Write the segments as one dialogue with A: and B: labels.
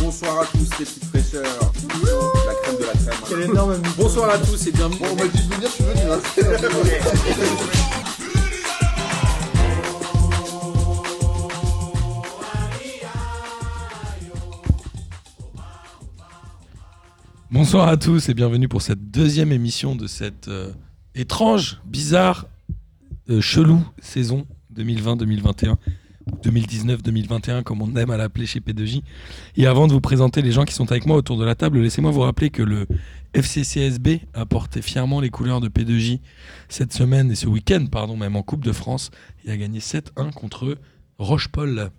A: Bonsoir à tous les petites fraîcheurs. La crème hein. de la crème.
B: Quel énorme
C: Bonsoir à tous et bienvenue.
D: Bon, on m'a dit de venir, je suis venu. hein.
C: Bonsoir à tous et bienvenue pour cette deuxième émission de cette euh, étrange, bizarre, euh, chelou saison 2020-2021. 2019-2021, comme on aime à l'appeler chez P2J. Et avant de vous présenter les gens qui sont avec moi autour de la table, laissez-moi vous rappeler que le FCCSB a porté fièrement les couleurs de P2J cette semaine et ce week-end, pardon, même en Coupe de France, et a gagné 7-1 contre Rochepol.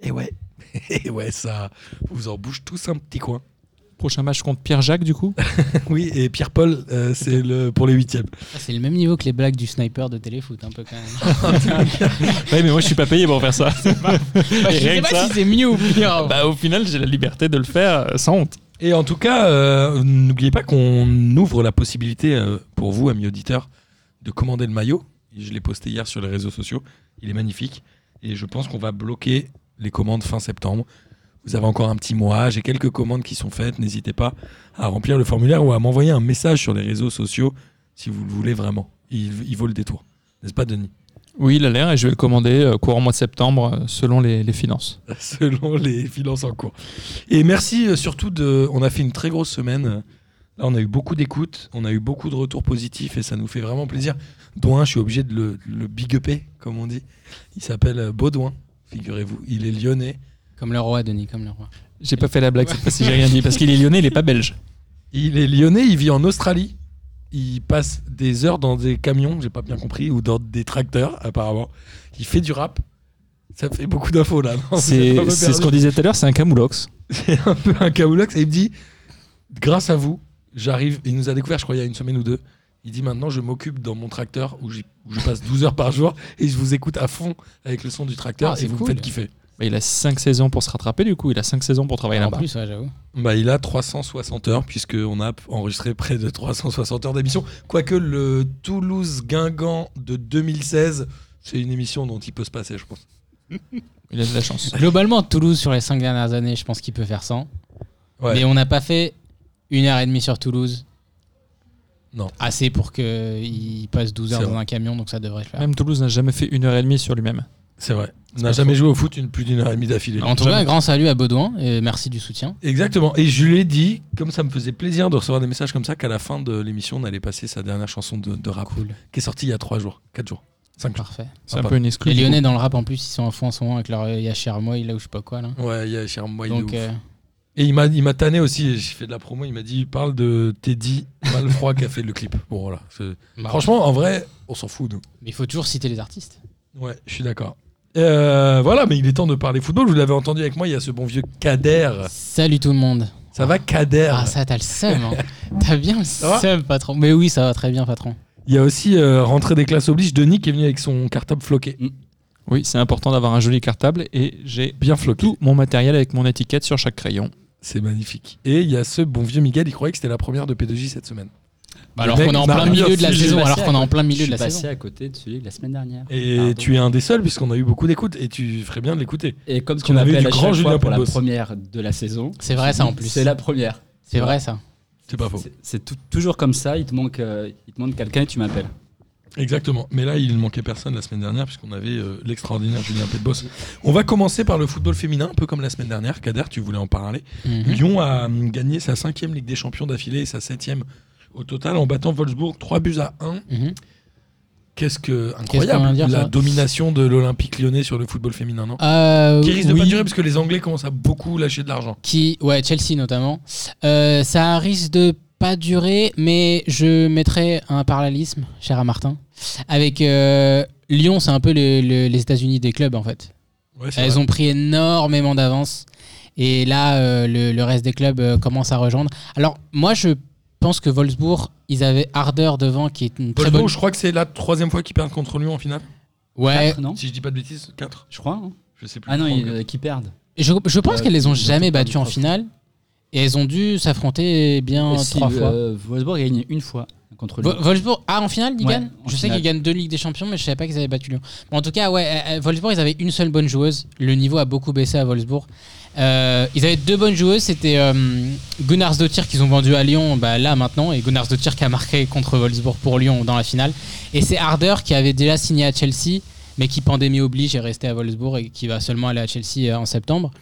C: Et ouais, et ouais, ça vous en bouge tous un petit coin.
E: Prochain match contre Pierre-Jacques, du coup.
C: Oui, et Pierre-Paul, euh, c'est le, pour les huitièmes.
F: Ah, C'est le même niveau que les blagues du sniper de téléfoot, un peu quand même.
E: ouais, mais moi, je suis pas payé pour faire ça.
F: Bah, je
E: rien
F: sais
E: que
F: pas
E: ça.
F: si c'est mieux ou pire.
E: bah, au final, j'ai la liberté de le faire euh, sans honte.
C: Et en tout cas, euh, n'oubliez pas qu'on ouvre la possibilité euh, pour vous, amis auditeurs, de commander le maillot. Et Je l'ai posté hier sur les réseaux sociaux. Il est magnifique. Et je pense qu'on va bloquer les commandes fin septembre. Vous avez encore un petit mois. J'ai quelques commandes qui sont faites. N'hésitez pas à remplir le formulaire ou à m'envoyer un message sur les réseaux sociaux si vous le voulez vraiment. Il, il vaut le détour. N'est-ce pas, Denis
E: Oui, il a l'air et je vais le commander euh, courant mois de septembre euh, selon les, les finances.
C: selon les finances en cours. Et merci euh, surtout de. On a fait une très grosse semaine. Euh, Là, on a eu beaucoup d'écoutes, on a eu beaucoup de retours positifs et ça nous fait vraiment plaisir. Douin, je suis obligé de le, de le big upper, comme on dit. Il s'appelle euh, Baudouin, figurez-vous. Il est lyonnais.
F: Comme le roi, Denis, comme le roi.
E: J'ai pas fait la blague cette fois-ci, j'ai rien dit parce qu'il est lyonnais, il est pas belge.
C: Il est lyonnais, il vit en Australie. Il passe des heures dans des camions, j'ai pas bien compris, ou dans des tracteurs, apparemment. Il fait du rap. Ça fait beaucoup d'infos là. non Vous êtes un
E: C'est
C: peu
E: c'est ce
C: perdu.
E: qu'on disait tout à l'heure, c'est un camoulox.
C: c'est un peu un camoulox et il me dit grâce à vous j'arrive il nous a découvert je crois il y a une semaine ou deux il dit maintenant je m'occupe dans mon tracteur où, j'y- où je passe 12 heures par jour et je vous écoute à fond avec le son du tracteur
F: Ah,
C: et
F: c'est
C: vous me
F: cool.
C: faites kiffer
E: Bah, il a 5 saisons pour se rattraper, du coup, il a 5 saisons pour travailler
F: en
E: là-bas.
F: plus, ouais, j'avoue.
C: bah, il a 360 heures puisqu'on a enregistré près de 360 heures d'émission quoique le Toulouse-Guingamp de 2016 c'est une émission dont il peut se passer je pense
E: Il a de la chance.
F: Globalement, Toulouse, sur les cinq dernières années, je pense qu'il peut faire 100.
C: Ouais.
F: Mais on n'a pas fait une heure et demie sur Toulouse.
C: Non.
F: Assez pour qu'il passe 12 heures
C: C'est
F: dans
C: vrai.
F: un camion, donc ça devrait le faire.
E: Même Toulouse n'a jamais fait une heure et demie sur lui-même.
C: c'est vrai on n'a jamais joué au foot une, plus d'une heure et demie d'affilée
F: En tout cas, un grand salut à Baudouin et merci du soutien.
C: Exactement. Et je lui ai dit, comme ça me faisait plaisir de recevoir des messages comme ça, qu'à la fin de l'émission, on allait passer sa dernière chanson de, de rap,
F: Cool.
C: qui est sortie il y a 3 jours, 4 jours, 5 jours.
F: Parfait.
E: C'est
C: Ah,
E: un
C: pas-
E: peu une exclue.
F: Les
E: du coup.
F: Lyonnais dans le rap en plus, ils sont à fond en ce moment avec leur Yachir Moi, là ou je sais pas quoi là.
C: Ouais, il y a cher moi, il est
F: Donc
C: ouf.
F: euh,
C: Et il m'a, il m'a tanné aussi, j'ai fait de la promo, il m'a dit, parle de Teddy Malfroid qui a fait le clip. Bon, voilà. c'est-
F: bah,
C: Franchement, en vrai, Ah. on s'en fout, nous.
F: mais il faut toujours citer les artistes.
C: Ouais, je suis d'accord. Euh, voilà, mais il est temps de parler football. Vous l'avez entendu avec moi, il y a ce bon vieux Kader.
F: Salut tout le monde.
C: Ça va, Kader
F: Ah ça t'as le seum. hein. t'as bien le
C: va
F: seum patron. Mais oui ça va très bien patron.
C: Il y a aussi euh, rentrée des classes obliges. Denis qui est venu avec son cartable floqué.
E: Oui, c'est important d'avoir un joli cartable et j'ai
C: Bien floqué.
E: tout mon matériel avec mon étiquette sur chaque crayon.
C: C'est magnifique. Et il y a ce bon vieux Miguel, il croyait que c'était la première de P2J cette semaine.
F: Bah, alors
C: Le
F: qu'on est
C: mec
F: en
C: m'a
F: plein
C: rien
F: milieu
C: dit,
F: de la
C: je suis
F: saison.
G: passé
F: Alors qu'on est en plein milieu de la
G: Je suis
F: saison.
G: passé à côté de celui de la semaine dernière.
C: Et
G: Pardon.
C: tu es un des seuls, puisqu'on a eu beaucoup d'écoutes, et tu ferais bien de l'écouter.
G: Et comme ce
C: qu'on
G: qu'on
C: avait
G: avait
C: du
G: à
C: grand
G: chaque
C: Julien
G: fois pour la
C: Pourbos.
G: première de la saison.
F: C'est vrai ça en plus.
G: C'est la première.
F: C'est vrai ça.
C: C'est pas faux.
G: C'est- C'est tout- toujours comme ça. Il te manque, euh, il te manque quelqu'un et tu m'appelles.
C: Exactement. Mais là, il ne manquait personne la semaine dernière, puisqu'on avait euh, l'extraordinaire Julien Petbos. On va commencer par le football féminin, un peu comme la semaine dernière. Kader, tu voulais en parler.
F: Mhm.
C: Lyon a hum, gagné sa cinquième Ligue des Champions d'affilée et sa septième au total en battant Wolfsburg 3 buts à 1.
F: Mhm.
C: Qu'est-ce que
F: qu'on
C: incroyable
F: vient de dire,
C: la
F: ça
C: domination de l'Olympique lyonnais sur le football féminin, non
F: Euh,
C: Qui risque de
F: oui.
C: pas durer parce que les Anglais commencent à beaucoup lâcher de l'argent.
F: qui ouais Chelsea notamment Euh, ça risque de pas durer mais je mettrai un parallélisme cher à Martin avec euh, Lyon c'est un peu le- le- les États-Unis des clubs en fait
C: Ouais, c'est
F: elles
C: vrai.
F: ont pris énormément d'avance et là euh, le, le reste des clubs euh, commence à rejoindre alors moi je pense que Wolfsburg ils avaient Ardeur devant qui est une très
C: Wolfsburg,
F: bonne
C: je crois que c'est la troisième fois qu'ils perdent contre Lyon en finale.
F: ouais
G: Quatre, non
C: Si je dis pas de bêtises, 4
G: Je crois. hein.
C: Je sais plus.
G: Ah non,
C: Je
G: il-
C: crois que-
G: euh, qui perdent.
F: je, je pense
G: Euh,
F: qu'elles les ont
G: ils ont
F: jamais
G: perdu
F: battues en
G: trois fois.
F: finale et elles ont dû s'affronter bien
G: Et si,
F: trois fois
G: euh, Wolfsburg a gagné une fois. contre Lyon.
F: Vo- Wolfsburg, ah en finale ils
G: Ouais,
F: gagnent
G: en
F: Je sais
G: finale.
F: qu'ils gagnent deux Ligues des Champions mais je savais pas qu'ils avaient battu Lyon. Bon, en tout cas ouais, euh, euh, Wolfsburg ils avaient une seule bonne joueuse. Le niveau a beaucoup baissé à Wolfsburg. Euh, ils avaient deux bonnes joueuses, c'était euh, Gunnarsdottir qu'ils ont vendu à Lyon bah, là maintenant et Gunnarsdottir qui a marqué contre Wolfsburg pour Lyon dans la finale. Et c'est Harder qui avait déjà signé à Chelsea mais qui pandémie oblige est resté à Wolfsburg et qui va seulement aller à Chelsea euh, en septembre.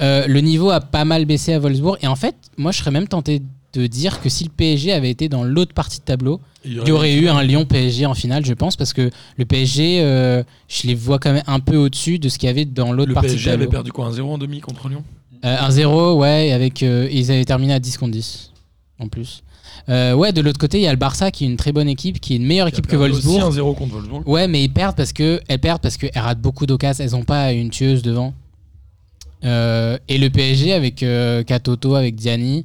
F: Euh, le niveau a pas mal baissé à Wolfsburg et en fait moi je serais même tenté de dire que si le PSG avait été dans l'autre partie de tableau il y aurait eu un Lyon PSG en finale, je pense, parce que le PSG, euh, je les vois quand même un peu au-dessus de ce qu'il y avait dans l'autre
C: Le
F: partie
C: PSG
F: de
C: avait
F: tableau.
C: perdu quoi 1-0 en demi contre Lyon
F: Euh, un 0 ouais, et avec euh, ils avaient terminé à 10 contre 10 en plus. Euh, ouais, de l'autre côté, il y a le Barça qui est une très bonne équipe, qui est une meilleure
C: Qui a
F: équipe que
C: perdu aussi hein.
F: Wolfsburg.
C: 1-0 contre Wolfsburg.
F: Ouais, mais ils perdent parce que elles perdent parce qu'elles ratent beaucoup d'occasions. Elles ont pas une tueuse devant. Euh, et le PSG avec euh, Katoto, avec Diani,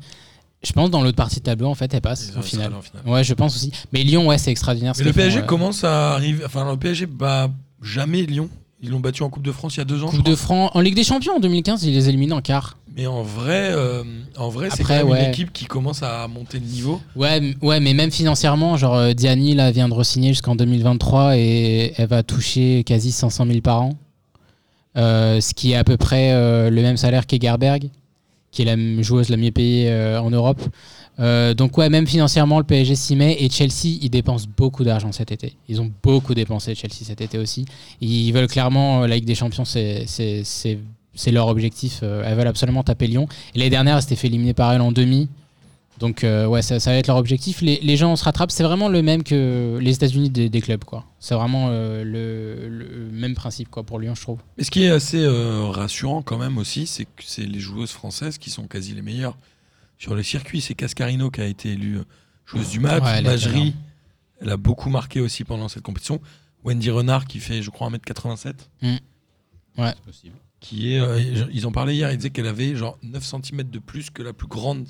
F: je pense dans l'autre partie de tableau en fait, elles passent
C: Ils
F: en
C: auraient
F: finale.
C: serré en finale.
F: Ouais, je pense aussi. Mais Lyon, ouais, c'est extraordinaire. ce
C: Mais le
F: qu'ils font, euh,
C: PSG
F: ouais.
C: commence à arriver. Enfin, le PSG bat jamais Lyon. Ils l'ont battu en Coupe de France il y a deux ans. je
F: Coupe de
C: crois.
F: France en Ligue des Champions en 2015, il les élimine en quart.
C: Mais en vrai, euh, en vrai, c'est quand
F: Après,
C: même une
F: ouais.
C: équipe qui commence à monter de niveau.
F: Ouais, m- ouais, mais même financièrement, genre euh, Diani là vient de re-signer jusqu'en 2023 et elle va toucher quasi 500 000 par an, Euh, ce qui est à peu près euh, le même salaire qu'Egerberg, qui est la m- joueuse la mieux payée euh, en Europe. Euh, donc ouais, même financièrement, le PSG s'y met et Chelsea, ils dépensent beaucoup d'argent cet été. Ils ont beaucoup dépensé Chelsea cet été aussi. Ils veulent clairement euh, la Ligue des Champions, c'est c'est- c'est- c'est leur objectif. Euh, elles veulent absolument taper Lyon. Et L'année dernière, elles s'étaient fait éliminer par elle en demi. Donc euh, ouais, ça, ça va être leur objectif. Les, les gens, on se rattrape. C'est vraiment le même que les États-Unis des, des clubs, quoi. C'est vraiment euh, le, le même principe, quoi, pour Lyon, je trouve.
C: Mais ce qui est assez euh, rassurant quand même aussi, c'est que c'est les joueuses françaises qui sont quasi les meilleures sur le circuit. C'est Cascarino qui a été élue euh, joueuse du match.
F: Ouais, elle a été
C: Majri,
F: énorme.
C: elle a beaucoup marqué aussi pendant cette compétition. Wendy Renard qui fait, je crois, 1m87.
F: Mm. Ouais.
G: C'est possible.
C: Qui est, euh, ils- ils en parlaient hier, ils disaient qu'elle avait genre 9 cm de plus que la plus grande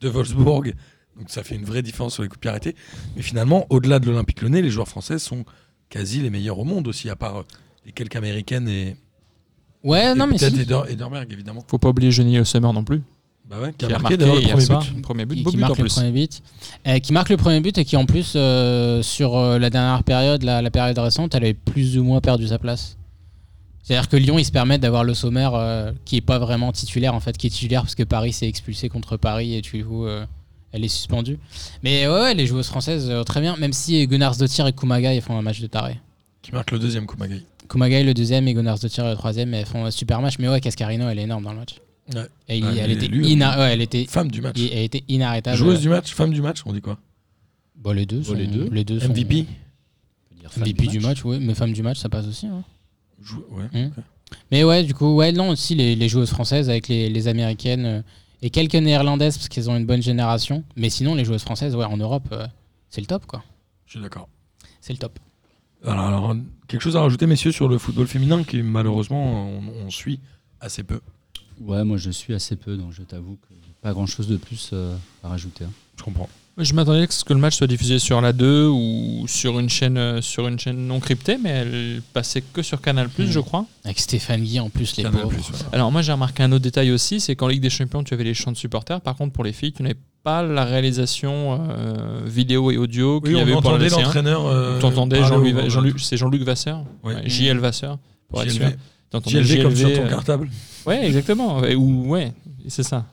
C: de Wolfsburg. Donc ça fait une vraie différence sur les coups de pied arrêtés. Mais finalement, au-delà de l'Olympique Lyonnais, les joueurs françaises sont quasi les meilleurs au monde aussi, à part euh, les quelques américaines et,
F: Ouais,
C: et
F: Ah non mais
C: peut-être
F: si.
C: Eder- Ederberg, évidemment.
E: Faut pas oublier Johnny Summer non plus.
C: Bah ouais,
E: Qui
C: qui
E: a
C: a marqué d'ailleurs le
E: hier
C: premier
E: soir,
C: but.
E: premier but,
F: Qui,
E: beau
F: qui
E: but en
F: marque le
E: plus.
F: premier but, Euh, qui marque le premier but et qui en plus euh, sur euh, la dernière période, la, la période récente, elle avait plus ou moins perdu sa place. C'est-à-dire que Lyon, ils se permettent d'avoir le sommaire euh, qui est pas vraiment titulaire en fait, qui est titulaire parce que Paris s'est expulsé contre Paris et du coup, euh, elle est suspendue. Mais ouais, ouais, les joueuses françaises euh, très bien, même si Gunnars Dottir et Kumagai ils font un match de taré.
C: Qui marque le deuxième coup, Magai.
F: Kumagai le deuxième et Gunnars Dottir le troisième, elles font un super match. Mais ouais, Cascarino, elle est énorme dans le match.
C: Ouais.
F: Et il-
C: Ouais,
F: elle,
C: elle
F: était
C: est élue,
F: ina- ouais, elle était,
C: Femme du match.
F: elle était inarrêtable.
C: Joueuse du match, femme du match, on dit quoi
F: Bon, Bah, les deux,
G: Bon, les
F: sont-
G: deux.
F: les deux sont-
C: MVP
G: On peut dire fan
F: MVP du match, oui, mais femme du match, ça passe aussi. hein.
C: Jou- ouais.
F: Mais ouais, du coup, ouais, non, aussi les, les joueuses françaises avec les, les américaines euh, et quelques néerlandaises parce qu'elles ont une bonne génération. Mais sinon, les joueuses françaises, ouais, en Europe, euh, c'est le top, quoi.
C: Je suis d'accord.
F: C'est le top.
C: Alors, alors, quelque chose à rajouter, messieurs, sur le football féminin qui, malheureusement, on, on suit assez peu.
G: Ouais, moi je suis assez peu, donc je t'avoue que j'ai pas grand chose de plus euh, à rajouter. hein.
C: Je comprends.
E: Je m'attendais à ce que le match soit diffusé sur la 2 ou sur une chaîne, euh, sur une chaîne non cryptée, mais elle passait que sur Canal
F: Mm.
E: je crois.
F: Avec Stéphane Guy en plus, les
C: Canal+,
F: pauvres.
C: ouais.
E: Alors moi j'ai remarqué un autre détail aussi, c'est qu'en Ligue des Champions tu avais les chants de supporters, par contre pour les filles tu n'avais pas la réalisation euh, vidéo et audio qu'il
C: Oui,
E: y avait
C: on
E: eu pour la
C: entendait
E: LC1.
C: l'entraîneur. euh,
E: T'entendais
C: parler
E: Jean-Louis-
C: au-
E: Jean-Luc- c'est Jean-Luc Vasseur,
C: Ouais.
E: ouais, JL Vasseur, pour être sûr.
C: JLV.
E: T'entendais
C: JLV comme sur
E: JLV,
C: ton
E: euh,
C: cartable.
E: Ouais, exactement. Ouais, Ou ouais, c'est ça.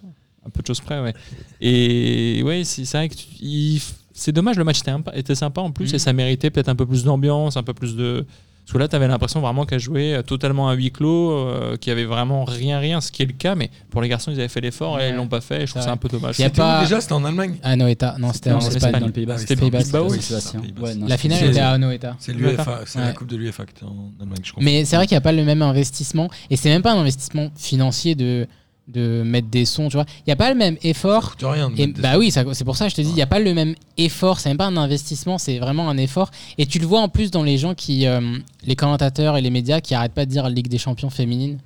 E: Un peu de choses près, ouais. Et ouais, c'est c'est vrai que tu- il f- c'est dommage. Le match était, impa- était sympa en plus
F: Mhm.
E: et ça méritait peut-être un peu plus d'ambiance, un peu plus de. Parce que là, t'avais l'impression vraiment qu'elle jouait euh, totalement à huis clos, euh, qu'il y avait vraiment rien, rien, ce qui est le cas. Mais pour les garçons, ils avaient fait l'effort et
F: Ouais.
E: ils l'ont pas fait. Et je trouve
F: C'est
E: ça un peu dommage.
F: Y a
C: C'était où
F: pas-
C: déjà C'était en Allemagne
F: Ah, Noeta, non, c'était
E: Non,
F: en
E: c'est
F: Espagne.
E: l'Espagne.
G: Dans le Pays Basque.
C: C'était
F: Pays Basque.
G: Bilbao,
C: Oui,
G: oui,
C: c'est ça,
G: Sébastien.
C: Pays Basque.
G: Ouais, non,
F: La
G: c'est-
F: finale
C: C'est-
F: était à Noeta.
C: C'est
E: D'accord.
C: l'UEFA, c'est la
F: Ouais.
C: Coupe de l'UEFA qui était en Allemagne, je comprends.
F: Mais c'est vrai qu'il n'y a pas le même investissement. Et c'est même pas un investissement financier de, de mettre des sons, tu vois. Il n'y a pas le même effort
C: Ça coûte rien de
F: Et
C: mettre des-
F: bah oui, ça- c'est pour ça que je te dis, il n'y a pas le même effort, c'est même pas un investissement, c'est vraiment un effort. Et tu le vois en plus dans les gens qui, euh, les commentateurs et les médias qui arrêtent pas de dire Ligue des Champions féminine.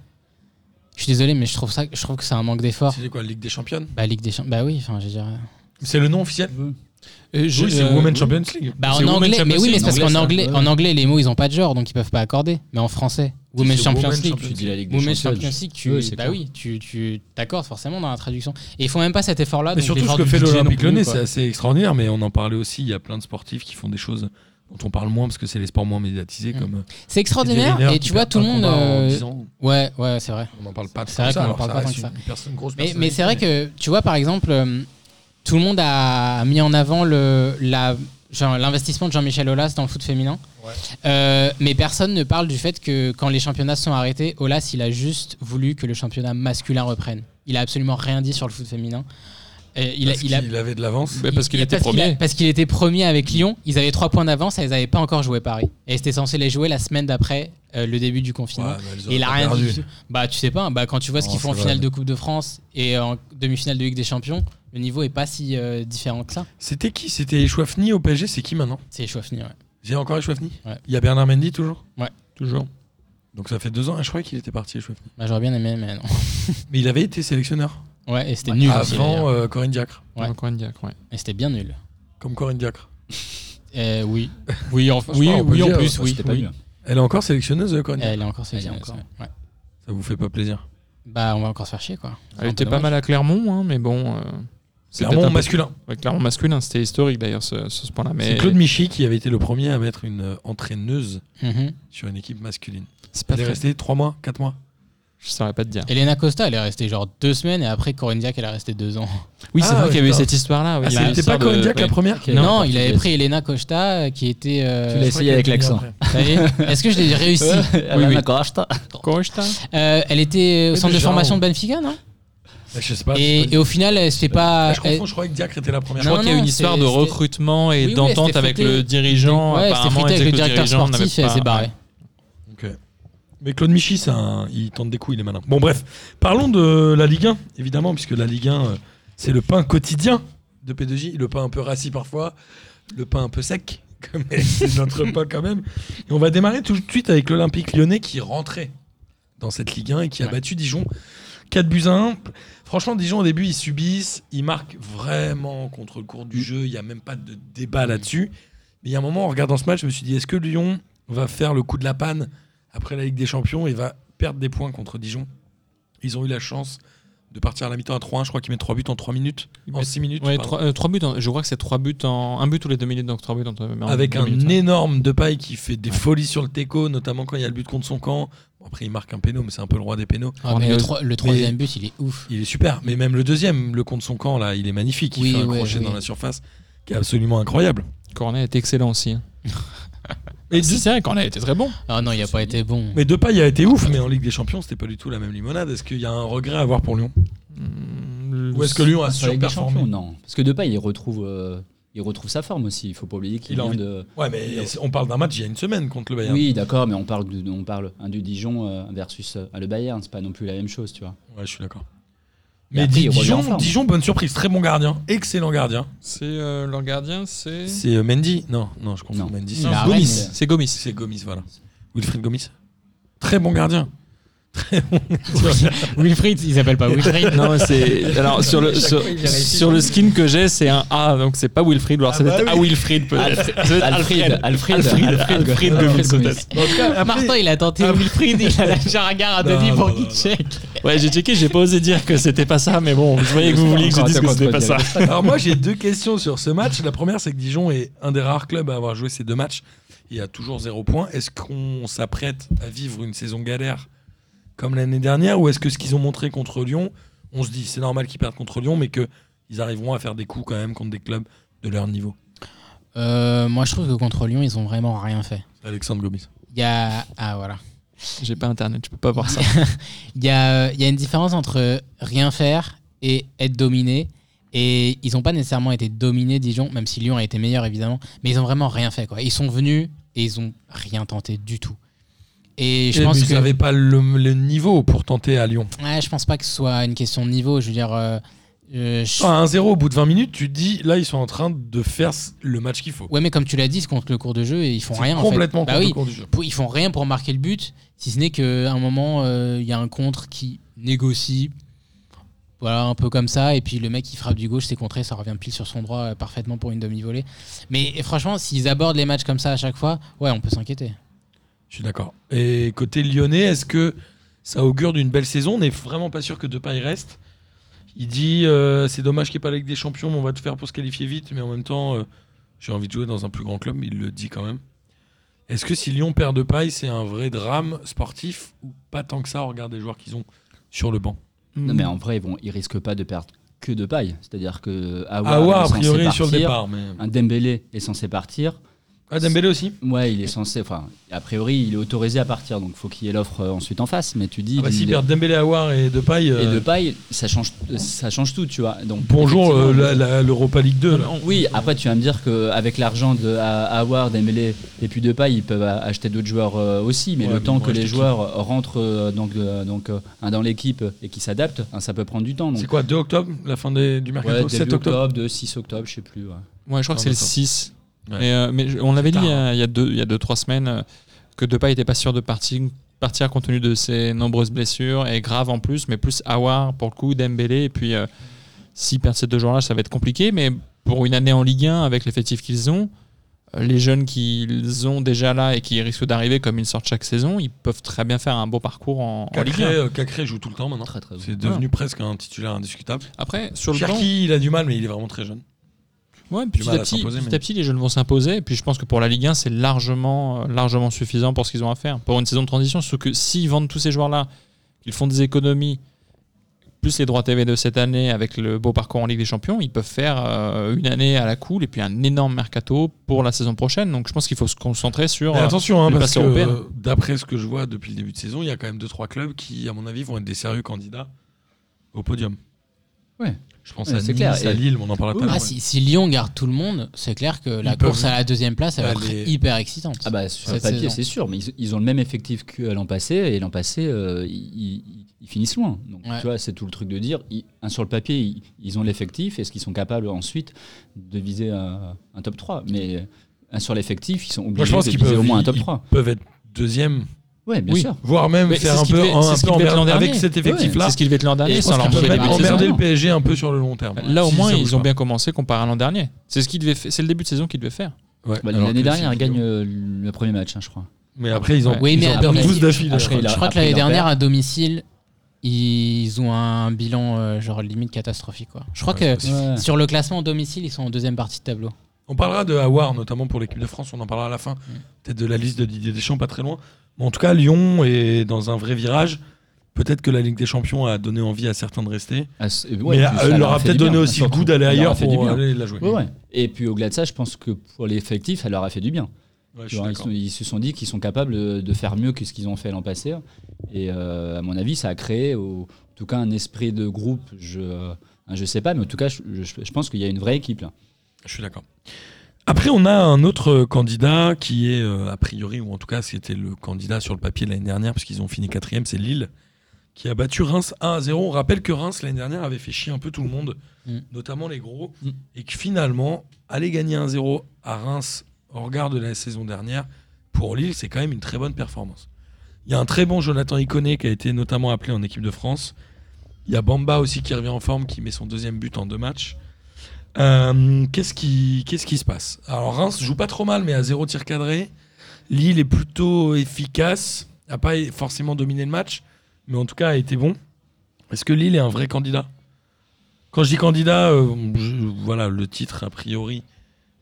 F: Je suis désolé, mais je trouve ça, je trouve que c'est un manque d'effort.
C: C'était quoi, Ligue des Champions
F: Bah Ligue des Champions, bah oui, enfin je veux dire.
C: C'est le nom officiel
G: Ouais.
E: Euh, je-
C: Oui, c'est
E: euh,
C: Women Champions League.
F: Bah,
E: C'est
F: en
E: Women's
F: anglais, mais
E: Champions
F: oui, mais
E: League,
F: c'est parce
E: en
F: qu'en
E: anglais,
F: anglais,
E: ça, ouais.
F: en anglais, les mots, ils ont pas de genre, donc ils peuvent pas accorder. Mais en français, Women's
C: c'est
F: Champions
C: Women's
F: League.
C: Champions
G: Tu dis la Ligue des
F: Women's
G: Champions.
F: Champions League, tu,
G: Oui, c'est
F: bah
G: clair.
F: oui, tu, tu t'accordes forcément dans la traduction. Et ils font même pas cet effort-là.
C: Mais
F: Ah,
C: surtout
F: donc les
C: ce
F: joueurs
C: que
F: du
C: fait
F: budget non
C: l'Olympique
F: plus,
C: Lyonnais,
F: quoi.
C: c'est assez extraordinaire, mais on en parlait aussi, il y a plein de sportifs qui font des choses dont on parle moins parce que c'est les sports moins médiatisés
F: Mm.
C: comme
F: C'est extraordinaire. Et tu vois, tout le monde. euh, Ouais, ouais, c'est vrai.
C: on n'en parle pas de
F: c'est
C: ça,
F: vrai qu'on en
C: alors
F: parle
C: ça
F: pas tant
C: reste
F: que ça.
C: une personne- grosse
F: Mais, mais
C: personnalité,
F: c'est vrai que, tu vois, par exemple, euh, tout le monde a mis en avant le, la, genre, l'investissement de Jean-Michel Aulas dans le foot féminin. Euh, mais personne ne parle du fait que quand les championnats se sont arrêtés, Aulas, il a juste voulu que le championnat masculin reprenne. Il a absolument rien dit sur le foot féminin. Et il, a,
C: parce
F: il a-
C: qu'il avait de l'avance.
E: bah, parce qu'il
F: il-
E: était
F: parce qu'il a-
E: premier.
F: parce qu'il était premier avec Lyon, ils avaient trois points d'avance et ils n'avaient pas encore joué Paris. Et c'était censé les jouer la semaine d'après euh, le début du confinement.
C: Ouais, mais elles
F: Et il a
C: auraient
F: rien
C: perdu.
F: dit. du tout. Bah, tu sais pas, bah, quand tu vois ce
C: Non,
F: qu'ils font en
C: ça va,
F: finale
C: mais-
F: de Coupe de France et en demi-finale de Ligue des Champions, le niveau est pas si euh, différent que ça.
C: C'était qui C'était Chouafni au PSG, c'est qui maintenant
F: C'est Chouafni, ouais.
C: J'ai encore Chouafni
F: Ouais.
C: Il y a Bernard Mendy toujours
F: Ouais.
C: toujours. Donc ça fait deux ans, hein, je croyais qu'il était parti Chouafni.
F: Bah, j'aurais bien aimé, mais non.
C: Mais il avait été sélectionneur
F: Ouais, et c'était nul. hein. aussi, d'ailleurs.
C: avant euh, Corinne Diacre,
F: Ouais.
E: Encore une diacre, ouais.
F: Et c'était bien nul.
C: comme Corinne Diacre.
F: Euh, oui.
E: Oui, en,
G: Je
E: oui,
G: crois, on peut
E: oui, en
G: dire,
E: plus,
G: enfin,
E: oui.
G: Ah, c'était pas
E: oui.
G: mieux.
C: Elle est encore sélectionneuse euh, Corinne Diacre.
F: Elle est encore sélectionnée.
G: encore.
F: ouais. Ouais.
C: Ça vous fait pas plaisir
F: Bah, on va encore se faire chier, quoi. C'est
E: Elle
F: un
E: était
F: peu
E: pas
F: dommage.
E: mal à Clermont, hein, mais bon. euh, c'est peut-être
C: Clairement
E: un peu-
C: masculin.
E: Ouais, Clermont masculin, c'était historique d'ailleurs ce, ce, ce point-là.
C: C'est
E: Mais
C: Claude Michi qui avait été le premier à mettre une euh, entraîneuse
F: Mhm.
C: sur une équipe masculine.
E: c'est pas
C: Elle est
E: très...
C: restée 3 mois, 4 mois.
E: Je saurais pas te dire.
F: Elena Costa, elle est restée genre deux semaines et après Corinne Diac, elle est restée deux ans.
E: Oui,
C: Ah,
E: c'est vrai
C: ouais,
E: qu'il y avait eu
C: putain.
E: cette histoire-là. ouais.
C: Ah,
E: Il y a
C: c'était
E: l'histoire
C: pas Corinne
E: de-
C: Diacre la
E: ouais.
C: première
G: Quelle
F: non,
G: porte
F: il avait
G: anglaise.
F: pris Elena Costa euh, qui était. euh,
G: Tu l'as essayé avec l'accent.
F: ça y est. Est-ce que je l'ai réussi
G: Elle
E: oui.
G: en a encore acheté.
E: Corrigez-toi.
F: Euh, Elle était au
C: Mais
F: centre de
C: genre-
F: formation de Benfica, non
C: Bah, Je sais pas. c'est
F: et,
C: pas-
F: et au final, euh, c'était pas.
C: Ah, je confonds, je croyais que Diacre était la première.
E: Je
F: Non,
E: crois qu'il y a eu
F: non,
E: une histoire
F: c'est-
E: de
F: c'était-
E: recrutement et
F: Oui, oui,
E: d'entente
F: c'était
E: avec
F: frité.
E: le dirigeant.
F: euh, Ouais, c'était
E: Apparemment,
F: frité
E: elle
F: avec
E: disait
F: le
E: que
F: directeur
E: dirigeant n'avait
F: sportif et
E: pas-
F: c'est barré.
C: Ok. euh. Mais Claude Michi, c'est un- il tente des coups, il est malin. Bon, bref, parlons de la Ligue 1, évidemment, puisque la Ligue 1, euh, c'est le pain quotidien de P2J, le pain un peu rassis parfois, le pain un peu sec, comme- mais c'est notre pain quand même. Et on va démarrer tout de suite avec l'Olympique lyonnais qui rentrait dans cette Ligue 1 et qui a
F: Ouais.
C: battu Dijon 4 buts à 1. Franchement, Dijon, au début, ils subissent, ils marquent vraiment contre le
E: Mm.
C: cours du jeu, il n'y a même pas de débat là-dessus. Mais il y a un moment, en regardant ce match, je me suis dit, est-ce que Lyon va faire le coup de la panne après la Ligue des Champions et va perdre des points contre Dijon Ils ont eu la chance de partir à la mi-temps à 3-1, je crois qu'ils mettent 3 buts en 3 minutes,
E: Ils
C: en
E: mettent-
C: 6 minutes.
E: Ouais,
C: pardon.
E: trois, euh, trois buts. en- je crois que c'est trois buts en un but tous les deux minutes, donc trois buts en, en
C: avec
E: deux
C: un
E: minutes, hein. ouais.
C: énorme Depay qui fait des folies sur le teco, notamment quand il y a le but contre son camp. Bon, après, il marque un péno, mais c'est un peu le roi des pénaux.
F: Ah, mais le, tro- le troisième but, il est ouf.
C: Il est super, mais même le deuxième, le contre son camp, là, il est magnifique. Il
F: Oui,
C: fait un
F: ouais,
C: crochet
F: oui.
C: dans la surface qui est absolument incroyable.
E: Cornet était excellent aussi. hein.
C: Et
E: Si,
C: de-
E: c'est vrai, Cornet était très bon.
F: Ah non, il a pas été bon.
C: mais Depay a été ouf, mais en Ligue des Champions, c'était pas du tout la même limonade. Est-ce qu'il y a un regret à avoir pour Lyon
E: Mmh,
C: Ou est-ce que Lyon a
G: Sur la Ligue des Champions,
C: surperformé
G: non. Parce que Depay, il retrouve, euh, il retrouve sa forme aussi. Il faut pas oublier qu'il
C: Il a
G: vient
C: envie-
G: de.
C: Ouais, mais c'est- on parle d'un match il y a une semaine contre le Bayern.
G: Oui, d'accord, mais on parle, de, on parle hein, du Dijon euh, versus euh, le Bayern. C'est pas non plus la même chose, tu vois.
C: Ouais, je suis d'accord. Mais
G: Mais après,
C: Di-
G: il revient en
C: Dijon,
G: forme.
C: Dijon, bonne surprise, très bon gardien, excellent gardien.
E: C'est euh, leur gardien, c'est.
C: C'est euh, Mendy Non, non, je confonds
G: Non.
C: Mendy.
G: Non,
C: C'est
F: Gomis.
C: Gomis.
G: Rennes.
E: C'est Gomis.
C: C'est Gomis, voilà. Wilfried Gomis. Très bon gardien. Très bon. gardien.
F: Wilfried, ils appellent pas Wilfried.
E: Non, c'est. Alors, sur le,
C: Chaque
E: sur,
C: fois, il vérifie.
E: sur le skin que j'ai, c'est un A, donc c'est pas Wilfried, ou alors c'est
C: bah
E: peut-être
C: oui.
E: A Wilfried, peut-être. Ça doit être
G: Ah Alfred, Alfred,
E: Alfred,
G: Alfred,
E: Alfred, Alfred
G: Alfred
E: Gomis,
G: Gomis.
E: peut-être.
C: En tout cas, après-
F: Martin, il a tenté Wilfried, il a lâché un regard à
C: Non,
F: Denis
C: non,
F: pour
C: non,
F: qu'il
C: non.
F: check.
E: Ouais, j'ai checké, j'ai pas osé dire que c'était pas ça, mais bon, je voyais que vous vouliez que je dise que c'était pas ça.
C: Alors moi j'ai deux questions sur ce match. La première c'est que Dijon est un des rares clubs à avoir joué ces deux matchs et a toujours zéro point. Est-ce qu'on s'apprête à vivre une saison galère comme l'année dernière ou est-ce que ce qu'ils ont montré contre Lyon, on se dit c'est normal qu'ils perdent contre Lyon mais que ils arriveront à faire des coups quand même contre des clubs de leur niveau.
F: Euh, moi, je trouve que contre Lyon, ils ont vraiment rien fait.
C: Alexandre Gomis.
F: Il y a. Ah, voilà.
E: J'ai pas internet, je peux pas voir ça.
F: Il y a, euh, il y a une différence entre rien faire et être dominé. Et ils n'ont pas nécessairement été dominés, Dijon, même si Lyon a été meilleur, évidemment. Mais ils ont vraiment rien fait, quoi. Ils sont venus et ils ont rien tenté du tout. Et je pense
C: qu'ils
F: que.
C: n'avaient pas le, le niveau pour tenter à Lyon.
F: Ouais, je pense pas que ce soit une question de niveau. Je veux dire, euh, euh, je-
C: À 1-0 Ah, au bout de 20 minutes, tu te dis là ils sont en train de faire le match qu'il faut.
F: ouais, mais comme tu l'as dit, c'est contre le cours de jeu et ils font
C: C'est
F: rien. en fait.
C: complètement
F: Bah
C: contre le
F: oui,
C: cours du jeu.
F: pour- ils font rien pour marquer le but, si ce n'est qu'à un moment, euh, il y a un contre qui négocie voilà, un peu comme ça. Et puis le mec, il frappe du gauche, c'est contré, ça revient pile sur son droit euh, parfaitement pour une demi-volée. Mais et franchement, s'ils abordent les matchs comme ça à chaque fois, ouais, on peut s'inquiéter.
C: Ah, Je suis d'accord. Et côté lyonnais, est-ce que ça augure d'une belle saison On n'est vraiment pas sûr que Depay reste. Il dit euh, c'est dommage qu'il n'y ait pas la Ligue des Champions, mais on va te faire pour se qualifier vite. Mais en même temps, euh, j'ai envie de jouer dans un plus grand club. Il le dit quand même. Est-ce que si Lyon perd Depay, c'est un vrai drame sportif ou pas tant que ça On regarde les joueurs qu'ils ont sur le banc.
G: Non, mais en vrai, ils, vont, ils risquent pas de perdre que de paille. C'est-à-dire que Aouar
C: Ah ouais,
G: est
C: a
G: censé
C: priori sur le
G: partir,
C: départ, mais
F: Ah,
G: Un Dembélé est censé partir.
C: ah, Dembélé aussi.
G: Ouais, il est censé. Enfin, a priori, il est autorisé à partir, donc faut qu'il y ait l'offre euh, ensuite en face. Mais tu dis.
C: Ah bah,
G: il-
C: S'ils perdent Dembélé, Aouar et Depay, euh,
G: Et de paille, ça change, ça change tout, tu vois. Donc,
C: bonjour euh,
G: effectivement, Ah
C: la- la- l'Europa League 2. là.
G: Oui, après tu vas me dire qu'avec l'argent de A- Awar, Dembélé et puis Depay, ils peuvent a- acheter d'autres joueurs euh, aussi, mais
C: Ouais,
G: le
C: mais
G: temps
C: ils
G: que
C: vont
G: les
C: acheter qui
G: joueurs rentrent euh, donc, euh, donc, euh, dans l'équipe et qu'ils s'adaptent, hein, ça peut prendre du temps.
C: C'est
G: Donc.
C: quoi 2 octobre, la fin des- du
G: Ouais,
C: mercato
G: début
C: 7 octobre.
G: octobre, de 6 octobre, je sais plus. ouais.
E: Ouais, je crois que
C: Ah,
E: c'est le
C: d'accord.
E: 6.
C: Ouais.
E: Et, euh, mais je- on l'avait dit
C: C'est
E: il y,
C: tard, hein.
E: a, il y a deux, il y a deux, trois semaines euh, que Depay n'était pas sûr de partir, partir compte tenu de ses nombreuses blessures et graves en plus, mais plus Awar pour le coup, Dembélé. Et puis, euh, s'ils perdent ces deux joueurs-là, ça va être compliqué. Mais pour une année en Ligue 1, avec l'effectif qu'ils ont, euh, les jeunes qu'ils ont déjà là et qui risquent d'arriver comme ils sortent chaque saison, ils peuvent très bien faire un beau parcours en, en Ligue
C: Cacré,
E: 1.
C: euh, Cacré joue tout le temps maintenant.
G: Très très Ah bon.
C: C'est devenu presque un titulaire indiscutable.
E: Après, sur le banc,
C: Cherki, il a du mal, mais il est vraiment très jeune.
E: Ouais, petit
C: mal
E: à
C: à
E: petit,
C: s'imposer,
E: petit
C: mais-
E: à petit, les jeunes vont s'imposer. Et puis, je pense que pour la Ligue 1, c'est largement, euh, largement suffisant pour ce qu'ils ont à faire. Pour une saison de transition, sauf que s'ils vendent tous ces joueurs-là, qu'ils font des économies, plus les droits TV de cette année avec le beau parcours en Ligue des Champions, ils peuvent faire euh, une année à la cool et puis un énorme mercato pour la saison prochaine. Donc, je pense qu'il faut se concentrer sur.
C: Mais
E: euh,
C: attention, hein,
E: le
C: parce que
E: passé européen.
C: euh, d'après ce que je vois depuis le début de saison, il y a quand même 2-3 clubs qui, à mon avis, vont être des sérieux candidats au podium.
G: Ouais.
C: Je pense
G: Ouais,
C: à
G: c'est
C: Nice,
G: clair.
C: à
G: Et-
C: Lille, mais on en parle pas.
F: Ah, si, si Lyon garde tout le monde, c'est clair que la
C: Ils
F: course
C: peuvent-
F: à la deuxième place, elle va
C: Bah,
F: être
C: les-
F: hyper excitante.
G: Ah bah sur le
F: Cette
G: papier
F: saison.
G: c'est sûr, mais ils, ils ont le même effectif que l'an passé et l'an passé euh, ils, ils- ils finissent loin. Donc
F: Ouais.
G: tu vois c'est tout le truc de dire ils- hein, sur le papier ils, ils ont l'effectif est-ce qu'ils sont capables ensuite de viser un, un top 3 Mais hein, sur l'effectif ils sont obligés
C: Moi, je pense
G: de
C: qu'ils
G: viser
C: peuvent,
G: au moins un
C: ils-
G: top
C: ils
G: 3.
C: peuvent être deuxième,
G: Ouais bien
E: oui.
G: sûr.
C: voire même
E: Mais
C: faire
E: c'est
C: un
E: ce qu'ils
C: peu,
E: devaient-
C: un,
E: c'est
C: un
E: ce
C: peu
E: qu'ils devaient être
C: emmerder-
E: l'an
C: avec
E: dernier.
G: Eh
C: cet effectif-là.
E: C'est ce qu'ils devaient être l'an dernier
C: je
E: sans
C: pense
E: leur
C: qu'ils
E: mauvais
C: peuvent
E: début
C: être
E: de saison.
C: emmerder le PSG un peu sur le long terme.
E: Là, au
C: S'ils
E: moins,
C: y
E: ils ont
C: arrivent
E: bien commencé comparé à l'an dernier. C'est ce qu'ils devaient faire- c'est le début de saison qu'ils devaient faire.
C: pas. Ouais,
G: Bah,
C: alors
G: L'année
C: que
G: dernière
C: c'est-
G: ils gagnent euh, le premier match hein, je crois.
C: Mais après, ils ont
F: Oui,
C: ils
F: mais
C: en
F: après-
C: perdent
F: mais-
C: 12 d'affilée.
G: Après, il
F: Je
G: a-
F: crois que
G: après,
F: l'année
G: il en
F: dernière,
G: perd.
F: à domicile, ils ont un bilan euh, genre limite catastrophique. Quoi. Je crois
C: Ouais,
F: que
C: c'est possible. Ah
G: Ouais.
F: sur le classement à domicile, ils sont en deuxième partie de tableau.
C: On parlera de Hawar, notamment pour l'équipe de France, on en parlera à la
G: Mm.
C: fin, peut-être de la liste de Didier Deschamps, pas très loin. Mais en tout cas, Lyon est dans un vrai virage. Peut-être que la Ligue des Champions a donné envie à certains de rester.
G: Ah, c'est- ouais,
C: mais
G: puis
C: euh,
G: ça
C: elle
G: leur
C: leur
G: a
C: a
G: fait
C: peut-être
G: du bien,
C: donné
G: bien
C: aussi
G: sûr.
C: le goût d'aller
G: Ça leur a
C: ailleurs
G: fait du
C: pour euh,
G: bien.
C: aller la jouer.
G: Ouais, ouais. Et puis au-delà de ça, je pense que pour l'effectif, ça leur a fait du bien.
C: Ouais, je
G: Tu
C: suis
G: vois, ils,
C: d'accord.
G: sont- ils se sont dit qu'ils sont capables euh, de, de faire mieux que ce qu'ils ont fait l'an passé. Et euh, à mon avis, ça a créé au- en tout cas un esprit de groupe. Je ne sais pas, mais en tout cas, je, je- je pense qu'il y a une vraie équipe là.
C: Je suis d'accord. Après, on a un autre euh, candidat qui est, euh, a priori, ou en tout cas, c'était le candidat sur le papier de l'année dernière, puisqu'ils ont fini quatrième, c'est Lille, qui a battu Reims 1 à 0. On rappelle que Reims, l'année dernière, avait fait chier un peu tout le monde,
F: Mm.
C: notamment les gros,
G: Mm.
C: et que finalement, aller gagner 1 0 à Reims, au regard de la saison dernière, pour Lille, c'est quand même une très bonne performance. Il y a un très bon Jonathan Iconé qui a été notamment appelé en équipe de France. Il y a Bamba aussi qui revient en forme, qui met son deuxième but en deux matchs. Euh, qu'est-ce qui, qu'est-ce qui se passe Alors Reims joue pas trop mal, mais à zéro tir cadré. Lille est plutôt efficace, a pas é- forcément dominé le match, mais en tout cas a été bon. Est-ce que Lille est un vrai candidat Quand je dis candidat, euh, je- voilà, le titre a priori,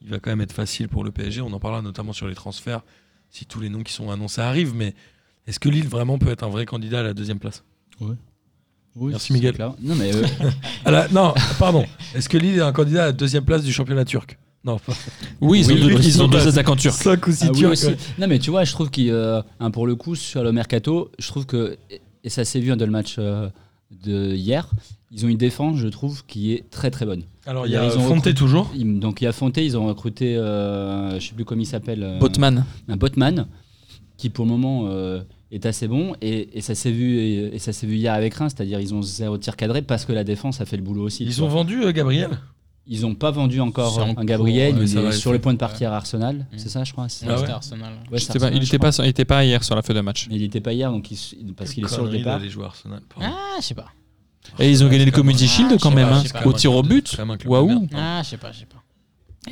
C: il va quand même être facile pour le PSG. On en parlera notamment sur les transferts, si tous les noms qui sont annoncés arrivent. Mais est-ce que Lille vraiment peut être un vrai candidat à la deuxième place Merci,
G: c'est
C: Miguel.
G: clair. Non, mais euh,
C: À la- Non, pardon. Est-ce que Lille est un candidat à la deuxième place du championnat turc Non, pas-
E: Oui,
C: ils ont deux- ils ont deux
E: attaquants turcs.
C: cinq ou six
G: ah oui,
C: Turcs,
G: aussi.
C: ouais.
G: Non, mais tu vois, je trouve qu'il, euh, hein, pour le coup, sur le mercato, je trouve que, et ça s'est vu dans le match euh, de hier, ils ont une défense, je trouve, qui est très très bonne.
C: Alors il
G: il
C: y
G: y
C: a
G: a- ils ont
C: Fonté
G: recruté-
C: toujours.
G: Ils- donc il y a Fonté, ils ont recruté, euh, je sais plus comment il s'appelle. euh,
E: Botman.
G: un Botman qui pour le moment euh, est assez bon et, et ça s'est vu et, et ça s'est vu hier avec Reims, c'est-à-dire ils ont zéro tir cadré parce que la défense a fait le boulot aussi. tu
C: Ils
G: vois.
C: ont vendu euh, Gabriel.
G: ils ont pas vendu encore
F: C'est en
G: un Gabriel,
C: cours, ouais,
G: il
C: ça
G: est
C: va,
G: sur
C: il
G: le
C: fait-
G: point de partir à Arsenal,
F: Mm.
G: c'est ça je crois. c'est-
C: Ah ouais.
F: C'était Arsenal.
G: Ouais,
E: Je
G: c'est
E: sais pas,
G: Arsenal,
E: il
G: je
E: était
G: crois.
E: pas, il était pas hier sur la feuille de match.
G: Mais il était pas hier donc il s- parce qu'il est sur le
C: Connerie
G: départ.
C: d'aller jouer à Arsenal. pardon.
F: Ah, je sais pas.
E: Et ils ont gagné le
C: C'est
E: Community Shield quand
F: Ah,
E: même,
F: je sais
E: hein,
F: pas, je sais
E: au
F: pas.
E: tir au but. Waouh.
F: Ah, je sais pas, je sais pas.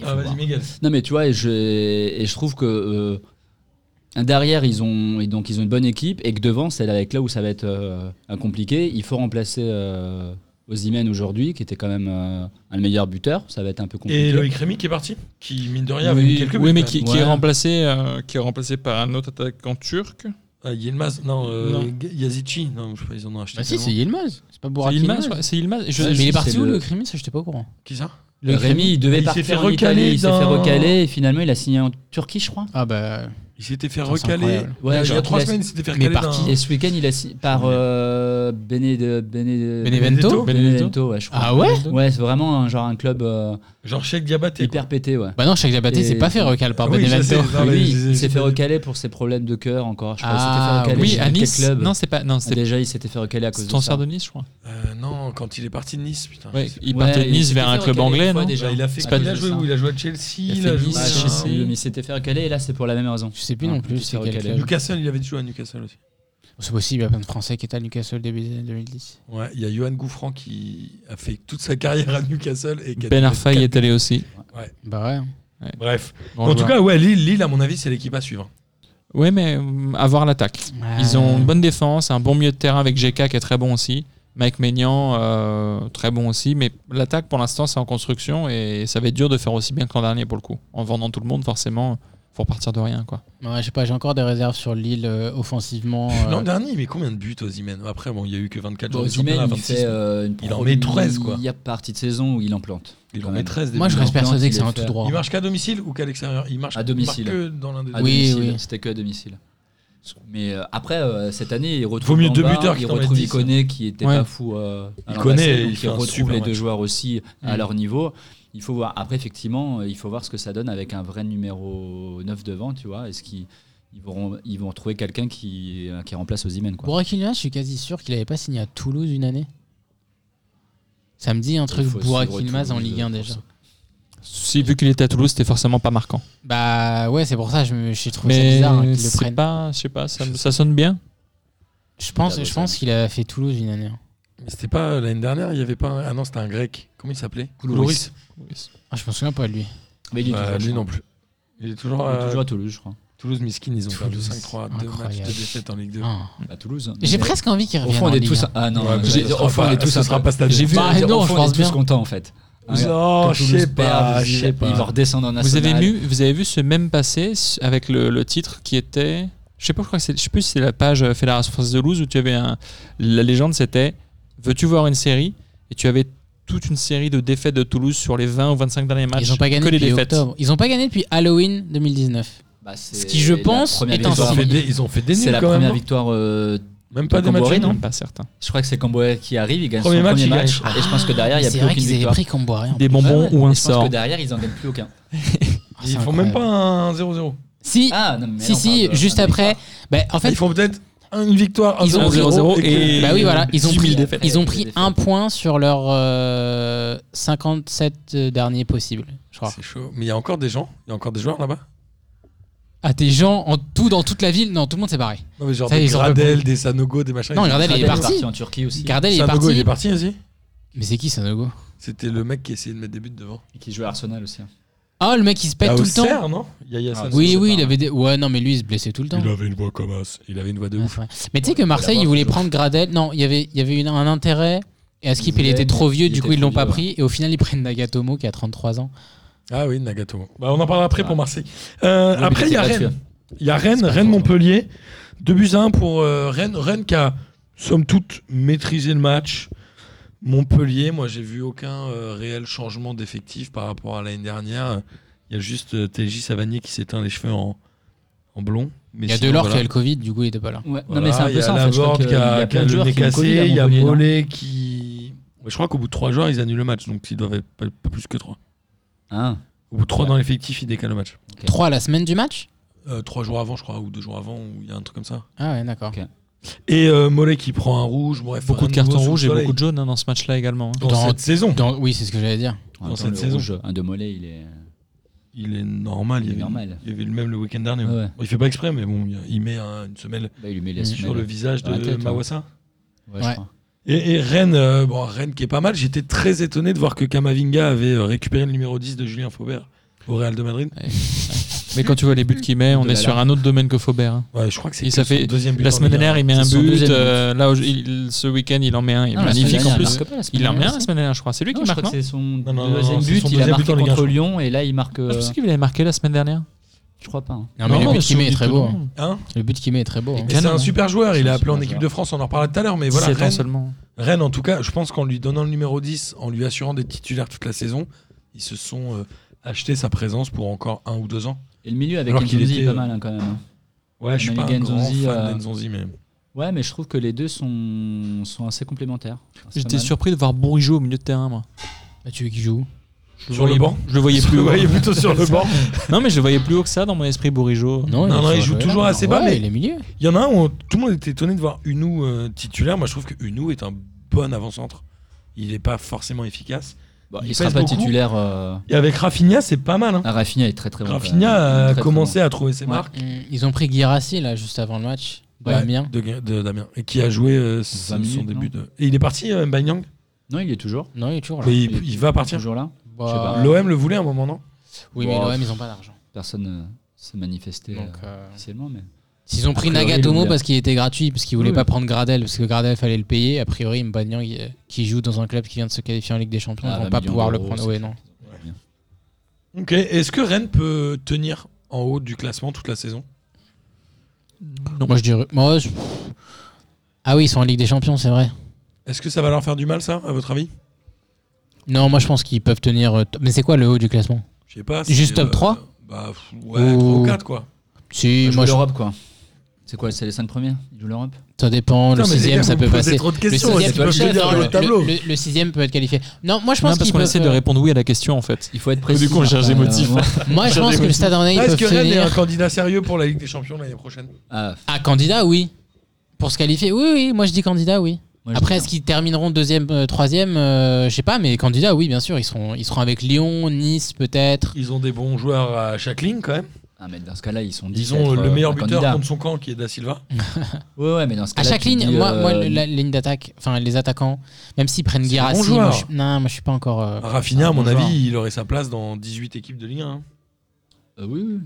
C: Ah, vas-y, Miguel.
G: Non, mais tu vois, et je, et je trouve que euh, derrière, ils ont, et donc, ils ont une bonne équipe et que devant, c'est là, avec là où ça va être euh, compliqué. Il faut remplacer euh, Osimhen aujourd'hui, qui était quand même euh, un des meilleurs buteurs. Ça va être un peu compliqué.
C: Et Loïc Rémy qui est parti, qui, mine de rien, avait mis
E: Oui,
C: quelques
E: oui,
C: buts,
E: mais
F: hein.
C: quand
E: qui,
C: même.
E: qui est
G: Ouais.
E: remplacé, euh, qui est remplacé par un autre attaquant turc.
C: Ah, Yilmaz, non, euh,
E: Non.
C: G- Yazici, non, je sais pas, ils en ont acheté.
F: Bah si,
C: tellement.
F: c'est Yilmaz. C'est pas
E: C'est
F: Bourak
E: Ilmaz,
F: Yilmaz.
E: je crois- c'est Ilmaz. Je-
F: Ouais,
E: je-
F: mais il est
E: c'est
F: parti où
E: le-
F: le Crémy Ça, j'étais pas au courant.
C: Qui ça
F: Le
G: Rémi,
F: Crémy
G: il devait
C: Il s'est
G: partir
C: fait
G: en
C: recaler
G: Italie, il s'est fait
C: dans-
G: recaler et finalement, il a signé en Turquie, je crois.
F: Ah bah.
C: Il s'était fait
F: Putain, c'est
C: recaler.
F: incroyable.
G: Ouais,
C: il y a
G: genre
C: trois
G: qu'il a-
C: semaines, il s'était fait
F: Mais
C: recaler.
F: parti.
C: d'un-
G: Et ce week-end, il a signé par euh, Bened- Bened-
F: Benevento
G: Benevento, Ben, ouais, je crois.
F: Ah ouais
G: Ouais, c'est vraiment un, genre un club euh,
C: Genre Cheikh Diabaté.
G: hyper pété, ouais.
F: Bah non, Cheikh Diabaté
G: Et-
F: s'est pas fait recal par
C: Oui, je sais,
F: Benevento.
C: non, mais
G: lui,
C: je-
G: il s'est
C: je-
G: fait recaler pour ses problèmes de cœur encore. Je crois,
F: Ah,
G: il s'était fait recaler
E: Oui,
G: chez
E: à
G: quel
E: Nice.
G: club.
E: Non, c'est pas. Non,
G: Ah,
E: c'était
G: Déjà, il s'était fait recaler à
E: c'est
G: cause de ça.
E: transfert de Nice, je crois.
C: Euh, non, quand il est parti de Nice, putain.
E: Ouais,
C: je sais
E: il
G: Ouais,
E: partait de
G: il
E: Nice
G: s'était
E: vers
G: fait
E: un club
G: recaler une
E: anglais, non
G: fois
C: pas. Bah,
G: déjà.
C: il a fait.
G: C'est
C: quoi,
G: pas
C: Il a
G: de
C: joué
G: ça.
C: où Il a joué à Chelsea.
E: Il a
C: Il
E: fait
C: a joué
E: Nice,
G: Ah,
C: à-
G: je sais
E: Chelsea.
G: plus, mais il s'était fait recaler et là, c'est pour la même raison.
F: Je sais plus non
G: Ah,
F: plus
G: il
F: c'est
G: s'est
F: quel
G: recalé.
F: club.
C: Newcastle, il avait joué à Newcastle aussi.
F: C'est possible, il y a plein de Français qui étaient à Newcastle début des années 2010.
C: Ouais, il y a Johan Gouffran qui a fait toute sa carrière à Newcastle et qui a-
E: Ben Arfa y est allé aussi.
F: Bah ouais.
C: Bref.
E: Bon
C: en tout
E: joueur.
C: cas, ouais, Lille, Lille, à mon avis, c'est l'équipe à suivre.
E: Ouais, mais euh, à voir l'attaque.
F: Ah.
E: Ils ont une bonne défense, un bon milieu de terrain avec GK qui est très bon aussi. Mike Maignan, euh, très bon aussi. Mais l'attaque, pour l'instant, c'est en construction et ça va être dur de faire aussi bien que l'an dernier pour le coup. En vendant tout le monde, forcément, faut repartir de rien. quoi.
F: Bah, Ouais, je sais pas, j'ai encore des réserves sur Lille euh, offensivement. euh,
C: L'an dernier, mais combien de buts Osimhen Après, bon, il y a eu que 24
G: Bon,
C: jours de
G: Osimhen,
C: championnat,
G: il
C: 26.
G: fait euh, une
C: Il en met 13, quoi.
G: Il y a partie de saison où il en plante.
C: Il en
G: quand
C: met
G: même.
C: 13 des
F: Moi, je
C: buts.
F: reste
G: Plante,
F: persuadé que
G: il
F: c'est
G: est
F: un
G: fait.
F: tout droit.
C: Il marche qu'à domicile ou qu'à l'extérieur Il marche
G: À domicile.
C: il marche que dans l'un des
G: À
C: deux.
F: Oui,
G: domicile,
F: oui.
G: c'était que à domicile. Mais euh, après, euh, cette année, il retrouve
C: Vaut mieux deux
G: Bamba,
C: buteurs
G: il
C: qu'il en mette
G: retrouve
C: dix.
G: Iconé qui était
E: Ouais.
G: pas fou. euh, à l'an
C: Iconé,
G: passé, donc
C: il fait un
G: retrouve
C: super
G: les
C: match.
G: deux joueurs aussi à
E: Mm.
G: leur niveau. Il faut voir. Après, effectivement, il faut voir ce que ça donne avec un vrai numéro 9 devant, tu vois. Est-ce qu'ils ils vont, ils vont trouver quelqu'un qui, euh, qui remplace Osimhen quoi.
F: Bourak Yilmaz, je suis quasi sûr qu'il avait pas signé à Toulouse une année. Ça me dit un truc
G: Il faut
F: Bourak
G: suivre
F: Yilmaz en
G: Toulouse,
F: Ligue 1
G: pour
F: déjà.
G: ça.
E: Si, vu qu'il était à Toulouse, c'était forcément pas marquant.
F: Bah ouais, c'est pour ça je me j'ai trouvé ça
E: Mais
F: bizarre hein, qu'ils le
E: c'est
F: prennent.
E: pas, je sais pas, ça, ça sonne bien.
F: Je pense,
G: Bizarre,
F: je
G: ça.
F: pense qu'il a fait Toulouse une année. hein.
C: Mais C'était pas euh, l'année dernière, il y avait pas un... Ah non, c'était un grec. Comment il s'appelait
G: Koulouris.
F: Ah, je me souviens pas de lui.
G: Mais il est
C: Koulouris. Euh,
G: toujours,
C: lui
G: je
C: non
G: crois.
C: plus. Il est toujours
G: Il est
C: à
G: toujours à Toulouse, je crois.
C: Toulouse Miskin, ils ont perdu
F: Toulouse.
C: 5-3, deux
F: Incroyable.
C: matchs de défaite en Ligue 2.
F: Ah.
G: À Toulouse. hein.
F: J'ai
G: Mais-
F: presque envie qu'il
G: Au
F: revienne.
G: fond,
F: en
G: on est
F: Ligue
G: tous.
F: un.
G: Ah non,
C: Ouais, mais
G: j'ai-
C: ce sera
G: au fond, on
C: pas-
G: est tous.
C: ce
G: un
C: sera
G: peu-
C: pas cette année.
G: J'ai vu.
F: Bah,
G: dire,
F: non,
G: au
F: je
G: fond, on
F: pense
G: est tous
F: bien.
G: contents en fait.
C: Non, Oh, je sais pas, je sais
G: Ils vont
C: pas.
G: redescendre en
E: Vous
G: national.
E: avez, vu, vous avez vu ce même passé s- avec le, le titre qui était. Je sais pas, je crois que c'est. Je sais plus si c'est la page euh, Fédération Française de Loose où tu avais un. La légende c'était Veux-tu voir une série Et tu avais toute une série de défaites de Toulouse sur les 20 ou 25 derniers matchs.
F: Ils ont pas gagné
E: que les
F: depuis
E: défaites.
F: octobre. Ils ont pas gagné depuis Halloween 2019.
G: Bah, c'est
F: Ce qui, je
G: la
F: pense,
G: première
F: est un
C: Ils ont
G: victoire.
C: fait des, ils ont fait des
G: C'est
C: nuls
G: la
C: quand
G: première
C: même. hein. non
G: victoire. euh,
C: Même pas des matchs.
G: Camboiré,
C: nuls.
G: non
E: Pas certain.
G: je crois que c'est Camboé qui arrive, il gagne
C: Premier
G: son
C: match,
G: premier
C: il
G: match. Et je pense que derrière, il n'y a
F: Ah,
G: plus
F: C'est vrai
G: aucune
F: qu'ils avaient
G: victoire.
F: pris hein. Camboiré. en
E: Des
F: plus.
E: bonbons
G: Ouais,
E: ou un
G: je pense
E: sort.
G: que derrière, ils n'en gagnent plus aucun.
F: Ah, c'est
C: Ils font
F: incroyable.
C: même pas un 0-0.
F: Si,
G: Ah, non, mais
F: si,
G: on
F: si,
G: parle de-
F: juste
G: on est-
F: après. Bah, en fait,
C: Ils font peut-être une victoire, un
F: Ils ont-
C: 0-0 et.
F: Bah oui, voilà, ils ont
E: 10 000
F: pris,
E: défaites.
F: ils ont
G: Des
F: pris
G: défaites.
F: un point sur leurs euh, 57 derniers possibles, je crois.
C: C'est chaud. Ah. Mais il y a encore des gens, il y a encore des joueurs là-bas.
F: Ah, des gens en tout, dans toute la ville Non, tout le monde c'est pareil.
C: Non, mais genre
F: Ça,
C: des
F: ils ont
C: Gradel, des Sanogo, des machins.
F: Non,
C: Ils-
F: Gradel, il est parti.
G: en Turquie aussi.
F: Gardel, il est
C: Sanogo,
F: parti.
C: il est parti aussi
F: Mais c'est qui Sanogo
C: C'était le mec qui essayait de mettre des buts devant.
G: Et qui joue à Arsenal aussi.
F: Ah, le mec, il se pète
C: Ah,
F: tout le temps.
C: Auxerre, non Il y a- il y a
G: Ah,
C: Sanogo.
F: Oui,
G: Je sais
F: oui,
G: pas.
F: il avait des. Ouais, non, mais lui, il se blessait tout le temps.
C: Il avait une voix comme as. Il avait une voix de
F: Ouais,
C: ouf.
F: c'est vrai. Mais tu sais que Marseille,
G: l'avoir
F: ils voulaient
G: toujours.
F: prendre Gradel. Non, il y avait, il y avait une- un intérêt. Et à Skip,
G: Ils
F: il était
G: voulaient,
F: trop
G: mais
F: vieux,
G: il
F: du coup,
G: était
F: ils
G: trop
F: l'ont pas
G: vieux,
F: pris. Et au final, ils prennent Nagatomo qui a 33 ans.
C: Ah oui, Nagato. Bah, on en parlera après pour Marseille. Euh,
G: Ah. Oui,
C: après,
G: mais
C: il y a
G: c'est
C: Rennes.
G: gratuit.
C: Il y a Rennes,
G: C'est pas
C: Rennes
G: faux.
C: Montpellier. 2 buts à 1 pour euh, Rennes. Rennes qui a, somme toute, maîtrisé le match. Montpellier, moi, j'ai vu aucun euh, réel changement d'effectif par rapport à l'année dernière. Il y a juste euh, TJ Savanier qui s'éteint les cheveux en, en blond. Mais
F: Il y a
C: sinon,
F: Delors
C: voilà.
F: qui a le Covid, du coup, il était pas là.
G: Ouais,
C: Voilà,
G: non, mais c'est un
C: il y
G: peu
C: a
G: ça en fait. Je crois
C: Laborde
G: qu'il
C: qui
G: y
C: a,
G: a
C: qui a
G: plein de
C: le
G: joueurs
C: nez
G: qui ont hein. le Covid
C: cassé.
G: à
C: Il y a
G: Montpellier, non
C: Mollet qui. Je crois qu'au bout de 3 joueurs, ils annulent le match. Donc, ils doivent être pas, pas plus que 3.
G: Hein
C: Au bout de 3 dans l'effectif, ils décalent le match.
G: Ok.
F: 3 la semaine du match
C: 3 Euh, jours avant, je crois, ou 2 jours avant, ou il y a un truc comme ça.
F: Ah ouais, d'accord.
G: Ok.
C: Et euh, Mollet qui prend un rouge, bref.
E: Beaucoup de
C: un nouveau
E: cartons
C: sous le
E: rouges et
C: soleil.
E: beaucoup de jaunes hein, dans ce match-là également. hein.
C: Dans,
F: Dans-
C: cette saison,
F: Dans- oui, c'est ce que j'allais dire.
G: En
C: Dans
G: même temps,
C: cette
G: le
C: saison.
G: rouge, Un de mollet, il est.
C: il est normal. Il,
G: Il est
C: y avait,
G: normal.
C: il y avait le même le week-end dernier.
G: Ouais, ouais.
C: Bon, il fait pas exprès, mais bon, il il met un- une semelle
G: Bah, il lui met
F: Mm.
G: la
C: sur le
G: semelle.
C: visage
G: Dans la
C: de
G: tête, hein.
C: Mawassa.
G: Ouais, je
F: Ouais.
G: crois. Ah,
C: Et, et Rennes, euh, bon, Rennes qui est pas mal, j'étais très étonné de voir que Kamavinga avait euh, récupéré le numéro 10 de Julien Faubert au Real de Madrid.
E: Mais quand tu vois les buts qu'il met, on
G: De
E: est
G: la
E: sur un autre domaine que Faubert. hein.
C: Ouais, je crois que c'est
E: Et ça
C: que son
E: fait-
C: deuxième but
E: La
C: en
E: semaine
C: Ligue un.
E: dernière, il met un
G: C'est son
E: but.
G: deuxième
E: euh, là, au- il- ce week-end, il en met un. Il est
G: Non, la semaine
E: magnifique en
G: dernière,
E: plus.
G: marque pas, la semaine
E: Il en met
G: dernière
E: un la
G: aussi.
E: semaine dernière, je crois. C'est lui
G: Non,
E: qui
G: je
E: marque,
G: crois que
E: non
G: c'est son
C: Non, non, non,
G: deuxième
C: c'est
G: but.
C: son
G: il a
C: deuxième
G: marqué
C: but en Ligue un,
G: contre
C: je crois.
G: Lyon et là, il marque.
E: Ah, Je
G: euh,
E: pensais qu'il avait marqué la semaine dernière.
G: Je crois pas. hein.
F: Non, mais
C: Non,
F: le but
C: mais
F: qu'il
C: sur
F: met est
C: le
F: très
C: but,
F: beau. hein.
E: non.
C: Hein
F: Le but qu'il met est très beau. hein.
C: C'est
E: Canon,
C: un
E: hein.
C: super joueur, il
G: C'est
C: est
G: un
C: appelé en
G: super
C: équipe
G: joueur.
C: de France, on en reparlera tout à l'heure, mais voilà,
E: 17 ans
C: Rennes,
E: seulement.
C: Rennes, en tout cas, je pense qu'en lui donnant le numéro 10, en lui assurant d'être titulaire toute la saison, ils se sont euh, achetés sa présence pour encore un ou deux ans.
G: Et le milieu avec
C: Alors qu'il
G: Nzonzi est
C: était,
G: pas
C: euh,
G: mal hein, quand même. hein.
C: Ouais, je suis pas un
G: Manu
C: grand
G: Ganzonzi,
C: fan
G: euh,
C: d'Enzonzi, mais
G: Ouais, mais je trouve que les deux sont, sont assez complémentaires. C'est pas
E: J'étais
G: mal.
E: surpris de voir Bourigeau au milieu de terrain, moi.
F: Bah, tu veux qu'il joue
E: Je
C: Sur le
E: voyais-
C: banc
E: Je le voyais
C: Je
E: plus
C: le
E: haut.
C: voyais plutôt sur le banc.
E: Non, mais je le voyais plus haut que ça dans mon esprit, Bourigeau.
C: Non,
F: est
C: non,
F: sur
C: il
F: le
C: joue
F: côté.
C: toujours assez
F: Ouais,
C: bas, mais-
F: Il est milieu.
C: Il y en a un où on- tout le monde était étonné de voir Unou euh, titulaire. Moi, je trouve que Unou est un bon avant-centre. Il n'est pas forcément efficace.
G: Bon,
C: il
G: il sera
C: pèse
G: pas
C: beaucoup.
G: titulaire. euh,
C: Et avec Rafinha, c'est pas mal. hein.
G: Ah, Rafinha est très très bon. quand même.
C: Rafinha a
G: Très, très
C: commencé à trouver ses
G: Ouais.
C: marques
F: Mm, Ils ont pris Guirassi là juste avant le match. Bah,
G: Ouais.
F: Ouais, bien.
C: de, de Damien et qui a joué euh, son,
G: 20 minutes,
C: son début
G: non
C: de. Et il est parti, euh, Mbanyang
G: bon. Non, il est toujours.
F: Non, il est toujours là.
C: Mais il, il va
G: Il est
C: partir.
G: toujours là.
F: Bah,
G: je sais pas.
C: L'OM le voulait à un moment, non
F: Oui, mais
G: Bon,
F: l'OM, ils ont pas d'argent.
G: Personne euh, s'est manifesté
F: Donc,
G: euh,
F: euh,
G: officiellement, mais
F: S'ils ont pris
G: A priori,
F: Nagatomo
G: le-
F: parce qu'il était gratuit, parce qu'ils voulaient
G: Oui.
F: pas prendre Gradel, parce que Gradel fallait le payer, a priori, Mbagnan qui- qui joue dans un club qui vient de se qualifier en Ligue des Champions,
G: Ah,
F: ils vont
G: 20
F: pas
G: millions
F: pouvoir le
G: d'euros,
F: prendre.
G: c'est
F: Ouais, non.
G: bien.
C: Ok. Est-ce que Rennes peut tenir en haut du classement toute la saison
F: Moi, je dirais. moi, je- Ah oui, ils sont en Ligue des Champions, c'est vrai.
C: Est-ce que ça va leur faire du mal, ça, à votre avis
F: Non, moi, je pense qu'ils peuvent tenir. euh, t- Mais c'est quoi le haut du classement
C: Je sais pas.
F: Juste
C: c'est,
F: top trois
C: Bah, pff, ouais,
F: Ou-
C: 3 ou 4, quoi.
F: Si,
C: Bah,
G: Il joue
F: moi, je-
G: l'Europe, quoi. C'est quoi C'est les 5 premiers Il joue l'Europe
F: ça dépend.
C: Putain,
F: le
C: mais les
F: sixième,
C: gars,
F: ça
C: vous
F: peut
C: me posez
F: passer.
C: trop de
F: Le
C: questions.
F: sixième,
C: est-ce que
F: le
C: je peux
F: sixième-
C: dire le
F: le-
C: tableau
F: le- le sixième peut être qualifié. Non, moi, je
E: Non, parce
F: pense qu'ils
E: qu'on
F: peuvent.
E: essaie de répondre oui à la question, en fait.
G: Il faut être précis.
E: du coup, on cherche des
G: Martin,
E: motifs.
G: euh,
C: hein.
G: moi-
F: Moi, je pense que le Stade Rennais,
C: Ah,
F: ils
C: Est-ce
F: peuvent
C: que Rennes est
F: tenir.
C: un candidat sérieux pour la Ligue des Champions l'année prochaine
G: Ah,
F: Ah, candidat, oui. Pour se qualifier, oui, oui, moi je dis candidat, oui.
G: moi, je
F: Après,
G: dis
F: est-ce qu'ils termineront deuxième, euh, troisième euh, Je sais pas, mais candidat, oui, bien sûr. Ils seront, ils seront avec Lyon, Nice, peut-être.
C: Ils ont des bons joueurs à chaque ligne quand même.
G: non. Ah, mais dans ce cas-là, ils sont 10
C: Ils
G: à
C: ont
G: être,
C: le
G: euh,
C: meilleur
G: un
C: buteur
G: candidat.
C: contre son camp qui est Da Silva.
G: Ouais, ouais, mais dans ce
F: À
G: cas-là,
F: chaque
G: tu
F: ligne,
G: dis,
F: moi,
G: euh,
F: moi, le- la ligne d'attaque, enfin les attaquants, même s'ils prennent
C: C'est des
F: Guérassi,
C: bons
F: moi,
C: joueurs.
F: je, suis- non, moi je suis pas encore. euh,
C: Rafinha, à
G: bon
C: mon
G: joueur.
C: avis, il aurait sa place dans 18 équipes de Ligue 1. hein.
G: euh, oui, oui.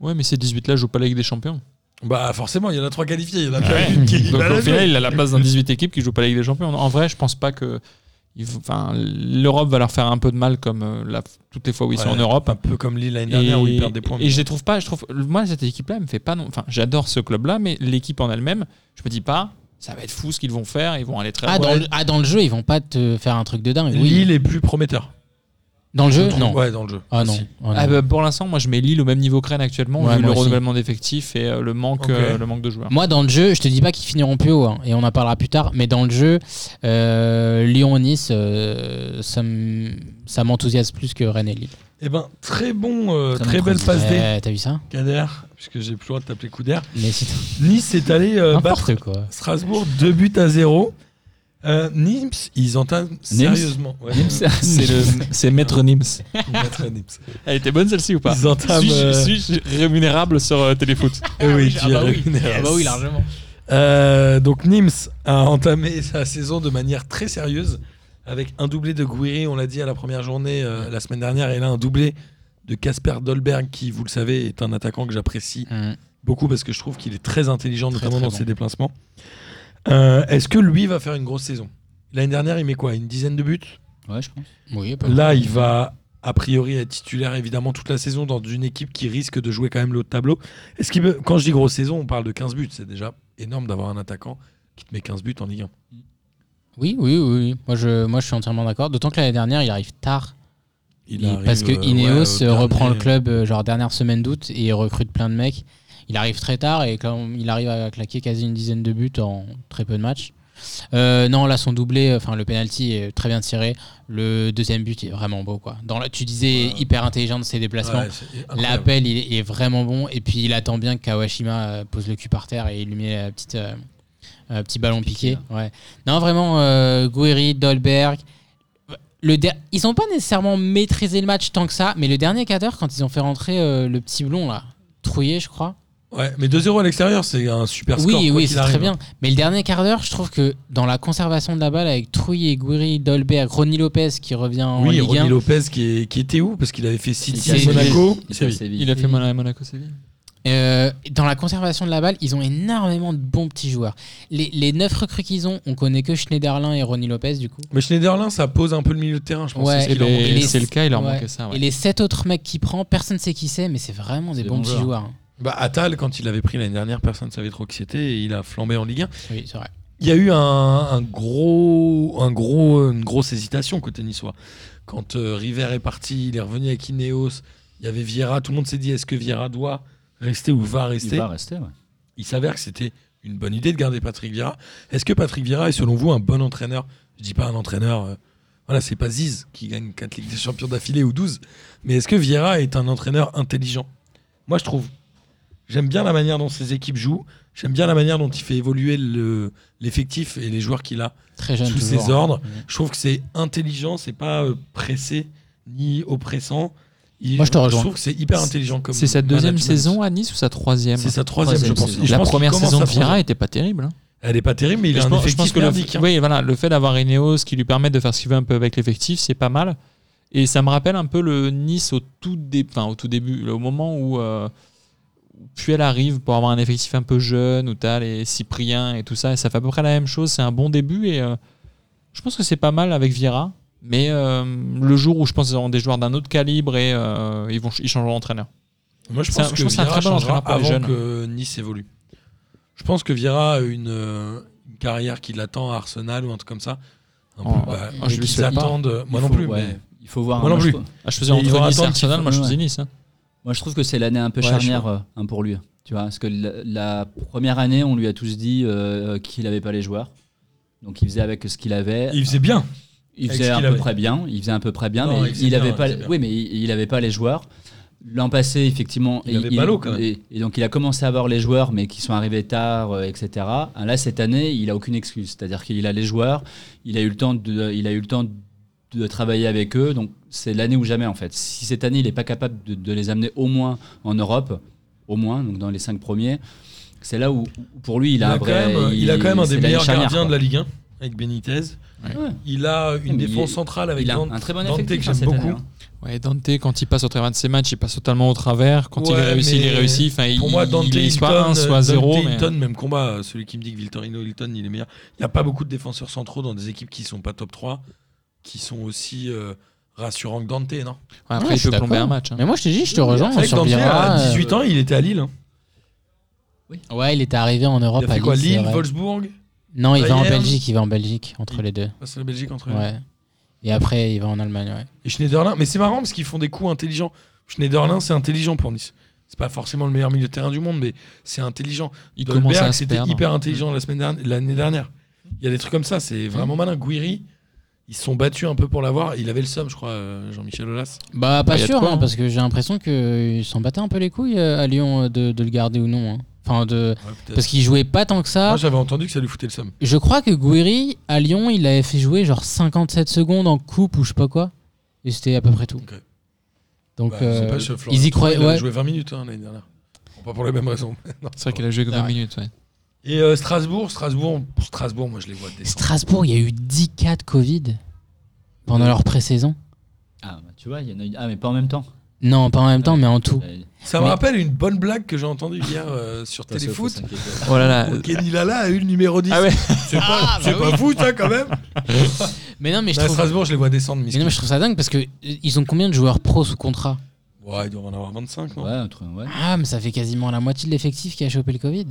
E: Ouais, mais ces 18-là jouent pas la Ligue des Champions.
C: Bah forcément, il y en a trois qualifiés. Il y en a
E: Ouais.
C: pas une qui
E: Donc
C: va la
E: au final,
C: jouer.
E: il a la place dans 18 équipes qui jouent pas la Ligue des Champions. En vrai, je pense pas que. il faut- Enfin, l'Europe va leur faire un peu de mal comme euh, la- toutes les fois où ils sont
C: Ouais.
E: en Europe.
C: Un peu comme Lille l'année dernière où ils perdent des points.
E: et je les trouve pas. Je trouve, moi, cette équipe-là, elle me fait pas. Non, enfin, j'adore ce club-là, mais l'équipe en elle-même, je me dis pas, ça va être fou ce qu'ils vont faire. Ils vont aller très
F: ah,
E: loin.
F: dans le, ah, dans le jeu, ils vont pas te faire un truc de dingue. Oui.
C: Lille est plus prometteur.
F: dans le jeu,
C: Je trouve.
F: non.
C: Ouais, dans le jeu.
F: Ah non.
C: Si.
F: Ah, non.
E: Ah, bah, pour l'instant, moi, je mets Lille au même niveau que Rennes actuellement,
F: Ouais,
E: vu
F: moi
E: le
F: aussi.
E: renouvellement d'effectifs et euh, le manque,
C: Ok.
E: euh, le manque de joueurs.
F: Moi, dans le jeu, je te dis pas qu'ils finiront plus haut, hein, et on en parlera plus tard, mais dans le jeu, euh, Lyon-Nice, euh, ça m- ça m'enthousiasme plus que Rennes et Lille.
C: Eh ben, très bon, euh,
G: Très
C: très,
G: bon
C: belle passe D.
F: Ouais, T'as vu ça
C: Kader, puisque j'ai plus le droit de t'appeler Couder.
F: Mais c'est
C: Nice est allé euh, battre
F: n'importe quoi.
C: Strasbourg 2 buts à 0. Euh, Nims, ils entament sérieusement. Ouais,
G: Nîmes, c'est-
E: C'est le- c'est Maître Nims.
C: euh, maître Nims.
E: Elle était bonne celle-ci ou pas
C: Ils entament.
E: Suis-je
C: euh,
E: suis-je rémunérable sur euh, Téléfoot
C: eh oui, tu
F: ah
C: es
F: bah oui.
C: rémunéré.
F: Ah bah oui, largement.
C: Euh, donc Nîmes a entamé sa saison de manière très sérieuse avec un doublé de Gouiri, on l'a dit à la première journée euh, la semaine dernière, et là un doublé de Casper Dolberg qui, vous le savez, est un attaquant que j'apprécie
F: Mmh.
C: beaucoup parce que je trouve qu'il est très intelligent,
F: Très,
C: notamment
F: très
C: dans
F: bon.
C: ses déplacements. Euh, Est-ce que lui va faire une grosse saison L'année dernière, il met quoi Une dizaine de buts
G: Ouais, je pense.
F: Oui, bah, pas-
C: Là, il va a priori être titulaire évidemment toute la saison dans une équipe qui risque de jouer quand même le haut de tableau. Est-ce qu'il peut- quand je dis grosse saison, on parle de 15 buts, c'est déjà énorme d'avoir un attaquant qui te met 15 buts en Ligue 1.
F: oui, oui, oui, oui. Moi, je, moi, je suis entièrement d'accord. D'autant que l'année dernière, il arrive tard. Il-
C: arrive,
F: parce que
C: euh,
F: Ineos
C: ouais,
F: euh,
C: au
F: reprend
C: dernier-
F: le club, euh, genre, dernière semaine d'août, et il recrute plein de mecs. Il arrive très tard, et quand il arrive à claquer quasi une dizaine de buts en très peu de matchs. Euh, non, là, son doublé, euh, enfin, le penalty est très bien tiré. Le deuxième but est vraiment beau, quoi. Dans la, tu disais hyper intelligent de ses déplacements.
C: Ouais, c'est incroyable.
F: L'appel, il est- il est vraiment bon. Et puis, il attend bien que Kawashima euh, pose le cul par terre et il lui met un petit, euh, un petit ballon piqué. Ouais. Non, vraiment, euh, Guiri, Dolberg. Le der- Ils n'ont pas nécessairement maîtrisé le match tant que ça, mais le dernier quart d'heure, quand ils ont fait rentrer euh, le petit blond, là, Trouillet, je crois,
C: Ouais, mais 2-0 à l'extérieur, c'est un super score.
F: Oui,
C: quoi
F: oui,
C: qu'il
F: c'est très
C: arrive. hein.
F: bien. Mais le dernier quart d'heure, je trouve que dans la conservation de la balle avec Trouillet, Gouiri, Dolberg, Ronny Lopez qui revient en
C: Oui,
F: Ligue 1.
C: Ronny Lopez qui, est- qui était où Parce qu'il avait fait City,
F: Séville.
C: Monaco,
G: Il fait
C: Séville.
G: Séville.
E: Il a fait mal à Monaco Séville.
F: Euh, dans la conservation de la balle, ils ont énormément de bons petits joueurs. Les, les neuf recrues qu'ils ont, on connaît que Schneiderlin et Ronny Lopez du coup.
C: Mais Schneiderlin, ça pose un peu le milieu de terrain, je pense.
F: Ouais,
C: c'est ce
E: Et ben-
C: qui leur manque.
F: Et les-
E: les- C'est le cas, il leur
F: ouais.
E: manquait ça. ouais.
F: Et les sept autres mecs qu'il prend, personne ne sait qui c'est, mais c'est vraiment des
G: Des
F: bons,
G: bons
F: petits
G: joueurs.
F: joueurs. hein.
C: Bah, Attal, quand il avait pris l'année dernière, personne ne savait trop qui c'était et il a flambé en Ligue 1.
F: Oui, c'est vrai.
C: Il y a eu un, un gros, un gros, une grosse hésitation côté niçois. Quand euh, River est parti, il est revenu avec Ineos, il y avait Vieira, tout le monde s'est dit est-ce que Vieira doit rester ou va
G: Il
C: rester
G: va rester, ouais.
C: Il s'avère que c'était une bonne idée de garder Patrick Vieira. Est-ce que Patrick Vieira est selon vous un bon entraîneur Je dis pas un entraîneur. euh, voilà, c'est pas Ziz qui gagne 4 Ligues des Champions d'affilée ou 12. Mais est-ce que Vieira est un entraîneur intelligent Moi, je trouve. J'aime bien la manière dont ses équipes jouent. J'aime bien la manière dont il fait évoluer le- l'effectif et les joueurs qu'il a
F: Très jeune.
C: sous
F: toujours,
C: ses
F: hein.
C: ordres.
F: Mhm.
C: Je trouve que c'est intelligent, c'est pas euh, pressé ni oppressant. Il-
F: Moi, je te rejoins.
C: trouve que c'est hyper intelligent comme.
E: C'est sa deuxième
C: management.
E: saison à Nice ou sa troisième
C: C'est sa troisième,
G: Troisième
C: je pense.
G: saison.
C: Et je
E: La
C: pense qu'il
E: première
C: commence
E: saison
C: sa
E: de Vira
C: troisième.
E: était pas terrible. hein.
C: Elle est pas terrible, mais il
E: Mais
C: a
E: je,
C: un
E: pense, je
C: effectif
E: pense que le,
C: merdique, hein.
E: oui, voilà, le fait d'avoir Ineos qui lui permet de faire ce qu'il veut un peu avec l'effectif, c'est pas mal. Et ça me rappelle un peu le Nice au tout, dé- enfin, au tout début, au moment où euh, Puel arrive pour avoir un effectif un peu jeune, où t'as les Cypriens et tout ça, et ça fait à peu près la même chose. C'est un bon début et euh, je pense que c'est pas mal avec Vieira. Mais euh, le jour où je pense qu'ils auront des joueurs d'un autre calibre et euh, ils, vont, ch- ils changeront d'entraîneur.
C: Moi, je
E: C'est un-
C: pense
E: je
C: que
E: pense que c'est un
C: Vieira
E: très bon
C: changera
E: entraîneur pour les
C: avant
E: jeunes.
C: que Nice évolue. Je pense que Vieira a une, euh, une carrière qui l'attend à Arsenal ou un truc comme ça. Un
E: Oh,
C: peu, bah,
E: oh, je
C: et
E: lui
C: qu'ils
E: souhaite pas.
C: attendent, euh, Moi
G: Il
C: non
G: faut-
C: plus.
G: ouais,
C: mais-
G: Il faut voir.
C: Moi non
G: je
C: plus.
G: trouve-
E: Ah, je faisais
C: Et ils vont
E: entre Nice et
C: attendre qu'ils
E: Arsenal, moi je
G: fassent-
E: faisais Nice. hein.
G: Moi, je trouve que c'est l'année un peu
C: Ouais, je
G: charnière euh, hein, pour lui. Tu vois, parce que la, la première année, on lui a tous dit euh, qu'il n'avait pas les joueurs. Donc, il faisait avec ce qu'il avait.
C: Il faisait bien.
G: Il
C: avec
G: faisait
C: ce
G: à
C: qu'il
G: peu
C: avait.
G: près bien. Il faisait à peu près bien,
C: Non,
G: mais
C: il faisait
G: il n'avait
C: bien,
G: pas.
C: il faisait bien.
G: Oui, mais il n'avait pas les joueurs. L'an passé, effectivement,
C: Il avait Ballot, quand même.
G: Et, et donc il a commencé à avoir les joueurs, mais qui sont arrivés tard, euh, etc. Ah, Là, cette année, il a aucune excuse. C'est-à-dire qu'il a les joueurs, il a eu le temps de, il a eu le temps de travailler avec eux. Donc c'est l'année ou jamais en fait. Si cette année, il n'est pas capable de, de les amener au moins en Europe, au moins, donc dans les cinq premiers, c'est là où, où pour lui, il,
C: Il
G: a, un
C: a quand
G: vrai-
C: même euh, il a quand même un
G: c'est
C: des
G: l'année
C: meilleurs
G: charnière,
C: gardiens de
G: quoi.
C: la Ligue 1 avec Benitez.
G: Ouais.
C: Il a une
G: Mais il
C: défense
G: est-
C: centrale avec
G: Il a
C: Dan-
G: un très bon
C: Dante
G: effectif
C: que
G: hein,
C: j'aime
G: cette année,
C: beaucoup.
G: hein.
E: Ouais, Dante, quand il passe au travers de ses matchs, il passe totalement au travers. Quand il
C: Ouais,
E: est réussi, il est
C: mais
E: réussi. Enfin, il-
C: Pour moi, Dante
E: il est
C: Hilton, euh,
E: soit 1, soit
C: Dante
E: 0. Mais...
C: Hilton, même combat. euh, Celui qui me dit que Victorino Hilton, il est meilleur. Il n'y a pas beaucoup de défenseurs centraux dans des équipes qui sont pas top 3, qui sont aussi euh, rassurants que Dante, non
E: Ouais, après,
F: Ouais,
E: il
F: je suis
E: peut plomber
F: d'accord.
E: un match. hein.
F: Mais moi, je te dis, je te rejoins.
C: C'est vrai que
F: Ah, sur
C: Dante,
F: Vieira,
C: à
F: euh,
C: 18 ans, il était à Lille. hein.
F: Ouais, il était arrivé en Europe
C: Il a fait
F: à
C: quoi
F: Lille, c'est
C: Lille,
F: vrai.
C: Wolfsburg
F: Non, il va en
C: Bayern.
F: Belgique, il va en Belgique, entre les deux.
C: Ah, C'est la Belgique entre eux.
F: Ouais. Et après, il va en Allemagne, ouais.
C: Et Schneiderlin. Mais c'est marrant parce qu'ils font des coups intelligents. Schneiderlin, c'est intelligent pour Nice. C'est pas forcément le meilleur milieu de terrain du monde, mais c'est intelligent.
E: Il commence
C: Dolberg,
E: à se
C: c'était
E: perdre.
C: hyper intelligent la semaine dernière- l'année dernière. Il y a des trucs comme ça, c'est vraiment malin. Guiri, ils se sont battus un peu pour l'avoir. Il avait le somme, je crois, euh, Jean-Michel Aulas.
F: Bah, pas
E: y a de
F: sûr,
E: quoi,
F: hein,
E: hein.
F: parce que j'ai l'impression qu'ils s'en battaient un peu les couilles euh, à Lyon euh, de, de le garder ou non. hein. Enfin, de... Parce qu'ils jouaient pas tant que ça.
C: Moi, j'avais entendu que ça lui foutait le somme.
F: Je crois que Gouiri, à Lyon, il avait fait jouer genre 57 secondes en coupe ou je sais pas quoi. Et c'était à peu près tout.
C: Ok.
F: Donc,
C: Bah, je sais
F: euh,
C: pas, ce Florent
F: ils
C: Thauvin,
F: y croyaient.
C: Il a
F: ouais.
C: joué 20 minutes hein, l'année dernière. Bon, Pas pour les mêmes raisons. Non,
E: C'est vrai qu'il a joué que
F: Ah
E: 20
F: ouais.
E: minutes. ouais.
C: Et euh, Strasbourg, Strasbourg, Strasbourg, moi je les vois descendre.
F: Strasbourg, il y a eu 10 cas de Covid pendant leur pré-saison.
G: Ah, bah, tu vois, il y en a eu- Ah, mais pas en même temps.
F: Non, pas en même temps, mais en tout.
G: Euh,
C: Ça me
F: Mais-
C: rappelle une bonne blague que j'ai entendue hier euh, sur
G: ça, ça,
C: Téléfoot.
G: ça, ça, ça, ça, ça.
E: Oh là
F: Ah,
E: là.
C: où Kenny Lala a eu le numéro 10.
E: Ah ouais.
C: C'est pas, c'est pas fou, ça, quand même.
F: Mais non, mais je
C: Bah,
F: trouve.
C: Strasbourg, je les vois descendre,
F: Mais non,
C: Miskin.
F: mais je trouve ça dingue parce que euh, ils ont combien de joueurs pro sous contrat
C: Ouais, ils doivent en avoir 25, non
G: Ouais, un truc, ouais.
F: Ah, mais ça fait quasiment la moitié de l'effectif qui a chopé le Covid.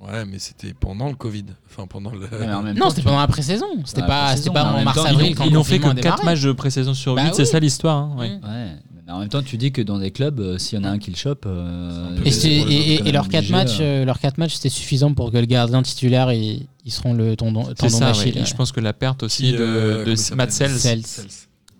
C: Ouais, mais c'était pendant le Covid. Enfin, pendant le.
G: Ouais, mais en même
F: Non,
G: temps,
F: c'était
G: tu-
F: pendant la pré-saison. C'était
G: Ouais,
F: pas,
G: pré-saison,
F: c'était pas
G: mais en
F: en
G: même temps,
F: mars-avril
G: ils
F: quand
E: Ils
F: le
E: n'ont fait
F: confinement
E: que
F: a
E: 4
F: démarré.
E: matchs de pré-saison sur 8,
F: Bah
E: c'est
F: oui.
E: ça l'histoire. hein, ouais.
G: Ouais, mais en même temps, tu dis que dans des clubs, euh, s'il y en a un qui le chope. euh,
C: C'est un peu
F: Et,
G: ils
F: c'est-
G: sont quand
F: et- et-
G: même
F: et leurs
G: obligés,
F: 4 matchs,
G: euh,
F: euh, leurs quatre matchs c'était suffisant pour que le gardien titulaire ils, ils seront le tendon,
E: C'est
F: tendon
E: ça, ouais.
F: d'Achille.
E: Et je pense que la perte aussi
C: Qui,
E: de,
C: euh,
E: de
C: comment il s'appelle
E: Matsels,
F: Sels.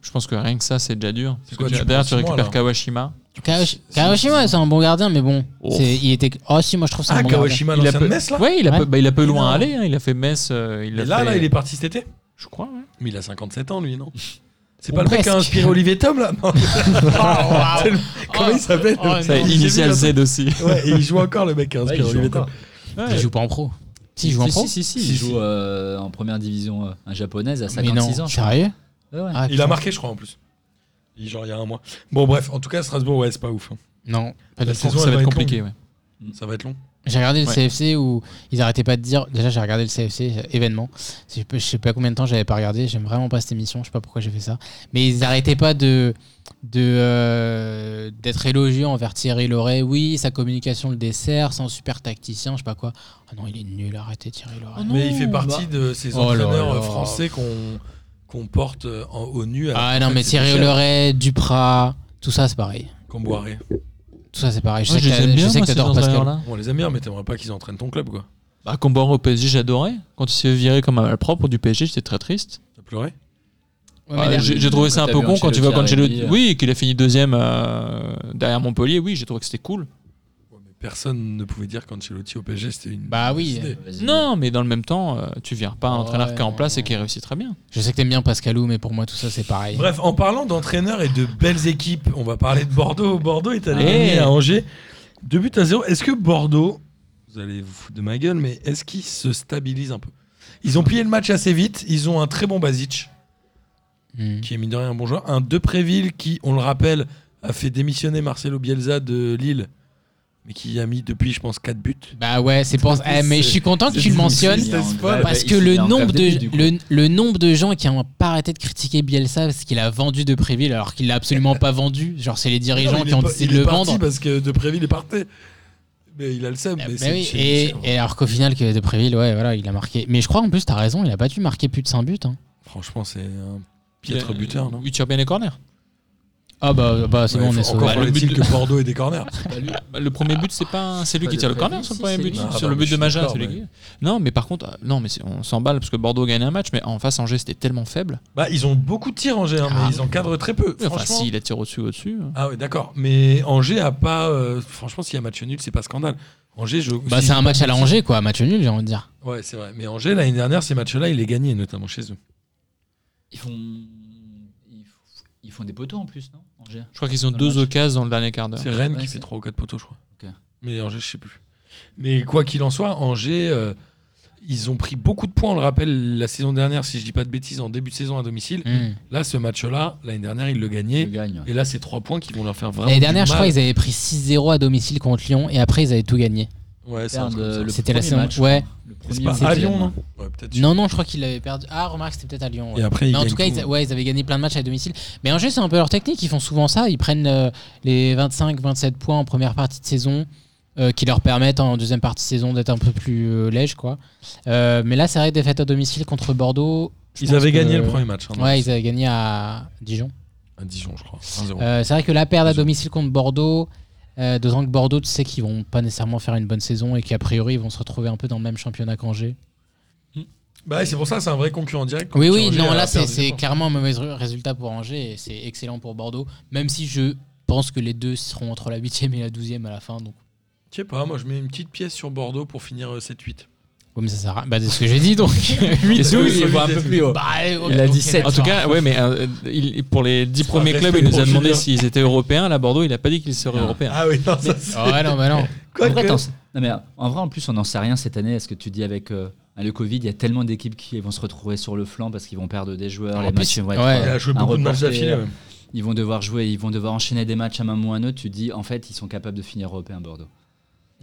E: je pense que rien que ça, c'est déjà dur. Parce que
C: quoi,
E: tu-
C: tu
E: D'ailleurs,
C: prends
E: tu
C: six mois,
E: récupères
C: là.
E: Kawashima.
F: Kawash- Kawashima, c'est un bon gardien, mais bon,
E: Oh.
F: c'est- il était. Oh si, moi je trouve ça un
C: Ah,
F: bon
C: Kawashima,
E: Il a
C: l'ancien de
E: peu-
C: Metz, là
E: Ouais, il a
F: Ouais.
E: peu, bah, il a peu loin à
C: Énorme.
E: aller. hein. Il a fait Metz. euh, il a
C: Et là,
E: fait-
C: là, il est parti cet été.
E: Je crois, ouais.
C: Mais il a 57 ans, lui, non C'est
F: Ou
C: pas le mec qui a
F: presque.
C: inspiré Olivier Tom, là Non. C'est le- Comment il s'appelle
E: Oh,
C: Ça,
E: non,
C: il-
E: Initial
C: j'ai
E: Z aussi.
C: Ouais, et il joue encore le mec à
G: Ouais, il joue encore.
F: Il joue pas en pro. Si, il joue en pro.
G: Si, si, si,
C: Si,
G: il
C: si.
G: joue euh, en première division euh, un japonaise à
F: Mais
G: 56
F: non,
G: ans. je
F: sérieux
G: crois. Ouais, ouais.
F: Ah,
C: Il a
F: putain.
C: marqué, je crois, en plus. Il- Genre, il y a un mois. Bon, bref, en tout cas, Strasbourg, ouais, c'est pas ouf. hein.
F: Non.
G: Euh,
E: Ouais, donc,
C: saison,
E: ça
C: elle
E: va
C: va
E: être
C: être
E: compliqué. ouais.
C: Ça va être long.
F: J'ai regardé le
E: Ouais.
F: CFC où ils arrêtaient pas de dire. Déjà, j'ai regardé le CFC euh, événement. Je sais pas- je sais pas combien de temps j'avais pas regardé. J'aime vraiment pas cette émission. Je sais pas pourquoi j'ai fait ça. Mais ils arrêtaient pas de de euh, d'être élogieux envers Thierry Loret. Oui, sa communication le dessert, c'est un super tacticien, je sais pas quoi. Ah non, il est nul. Arrêtez Thierry Loret.
C: Ah Mais il fait partie de ces
F: Oh là
C: entraîneurs
F: là.
C: euh, français qu'on qu'on porte euh, en, au nu. alors
F: ah
C: qu'en
F: non,
C: fait,
F: mais
C: c'est
F: Thierry
C: des chefs
F: Loret, Duprat, tout ça c'est pareil.
C: Qu'on boirait.
F: Tout ça c'est pareil. Je
E: Moi,
F: sais que
E: je les
F: t'as-
E: aime
F: je
E: bien,
F: sais
E: moi,
F: que
E: ces
F: t'adores Pascal.
E: entraîneurs-là.
C: On les aime bien, mais t'aimerais pas qu'ils entraînent ton club, quoi.
E: Bah, quand Boiré au PSG, j'adorais. Quand il s'est fait virer comme un malpropre du PSG, j'étais très triste.
C: T'as pleuré Ah,
F: Ouais,
E: Bah,
F: mais
E: j'ai
G: les-
E: j'ai trouvé
G: quand
E: ça un
G: t'as
E: peu
G: vu
E: con quand tu vois quand
G: Ancelotti arriver, euh.
E: Oui, et qu'il a fini deuxième euh, derrière Montpellier. Oui, j'ai trouvé que c'était cool.
C: Ouais, mais Personne ne pouvait dire qu'Ancelotti au PSG, c'était une.
F: Bah
C: mauvaise
F: oui.
C: idée.
G: Vas-y.
E: Non, mais dans le même temps, euh, tu vires pas un
F: Ouais,
E: entraîneur qui est en
F: non,
E: place et
F: non.
E: qui réussit très bien.
F: Je sais que t'aimes bien Pascalou, mais pour moi tout ça c'est pareil.
C: Bref, en parlant d'entraîneurs et de belles équipes, on va parler de Bordeaux. Bordeaux est allé
E: Hey.
F: Eh.
C: gagner à Angers. Deux buts à zéro. Est-ce que Bordeaux, vous allez vous foutre de ma gueule, mais est-ce qu'ils se stabilisent un peu Ils ont plié le match assez vite. Ils ont un très bon Basic,
F: Hmm.
C: qui est mine de rien un bon joueur. Un Depréville qui, on le rappelle, a fait démissionner Marcelo Bielsa de Lille, mais qui a mis depuis, je pense, 4 buts.
F: Bah ouais, c'est Eh pour. Eh, mais je suis content que
C: c'est
F: tu le
C: difficile.
F: mentionnes.
G: Il est en
C: Parce
G: grève,
F: Parce
G: il
F: que
G: finit
F: le
G: en
F: nombre,
G: grève
F: de,
G: début, du coup.
F: le, le nombre de gens qui ont pas arrêté de critiquer Bielsa parce qu'il a vendu de Préville alors qu'il l'a absolument pas vendu. Genre, c'est les dirigeants
C: Non, il
F: qui ont
C: est pas-
F: décidé
C: il
F: de
C: est
F: le
C: parti
F: vendre.
C: parce que Depréville est parti. Mais il a le seum.
F: Bah
C: mais
F: oui,
C: c'est- c'est-
F: et,
C: c'est-
F: et alors qu'au final, que de Préville, ouais, voilà, il a marqué. Mais je crois en plus, t'as raison, il a pas dû marquer plus de 5 buts. hein.
C: Franchement, c'est un piètre buteur, non
E: Il tire bien les corners.
F: Ah bah, bah c'est
C: Ouais,
F: bon, on
C: faut-
F: est
C: Encore
F: sauvé.
E: Bah, le but
C: fallait-il
E: de-
C: que Bordeaux hein. ait des corners.
E: Bah, le premier but, c'est pas c'est lui
G: Pas
E: qui
G: de
E: tire le
G: prévu,
E: corner sur le
G: si,
E: premier
G: c'est
E: but,
G: lui.
C: Ah,
E: sur
C: bah,
E: le
C: mais je
E: but de
C: suis
E: Maja.
C: d'accord,
E: c'est lui
C: mais-
E: qui- Non, mais par contre, ah, non, mais c'est- on s'emballe parce que Bordeaux gagne un match, mais en face Angers c'était tellement faible.
C: Bah, ils ont beaucoup de tirs Angers, hein,
F: Ah.
C: mais ils encadrent très peu.
E: Oui, enfin,
C: franchement.
E: si il attire au-dessus, au-dessus. hein.
C: Ah ouais, d'accord. Mais Angers a pas. euh, franchement, s'il y a match nul, c'est pas scandale. Angers, je.
F: Bah,
C: si-
F: c'est un match à la Angers, quoi, match nul, j'ai envie de dire.
C: Ouais, c'est vrai. Mais Angers, l'année dernière, ces matchs-là, il les gagnait, notamment chez eux.
G: Ils font... ils font- ils font des poteaux en plus, non Angers
E: Je crois qu'ils ont
G: Dans le
E: deux
G: match.
E: occasions dans le dernier quart d'heure.
C: C'est Rennes
G: Ouais,
C: qui
G: c'est-
C: fait 3 ou 4 poteaux, je crois.
G: Ok.
C: Mais Angers, je sais plus. Mais quoi qu'il en soit, Angers, euh, ils ont pris beaucoup de points. On le rappelle, la saison dernière, si je dis pas de bêtises, en début de saison à domicile.
F: Hmm.
C: Là, ce match-là, l'année dernière, ils le
G: Ils
C: gagnaient.
G: gagnent. ouais.
C: Et là, c'est 3 points qui vont leur faire vraiment.
F: L'année dernière,
C: du
F: je crois,
C: mal.
F: ils avaient pris 6-0 à domicile contre Lyon et après, ils avaient tout gagné.
C: Ouais, c'est un
G: Perdent,
C: truc
G: euh,
C: comme
G: le
C: ça.
F: C'était la
G: premier
F: saison-
G: match,
F: ouais.
G: hein. Le hein.
C: C'est
G: premier
C: pas
G: match,
C: à
G: c'est-
C: Lyon, non Ouais, peut-être.
F: Non, non, je crois qu'ils l'avaient perdu. Ah, remarque, c'était peut-être à Lyon. ouais.
C: Et après, ils
F: Mais en
C: gagnent
F: tout cas,
C: tout. hein.
F: ils, ouais, ils avaient gagné plein de matchs à domicile. Mais Angers, c'est un peu leur technique. Ils font souvent ça. Ils prennent euh, les 25-27 points en première partie de saison euh, qui leur permettent en deuxième partie de saison d'être un peu plus euh, lège. Quoi. Euh, mais là, c'est vrai que défaite à domicile contre Bordeaux. je
C: Ils
F: pense
C: avaient
F: que-
C: gagné le premier match. hein,
F: Ouais, ils avaient gagné à Dijon.
C: À Dijon, je crois. 1-0.
F: Euh, c'est vrai que la perte à
C: Dijon.
F: domicile contre Bordeaux, euh, d'autant que Bordeaux, tu sais qu'ils vont pas nécessairement faire une bonne saison et qu'a priori, ils vont se retrouver un peu dans le même championnat qu'Angers.
C: Bah, ouais, c'est pour ça, c'est un vrai concurrent direct.
F: Oui, oui,
C: Angers
F: non,
C: a
F: là, c'est
C: perdu
F: c'est
C: des points.
F: clairement euh, un mauvais ré- résultat pour Angers et c'est excellent pour Bordeaux, même si je pense que les deux seront entre la 8 et la 12 à la fin. Donc,
C: Je sais pas, moi je mets une petite pièce sur Bordeaux pour finir euh, 7-8.
F: comme ça sert à- Bah, c'est ce que j'ai dit donc.
E: Est-ce que-
G: Oui, ils vont un peu
F: Bah,
G: plus haut.
F: il
G: a dit sept.
E: En tout cas, ouais, mais euh, il- pour les dix premiers
C: reste
E: clubs, il nous
C: pour
E: a demandé
C: Julien.
E: s'ils étaient européens. Là, Bordeaux, il a pas dit qu'ils seraient européens.
C: Ah oui, non, ça c'est.
F: ouais, non, bah non.
C: Quoi
G: En vrai,
C: que-
G: t'en sais- non, mais en vrai, en plus, on n'en sait rien cette année. Est-ce que tu dis avec euh, le Covid, il y a tellement d'équipes qui vont se retrouver sur le flanc parce qu'ils vont perdre des joueurs,
F: En
G: les
F: plus,
G: matchs vont être,
F: ouais.
G: euh,
C: Il a joué
G: un
C: beaucoup de matchs
G: reporté,
C: d'affilée.
G: euh,
C: ouais.
G: Ils vont devoir jouer, ils vont devoir enchaîner des matchs à un moment ou à un autre. Tu te dis, en fait, ils sont capables de finir européen Bordeaux.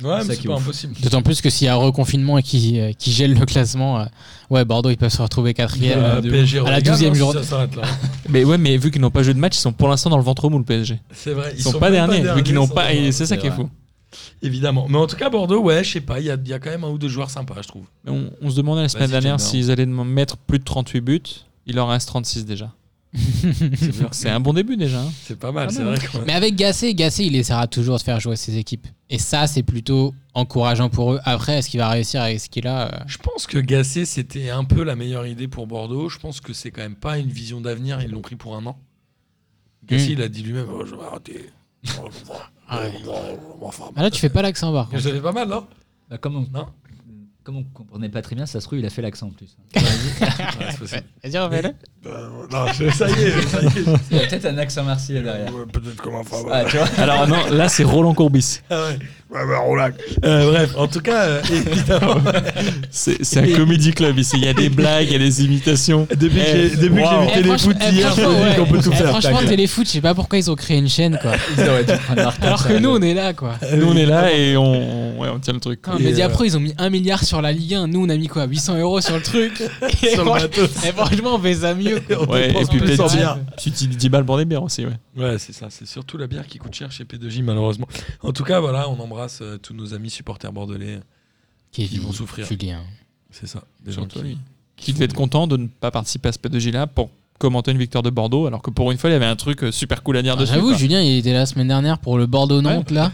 C: Ouais, mais
G: ça qui
C: c'est pas
G: est ouf.
C: impossible.
F: D'autant plus que s'il y a un reconfinement et qui, euh, qui gèle le classement, euh, ouais, Bordeaux, ils peuvent se retrouver quatrième.
C: Euh,
F: euh,
C: PSG
F: à la
C: relégable,
F: 12e
C: hein, si
F: journée.
C: Ça s'arrête là.
E: Mais ouais, mais vu qu'ils n'ont pas joué de match, ils sont pour l'instant dans le ventre mou, le PSG.
C: C'est vrai.
E: Ils sont, pas,
C: même
E: derniers, vu qu'ils
C: ils
E: n'ont
C: sont
E: pas.
C: dans-
E: et C'est ça
G: C'est
E: qui est
G: vrai.
E: fou.
C: Évidemment. Mais en tout cas, Bordeaux, ouais, je sais pas, il y a, il y a quand même un ou deux joueurs sympas, je trouve.
E: On, on se demandait la semaine
C: Vas-y,
E: dernière
C: Gilbert.
E: s'ils allaient dem- mettre plus de 38 buts. Il en reste 36 déjà. Donc c'est un bon début déjà. hein.
C: C'est pas mal, c'est vrai. quand même.
F: Mais avec Gassé, Gassé, il essaiera toujours de faire jouer ses équipes. Et ça, c'est plutôt encourageant pour eux. Après, est-ce qu'il va réussir avec ce qu'il a euh,
C: Je pense que Gassé, c'était un peu la meilleure idée pour Bordeaux. Je pense que c'est quand même pas une vision d'avenir. Ils l'ont pris pour un an. Gassé,
F: Mm.
C: il a dit lui-même Oh, Je vais arrêter. Oh, je vais-
F: Ah ouais.
C: je vais m'en faire
F: Ah là, tu fais pas l'accent,
C: mal.
F: par contre.
C: J'avais pas mal, non
G: Bah, comme on-
C: Non
G: Comme on comprenait pas très bien, ça se trouve, il a fait l'accent en plus.
C: Ouais, c'est possible.
E: Vas-y, refais-le.
C: Euh, non, je- ça y est, ça y est.
G: il y a peut-être un accent marseillais derrière.
C: Ouais, Peut-être comme un femme.
G: Ah, tu vois
E: Alors non, là c'est Roland Courbis.
C: Ah ouais. Ouais, bah, on l'a. Euh, bref, en tout cas, euh, évidemment.
E: C'est c'est un comédie club ici. Il y a des blagues, il y a des imitations.
C: Depuis que j'ai- depuis que j'ai vu
F: Eh,
C: Téléfoot
F: franchement- eh,
C: hier, je
F: franchement,
C: me dis
F: ouais.
C: qu'on peut tout
F: Eh,
C: faire.
F: Franchement, Téléfoot, je sais pas pourquoi ils ont créé une chaîne, quoi.
G: Ils auraient dû prendre Martin,
F: Alors
G: ça,
F: que
G: là.
F: nous, on est là, quoi.
E: Nous on est là et on, ouais, on tient le truc.
F: Quand
C: Et,
F: Mediapro, ils ont mis 1 milliard sur la Ligue 1. Nous, on a mis quoi 800 euros sur le truc. Et
C: Sur le
F: franch-
C: matos.
F: et franchement, on fait ça mieux. quoi.
E: Ouais, et
C: dépense
E: puis
C: plus
E: peut-être
C: en
E: dix-
C: bière.
E: Puis 10 balles pour des bières aussi. Ouais.
C: Ouais, c'est ça. C'est surtout la bière qui coûte cher chez P2J, malheureusement. En tout cas, voilà, on embrasse euh, tous nos amis supporters bordelais. Ils vont souffrir.
F: Julien.
C: C'est ça. Des gens
E: Surtout
C: qui...
E: lui. Qui devait être content de ne pas participer à ce P2J là pour commenter une victoire de Bordeaux alors que pour une fois il y avait un truc euh, super cool à dire
F: Ah,
E: dessus.
F: J'avoue,
E: quoi.
F: Julien, il était là la semaine dernière pour le Bordeaux-Nantes, là.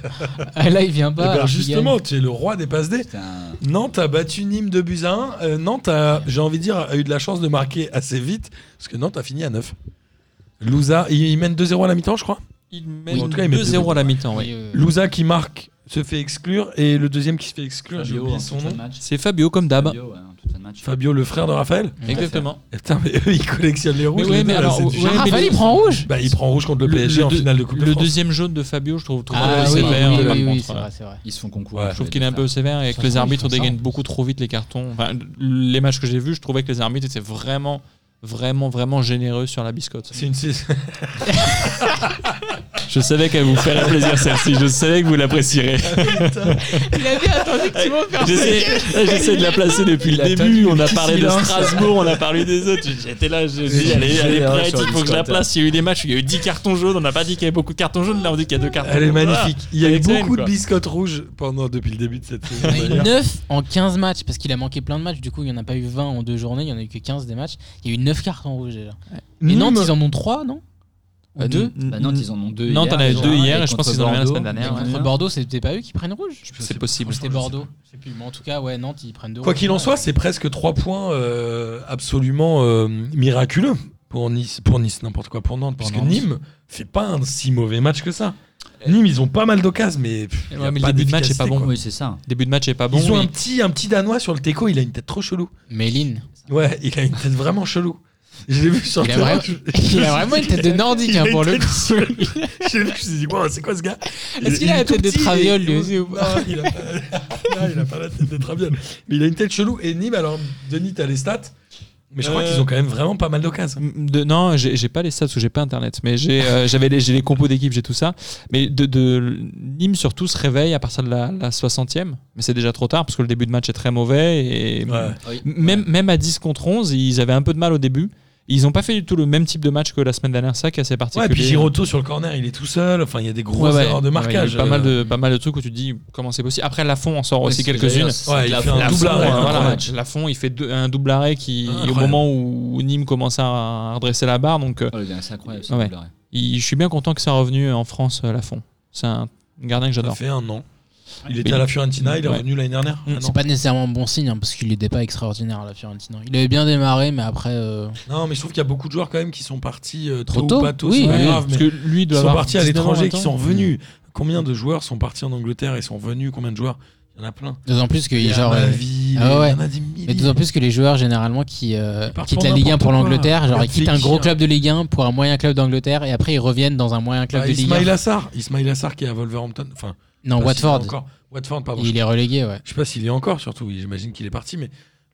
F: Ah, là, il vient
C: Eh ben,
F: pas. alors qu'il
C: justement, tu es le roi des passes D.
G: Putain.
C: Nantes a battu Nîmes 2 buts à 1. Euh, Nantes a, j'ai envie de dire, a eu de la chance de marquer assez vite, parce que Nantes a fini à 9. Louza, il, il mène 2-0 à la mi-temps, je crois.
E: Il
C: Oui,
E: mène
C: en tout cas, il met
E: 2-0 à la mi-temps.
F: gagne.
E: ouais.
F: Oui, euh,
C: Louza qui marque se fait exclure, et le deuxième qui se fait exclure, j'ai
G: Fabio,
C: oublié
G: en
C: son
G: toute fin de
C: nom.
G: match.
E: hein, C'est Fabio comme d'hab.
G: Fabio, ouais, en toute fin de match.
C: Fabio, le frère de Raphaël.
E: Exactement.
C: Eh, putain, mais eux, ils collectionnent les rouges.
E: Mais ouais,
C: les
E: mais
C: deux, là,
E: alors,
C: c'est du
E: ouais,
C: génie.
F: Ah,
E: mais
F: Raphaël,
E: le-
F: il prend en rouge
C: Bah, il prend rouge contre le,
E: Le-
C: PSG
E: le
C: en
E: deux-
C: finale de Coupe de
E: le
C: France.
E: deuxième jaune de Fabio, je trouve trop
F: Ah
E: trop
F: oui, oui,
E: sévère,
F: oui,
E: par
F: oui, oui,
E: contre,
F: c'est
E: euh,
F: vrai, c'est vrai.
G: Ils se font concours.
C: Ouais.
G: les
E: Je trouve
G: deux
E: qu'il est un
G: frères.
E: peu sévère et
F: Surtout,
E: que les
F: ils
E: arbitres
F: font ça.
E: dégainent beaucoup trop vite les cartons. Enfin, les matchs que j'ai vus, je trouvais que les arbitres étaient vraiment, vraiment, vraiment généreux sur la biscotte.
C: C'est une saison-
E: Je savais qu'elle vous ferait plaisir celle-ci. Je savais que vous l'apprécierez.
F: Il avait attendu que tu m'en fasses.
E: J'essaie j'essaie de la placer depuis
G: Il a
E: le début.
G: attendu
E: On
G: le
E: a
G: petit
E: parlé de
G: silence.
E: Strasbourg, on a parlé des autres. J'étais là, je me suis dit, elle est, elle est prête, il faut que je la place. Il y a eu des matchs où il y a eu 10 cartons jaunes. On n'a pas dit qu'il y avait beaucoup de cartons jaunes. Là, on dit qu'il y a deux cartons
C: Elle est
E: jaunes. Voilà.
C: magnifique. Il y a
E: Ah, Elle
C: eu
E: est zen,
C: beaucoup de
E: quoi.
C: biscottes rouges pendant, depuis le début de cette saison.
F: Il y en a eu
C: d'ailleurs.
F: 9 en 15 matchs parce qu'il a manqué plein de matchs. Du coup, il n'y en a pas eu 20 en deux journées, il n'y en a eu que 15 des matchs. Il y a eu 9 cartons rouges déjà. Mais
C: Nîmes-
F: Nantes, ils en ont 3, non Ou
E: Bah,
F: 2
E: n-
G: Bah, Nantes, ils en ont deux.
E: Nantes en avait
G: déjà,
E: deux hier,
G: et
E: je pense
G: contre
E: qu'ils en avaient la
G: Bordeaux,
E: semaine dernière,
G: et
E: ouais.
F: Contre
G: contre
F: Bordeaux, c'était pas eux qui prennent rouge
E: C'est possible.
F: C'était Bordeaux. Je sais plus, mais en tout cas, ouais, Nantes, ils prennent deux
C: Quoi
F: rouges.
C: qu'il en soit, c'est presque trois points euh, absolument euh, miraculeux pour Nice, pour Nice, n'importe quoi, pour Nantes,
E: Pour
C: puisque
E: Nantes. Euh,
C: Nîmes fait pas un si mauvais match que ça. Nîmes, ils ont pas mal d'occasions, mais, pff, y a
E: Ouais, mais le
C: pas
E: début de match est
C: d'efficacité,
E: pas bon.
C: quoi.
G: Oui, c'est ça.
E: Début de match est pas Ah bon.
C: Ils ont un
E: et-
C: petit, un petit danois sur le teco, il a une tête trop chelou.
F: Méline.
C: Ouais, il a une tête vraiment chelou. Je l'ai vu sur
F: Il a
C: le terrain,
F: vraiment- Il a vraiment une tête de nordique hein,
C: Il a
F: pour
C: une
F: le
C: tête
F: coup.
C: J'ai vu, je me suis dit, Wow, c'est quoi ce gars Il-
F: Est-ce qu'il
C: il
F: a
C: est
F: la
C: tout
F: tête de
C: petit et-
F: Traviole, lui aussi, ou
C: Non,
F: pas
C: il a pas- non, il a pas la tête de Traviole. Mais il a une tête chelou. Et Nîmes, alors, Denis, t'as les stats. Mais je crois
E: Euh,
C: qu'ils ont quand même vraiment pas mal d'occasions.
E: De- non, j'ai j'ai pas les stats parce que j'ai pas internet, mais j'ai euh, j'avais les, j'ai les compos d'équipe, j'ai tout ça. Mais de, de- Nîmes surtout se réveille à partir de la, la 60e, mais c'est déjà trop tard parce que le début de match est très mauvais et
C: Ouais.
G: Oui.
E: même même à 10 contre 11, ils avaient un peu de mal au début. Ils ont pas fait du tout le même type de match que la semaine dernière, ça qui est assez particulier.
C: Ouais, puis Giroto sur le corner, il est tout seul. Enfin, il y a des grosses
E: Ouais, ouais.
C: erreurs de marquage. euh,
E: Ouais, il y a eu pas mal de pas mal de trucs où tu te dis comment c'est possible. Après Lafont en sort aussi Oh, quelques-unes.
C: Ouais, il fait un
E: Lafond,
C: double arrêt, hein,
E: euh,
C: un
E: voilà,
C: grand
E: Lafond, il fait deux- un double arrêt qui au
C: Incroyable.
E: moment où Nîmes commençait à redresser la barre, donc euh,
G: C'est incroyable. ce
E: Ouais.
G: double arrêt.
E: Il- je suis bien content que ça soit revenu en France, euh, Lafont. C'est un gardien que
C: Ça
E: j'adore.
C: fait un an. Il était
E: Mais-
C: à la Fiorentina, il est
E: Ouais.
C: revenu l'année dernière.
E: Mm.
C: Ah non.
F: C'est pas nécessairement un bon signe hein, parce qu'il n'était pas extraordinaire la Fiorentina. Il avait bien démarré, mais après. euh,
C: Non, mais je trouve qu'il y a beaucoup de joueurs quand même qui sont partis euh,
F: Trop
C: tôt,
F: tôt,
C: ou pas tôt.
F: oui,
C: c'est pas
F: oui.
C: grave,
E: Parce
C: mais
E: que lui
C: qui
E: doit
C: sont
E: avoir
C: partis à
E: 19,
C: l'étranger,
E: 20
C: qui
E: ans. Mm.
C: sont revenus. Combien de joueurs sont partis en Angleterre et sont revenus Combien de joueurs Il y en a plein.
F: D'autant plus que
C: Il y a
F: genre. euh,
C: Mavi,
F: ah ouais.
C: il y en a des
F: Mais
C: milliers.
F: d'autant plus que les joueurs généralement qui euh,
C: Ils partent
F: quittent
C: pour
F: la Ligue 1 pour
C: n'importe quoi.
F: l'Angleterre, genre ils
C: Regarde
F: quittent un
C: Fekir.
F: gros club de Ligue 1 pour un moyen club d'Angleterre et après ils reviennent dans un moyen club
C: Ah,
F: de Ligue 1.
C: Ismail Assar, Ismail Assar qui est à Wolverhampton. Enfin,
F: Non,
C: je sais pas s'il est
F: Watford.
C: encore. Watford, pardon.
F: Il est relégué, ouais.
C: Je sais pas s'il est encore, surtout. J'imagine qu'il est parti, mais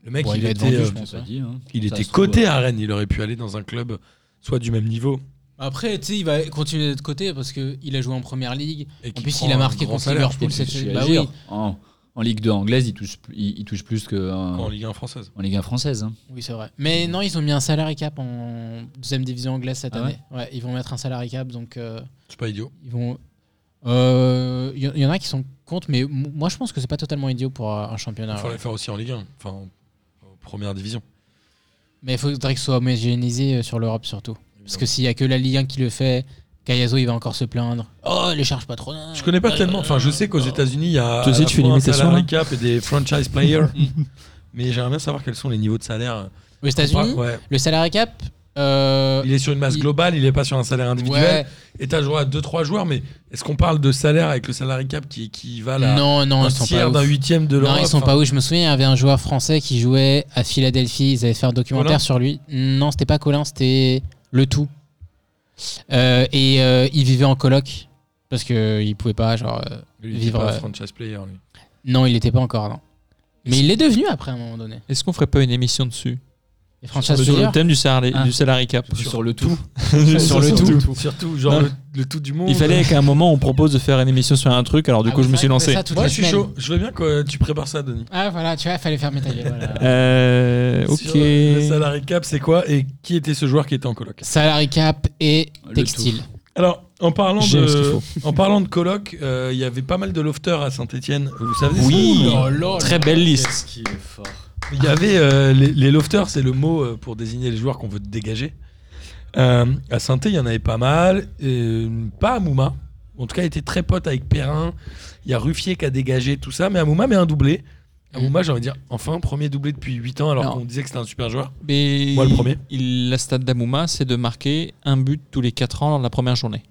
C: le mec,
F: Bon,
C: il,
F: il va être
C: était,
F: vendu,
C: euh,
F: je pense.
G: On s'est pas dit, hein.
C: il
G: Ça se
C: était
G: trouve,
C: coté
G: ouais.
C: à Rennes. Il aurait pu aller dans un club euh, soit du même niveau.
F: Après, tu sais, il va continuer d'être côté parce qu'il a joué en première ligue.
C: Et
F: En
C: qui
F: plus,
C: prend
F: il a
C: un
F: marqué
C: grand
F: contre
C: salaire, je
F: Liverpool
C: pense,
F: cette
G: Je suis
F: semaine.
G: à
F: Bah
G: dire,
F: oui.
G: En en Ligue 2 anglaise, il touche il- il touche plus
C: en
G: qu'en
C: Ligue 1 française.
G: en Ligue 1 française. hein.
F: Oui, c'est vrai. Mais non, ils ont mis un salary cap en deuxième division anglaise cette
G: Ah ouais
F: année. Ouais, ils vont mettre un salary cap, donc euh,
C: C'est pas idiot.
F: ils vont. Euh, Il y, y en a qui sont contre, mais m- moi je pense que c'est pas totalement idiot pour euh, un
C: Il
F: championnat.
C: faudrait
F: ouais.
C: le faire aussi en Ligue 1. Enfin, en en première division.
F: Mais il faudrait que ce soit homogénéisé euh, sur l'Europe surtout. Parce que s'il y a que la Ligue 1 qui le fait, Cayazo il va encore se plaindre. Oh, les charges patronales.
C: Je connais pas tellement. Enfin, je sais qu'aux États-Unis, il y a
E: Tu sais,
C: à la
E: tu fais
C: fois
E: Mm. une
C: un
E: imitation,
C: salary
E: là
C: cap et des franchise players. Mais j'aimerais bien savoir quels sont les niveaux de salaire.
F: Aux États-Unis,
C: Ouais.
F: le salary cap, Euh,
C: Il est sur une masse
F: il-
C: globale, il n'est pas sur un salaire individuel.
F: ouais.
C: Et tu as joué à 2-3 joueurs, mais est-ce qu'on parle de salaire avec le salarié cap qui, qui va là
F: Non, non,
C: un
F: ils sont pas
C: tiers d'un
F: ouf.
C: huitième de l'Europe
F: Non, ils sont pas où. Je me souviens, il y avait un joueur français qui jouait à Philadelphie. Ils avaient fait un documentaire
C: Colin
F: sur lui. Non, c'était pas Colin, c'était le tout. Euh, et euh, il vivait en coloc parce que il pouvait pas, genre. euh,
C: Lui, il est
F: vivre,
C: pas
F: euh,
C: franchise player, lui.
F: Non, il l'était pas encore, non. Mais il l'est devenu après, à un moment donné.
E: Est-ce qu'on ferait pas une émission dessus
F: Les
E: Sur
F: franchises
E: le, sur le
F: players.
E: thème du salari,
G: Ah.
E: du salary cap.
G: Sur, le tout.
E: Sur le tout.
C: Surtout, genre
E: Non.
C: le, le tout du monde.
E: Il fallait qu'à un moment on propose de faire une émission sur un truc, alors du
F: Ah
E: coup
F: oui,
E: je me suis
F: c'est vrai qu'on fait
E: lancé.
F: ça toutes
C: Moi,
F: les
C: je suis
F: semaines.
C: chaud. Je veux bien que euh, tu prépares ça, Denis.
F: Ah voilà, tu vois, fallait fermer ta gueule. voilà.
E: Euh, ok.
C: Sur, euh, le salarié cap, c'est quoi Et qui était ce joueur qui était en coloc
F: Salary cap et
G: Le
F: textile.
C: Alors, en parlant
E: J'aime ce qu'il
C: de,
E: faut.
C: en parlant de coloc, euh, il y avait pas mal de lofters à Saint-Etienne. Vous savez ça
E: Oui,
C: Ouh là là.
E: très belle liste.
G: Qui est fort.
C: Il y avait euh, les, les lofters, c'est le mot euh, pour désigner les joueurs qu'on veut dégager. Euh, à saint il y en avait pas mal. euh, pas à Mouma. En tout cas, il était très pote avec Perrin. Il y a Ruffier qui a dégagé tout ça. Mais à Mouma, met un doublé. À
F: Mhm.
C: Mouma, j'ai envie de dire, enfin, premier doublé depuis 8 ans, alors
E: Mm. Non.
C: qu'on disait que c'était un super joueur.
E: Mais
C: Moi, le premier.
E: il- la stade d'Amouma, c'est de marquer un but tous les 4 ans lors de la première journée.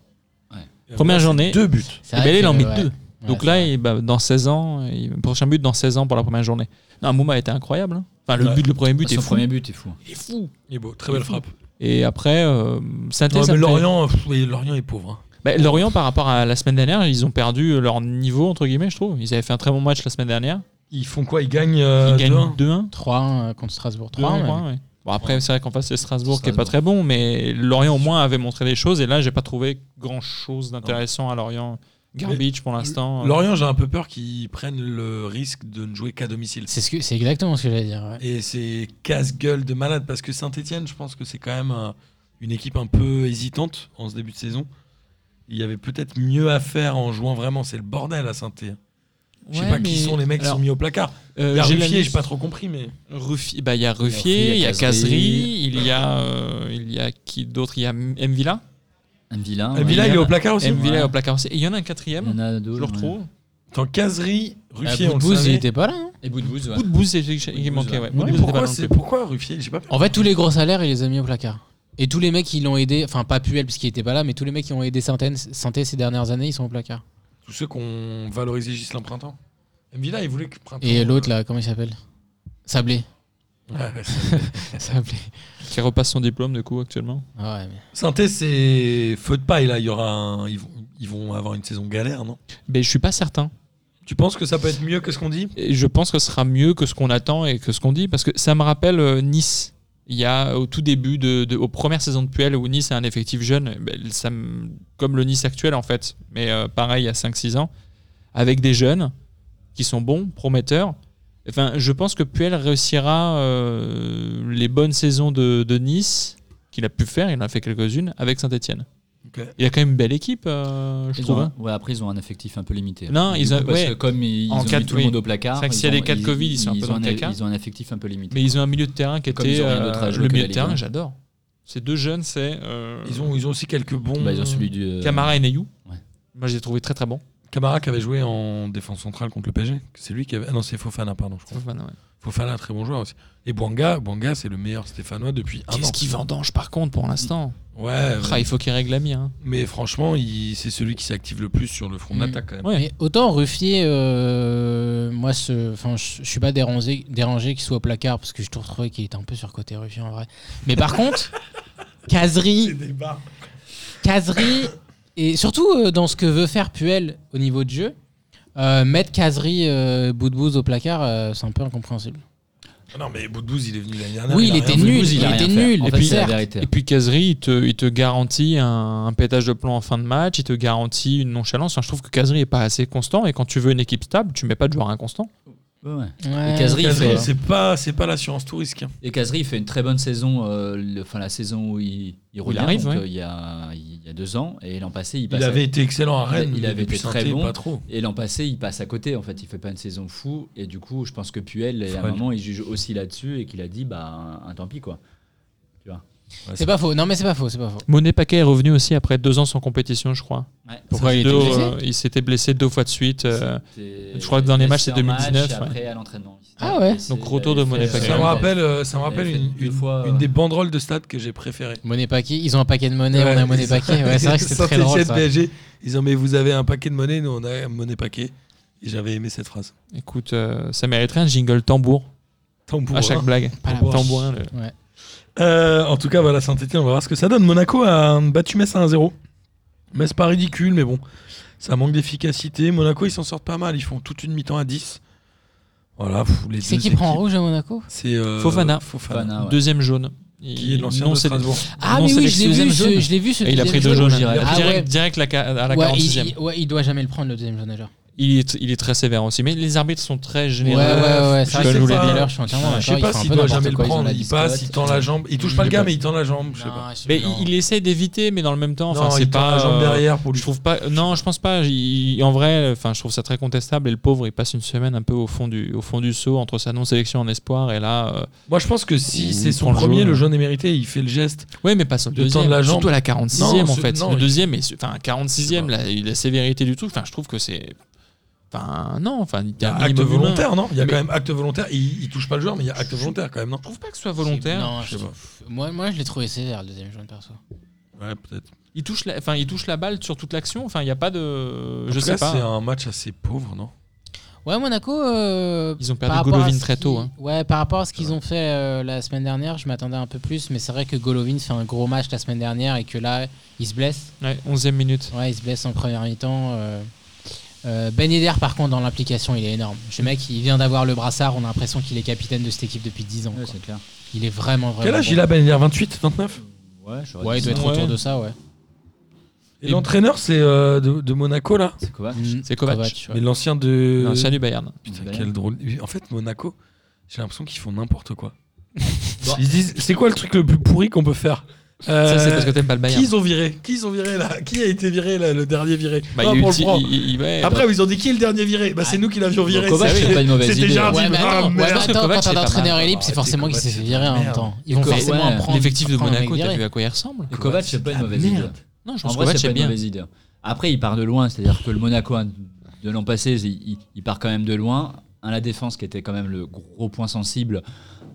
C: Et Amouma,
E: Première
C: Euh, c'est
E: journée.
C: Deux buts.
F: C'est
E: Et
F: vrai
E: ben, il en
F: que,
E: met
F: ouais.
E: deux.
F: Ouais,
E: Donc
F: c'est
E: là,
F: vrai.
E: il- bah, dans 16 ans, il- prochain but dans 16 ans pour la première journée. Non, Amouma était incroyable. hein. Enfin, le
C: Ouais.
E: but, le premier but est
G: Son
E: fou.
G: premier but est fou.
C: Il est fou. Il est beau. Très belle frappe.
E: Et après, euh, saint
C: Non, mais Lorient, pff, oui, Lorient est pauvre. hein.
E: Bah, Lorient, par rapport à la semaine dernière, ils ont perdu leur niveau, entre guillemets, je trouve. Ils avaient fait un très bon match la semaine dernière.
C: Ils font quoi Ils gagnent.
E: Ils
C: euh,
E: gagnent
C: 2-1.
E: 2-1.
F: 3 euh, contre Strasbourg. 3
E: 3 Bon, après, c'est vrai qu'en face, c'est Strasbourg, qui est pas
G: Strasbourg.
E: très bon, mais Lorient, au moins, avait montré des choses. Et là, j'ai pas trouvé grand-chose d'intéressant à Lorient. Garbage, pour l'instant.
C: Lorient, j'ai un peu peur qu'ils prennent le risque de ne jouer qu'à domicile.
F: C'est ce que- c'est exactement ce que j'allais dire. ouais.
C: Et c'est casse-gueule de malade parce que Saint-Etienne, je pense que c'est quand même un- une équipe un peu hésitante en ce début de saison. Il y avait peut-être mieux à faire en jouant vraiment. C'est le bordel à Saint-Etienne. Je sais
E: Ouais,
C: pas qui
E: mais-
C: sont les mecs qui
E: alors,
C: sont mis au placard.
E: Euh,
C: Il y a
E: j'ai la
C: Ruffier,
E: liste.
C: j'ai pas trop compris, mais.
E: Ruffi- bah, il y a
G: Ruffier,
E: Ruffier, il y a
G: Cazerie.
E: Cazerie, il y a, euh, il y a qui d'autre Il y a M. Mvila.
G: Un vilain.
C: Villa, il est au placard aussi.
E: Mvila
G: Ouais.
E: est au placard aussi. Et il y en a un
G: Il y
E: quatrième,
G: en a deux.
E: je le retrouve.
C: Tant Caserie, Ruffier, on le
F: Euh, Boudbouz, il
C: savait.
F: était pas là. hein.
G: Et bout de
E: Coup
G: bout,
E: de bouse, c'est- c'est-
G: Boudbouz,
E: il manquait. Ouais.
G: ouais.
C: Mais
E: Boudbouz, c'était pas
C: pourquoi,
E: dans le
C: c'est-
E: club.
C: pourquoi Ruffier J'ai pas
F: En fait, tous les gros salaires, il les a mis au placard. Et tous les mecs qui l'ont aidé, enfin pas Puel puisqu'il était pas là, mais tous les mecs qui ont aidé Saint-Étienne Saint-Étienne ces dernières années, ils sont au placard.
C: Tous ceux qu'on valorisait Gislain Printemps. Mvila, il voulait que Printemps.
F: Et l'autre là, comment il s'appelle Sablé.
C: Ouais, ouais,
F: Sablé.
E: Qui repasse son diplôme, du coup, actuellement.
F: Ah ouais, mais-
C: Synthé, c'est feu de paille là. Il y aura, un- ils, vont, ils vont avoir une saison galère, non
E: Mais Ben, je suis pas certain.
C: Tu penses que ça peut être mieux que ce qu'on dit
E: Et je pense que ce sera mieux que ce qu'on attend et que ce qu'on dit parce que ça me rappelle euh, Nice. Il y a euh, au tout début de, de- aux premières saisons de Puel où Nice a un effectif jeune, ben, ça me- comme le Nice actuel en fait, mais euh, pareil à 5-6 ans, avec des jeunes qui sont bons, prometteurs. Enfin, je pense que Puel réussira euh, les bonnes saisons de, de Nice qu'il a pu faire, il en a fait quelques-unes avec Saint-Etienne.
C: Ok.
E: Il a quand même une belle équipe, euh, je
G: Ils
E: trouve.
G: ont
E: hein.
G: un- ouais, après, ils ont un effectif un peu limité.
E: Non,
G: Du
E: ils ont-
G: coup, parce
E: ouais.
G: que comme ils, ils
E: En
G: ont
E: cas
G: mis
E: de-
G: tout le monde
E: oui.
G: au placard.
E: C'est vrai que s'il y a
G: ils
E: des
G: ont-
E: cas de Covid, ils sont un peu
G: ont
E: dans le placard.
G: Ils ont un effectif un peu limité.
E: Mais ils ont un milieu de terrain qui
G: Comme
E: était.
G: ils ont rien
E: euh,
G: d'autre à jouer
E: le
G: que
E: milieu
G: la
E: de
G: Ligue
E: terrain,
G: un.
E: j'adore. Ces deux jeunes, c'est. euh,
C: ils ont, ils ont aussi quelques bons.
G: Bah, ils ont celui du. euh,
E: Camara et Neyou.
G: Ouais.
E: Moi, je les ai trouvés très très bons.
C: Camara qui avait joué en défense centrale contre le PSG. C'est lui qui avait. Ah non, c'est Fofana, pardon. Je crois. Fofana, très bon joueur aussi. Et Bouanga, Bouanga, c'est le meilleur Stéphanois depuis un an.
E: Qu'est-ce qu'il vendange par contre pour l'instant
C: Ouais.
E: Ah, Il faut qu'il règle la mire. hein.
C: Mais franchement, il- c'est celui qui s'active le plus sur le front
F: Mm.
C: d'attaque quand même.
E: Ouais.
F: Mais autant Ruffier, euh, moi, ce, enfin, je je suis pas dérangé, dérangé qu'il soit au placard parce que je trouve trouvais qu'il était un peu surcoté Ruffier en vrai. Mais par contre, Casery, Casery et surtout euh, dans ce que veut faire Puel au niveau de jeu, euh, mettre Casery euh, bout de bouse au placard, euh, c'est un peu incompréhensible.
C: Ah Non, mais Boudbouz, il est venu l'année dernière.
F: Oui,
C: a
F: il
C: rien
F: était
C: fait.
F: nul,
G: Boudbouz,
F: il
G: a rien
F: était
G: fait.
F: nul,
G: En
F: et
G: fait,
F: puis
G: c'est la
F: certes.
G: vérité.
E: Et puis Cazery, il te, il te garantit un, un pétage de plomb en fin de match, il te garantit une nonchalance. Enfin, je trouve que Cazery est pas assez constant et quand tu veux une équipe stable, tu mets pas de joueur inconstant.
G: Ouais, ouais.
F: Ouais.
G: Et Cazery, il fait-
C: Cazery, C'est pas, c'est pas l'assurance tout risque. hein.
G: Et Cazery il fait une très bonne saison, euh, le- enfin la saison où il, il revient,
E: arrive,
G: donc,
E: ouais.
G: euh, il, y a, il y a deux ans, et l'an passé il
C: Il,
G: passe. à-
C: avait été excellent à
G: Il a-
C: Rennes.
G: Bah, il
C: mais
G: avait
C: depuis
G: été très
C: Saint-Étienne,
G: bon.
C: Pas trop.
G: Et l'an passé il passe à côté. En fait, il fait pas une saison fou, et du coup, je pense que Puel, à
C: Ouais.
G: un moment, il juge aussi là-dessus et qu'il a dit bah un, tant pis quoi.
F: C'est pas faux. Non, mais c'est pas faux. C'est pas faux.
E: Monet Paquet est revenu aussi après deux ans sans compétition, je crois.
G: Ouais.
E: Pourquoi
F: Ça,
E: il,
F: c'était
E: deux,
F: blessé
E: euh, il s'était blessé deux fois de suite. euh,
G: C'était-
E: je crois que le dernier match, c'est
G: c'était un
E: 2019,
G: match,
E: ouais.
G: Après, à l'entraînement.
F: Ah ouais.
G: C'est-
E: Donc, retour de
G: il
E: Monet
G: fait,
E: Paquet.
C: Ça
G: euh,
C: me rappelle, euh, ça me rappelle
G: Il a fait
C: une,
G: deux
C: une-
G: fois,
C: une
G: euh.
C: des banderoles de stade que j'ai préférées.
F: Monnaie paquet. Ils ont un paquet de monnaie.
C: Ouais,
F: on a monnaie
C: c'est ça.
F: paquet. Ouais, c'est vrai que c'était très drôle.
C: Saint-Étienne,
F: ça.
C: PSG, ils ont mais vous avez un paquet de monnaie, nous on a un monnaie paquet. Et j'avais aimé cette phrase.
E: Écoute, euh, ça mériterait un jingle tambour
C: Tambour.
E: à chaque blague.
F: Pas la
E: Tambourin, le-
F: Ouais.
C: Euh, en tout cas, voilà, Saint-Etienne, on va voir ce que ça donne. Monaco a euh, battu Metz à 1-0. Metz pas ridicule, mais bon, ça manque d'efficacité. Monaco, ils s'en sortent pas mal. Ils font toute une mi-temps à 10. Voilà, pff, les
F: C'est
C: deux
F: qui prend en
C: équipes.
F: rouge à Monaco
C: C'est euh,
E: Fofana.
C: Fofana.
G: Fana, ouais.
E: Deuxième jaune. Il,
C: Qui est l'ancien
E: non
C: de
E: séle-
C: Strasbourg.
F: Ah
E: non
F: mais oui, je l'ai
E: sélectionné
F: vu.
E: jaune.
F: Ce, je l'ai vu. Ce
E: Et il a
F: deuxième
E: pris deux
F: jaune.
E: jaunes.
G: jaunes,
E: Direct-
F: Ah ouais.
E: Direct la ca- à la
F: Ouais,
E: 46e.
F: il, ouais, il doit jamais le prendre le deuxième jaune déjà.
E: Il est, il est très sévère aussi. Mais les arbitres sont très
F: Ouais, ouais,
E: généreux.
F: ouais.
C: je
F: C'est vrai que
E: sais
F: je vous l'ai
E: pas.
F: dit à l'heure, je suis entièrement
C: Je
F: d'accord.
C: sais
F: ils
C: pas
F: font un
C: s'il
F: peu
C: doit
F: n'importe
C: jamais le
F: quoi, ils ont
C: prendre.
F: la
C: Il passe,
F: biscotte.
C: il tend la jambe. Il touche
F: Mmh,
C: pas le
F: je
C: gars,
F: sais
C: mais il tend la jambe. Je sais
F: Non,
C: pas.
F: je sais
E: Mais
F: plus, non.
E: il, il essaie d'éviter, mais dans le même temps,
C: Non,
E: enfin, c'est
C: il tend
E: pas.
C: la jambe
E: euh,
C: derrière pour lui.
E: Je trouve pas. Non, je pense pas. Il- il- en vrai, enfin, je trouve ça très contestable. Et le pauvre, il passe une semaine un peu au fond du, au fond du saut entre sa non-sélection en espoir et là. euh,
C: Moi, je pense que si
E: Il
C: c'est son
E: prend le
C: premier,
E: jaune.
C: le jaune est mérité. Il fait le geste.
E: Ouais, mais pas sur le
C: Le temps
E: deuxième.
C: de la jambe.
E: Surtout à la 46e
C: Non,
E: en
C: ce-
E: fait.
C: non,
E: le
C: il-
E: deuxième, mais ce- enfin
C: Je
E: 46e,
C: sais
E: la, la sévérité du truc. Enfin, je trouve que c'est. Enfin, non. Enfin, il y a un
C: Bah, acte
E: minimum humain.
C: volontaire, non Il y a
E: Mais-
C: quand même acte volontaire. Il, il touche pas le joueur, mais il y a acte volontaire quand même, non
E: Je trouve pas que ce soit volontaire.
F: Non, je
C: je sais
F: trouve- Moi, moi, je l'ai trouvé sévère le deuxième jaune perso.
C: Ouais, peut-être.
E: Il touche, la, enfin, il touche la balle sur toute l'action. Enfin, il n'y a pas de.
C: En
E: Je
C: tout
E: sais
C: cas, C'est
E: pas. hein.
C: un match assez pauvre, non
F: Ouais, Monaco. euh,
E: Ils ont
F: par
E: perdu
F: rapport à
E: Golovin
F: ce
E: très tôt.
F: qui-
E: hein.
F: Ouais, par rapport à ce qu'ils ont fait euh, la semaine dernière, je m'attendais un peu plus, mais c'est vrai que Golovin fait un gros match la semaine dernière et que là, il se blesse.
E: Ouais, 11e minute.
F: Ouais, il se blesse en première mi-temps. euh. Euh, ben Yedder, par contre, dans l'implication, il est énorme. Ce mec, il vient d'avoir le brassard, on a l'impression qu'il est capitaine de cette équipe depuis 10 ans.
G: Ouais,
F: quoi.
G: c'est clair.
F: Il est vraiment, vraiment.
C: Quel âge
F: bon.
C: il a Ben Yedder 28, 29
G: Ouais, j'aurais
F: Ouais, il
G: dit
F: doit
G: ça.
F: être
E: Ouais.
F: autour de ça, ouais.
C: Et
E: Et-
C: l'entraîneur, c'est euh, de, de Monaco, là
G: C'est Kovac.
E: C'est Kovac.
F: Mm. ouais.
C: Mais l'ancien de.
E: L'ancien du Bayern.
C: Putain,
G: Bayern.
C: quel drôle. En fait, Monaco, j'ai l'impression qu'ils font n'importe quoi. Ils se disent c'est quoi le truc le plus pourri qu'on peut faire
E: Ça, c'est
C: Euh,
E: parce que t'aimes pas le
C: Qui
E: Bayern.
C: ils ont viré Qui ils ont viré là Qui a été viré là, le dernier viré
E: Bah,
C: Ah,
E: il y a eu
C: pour
E: le
C: le
E: ti-
C: prendre.
E: il- eh, il- ouais,
C: Après, ils ont dit qui est le dernier viré Bah, c'est nous qui l'avions viré.
G: Kovac,
C: c'est-
G: c'est pas une mauvaise
C: c'était
G: idée.
C: Jardim.
F: Ouais, mais
C: Ah,
F: attends, ouais,
C: merde.
F: mais attends,
E: Kovac,
F: quand t'as
E: c'est
F: un
E: pas
F: entraîneur
E: mal.
F: élite, c'est
C: Ouais,
F: forcément
C: Kovac,
F: qu'il s'est
C: c'est
F: fait
C: de
F: virer
C: la
F: en même
C: merde.
F: temps. Ils vont
G: Kovac,
F: forcément
G: ouais.
F: en prendre.
E: L'effectif de
F: prendre un mec
E: Monaco, t'as
F: viré.
E: vu à quoi il ressemble
G: Et Kovac, c'est pas une mauvaise idée.
E: merde. Non, je
G: En
E: pense
G: vrai,
E: Kovac,
G: c'est
E: j'aime
G: pas une
E: bien.
G: mauvaise idée. Après, il part de loin, c'est-à-dire que le Monaco hein, de l'an passé, il, il- il part quand même de loin. À la défense, qui était quand même le gros point sensible,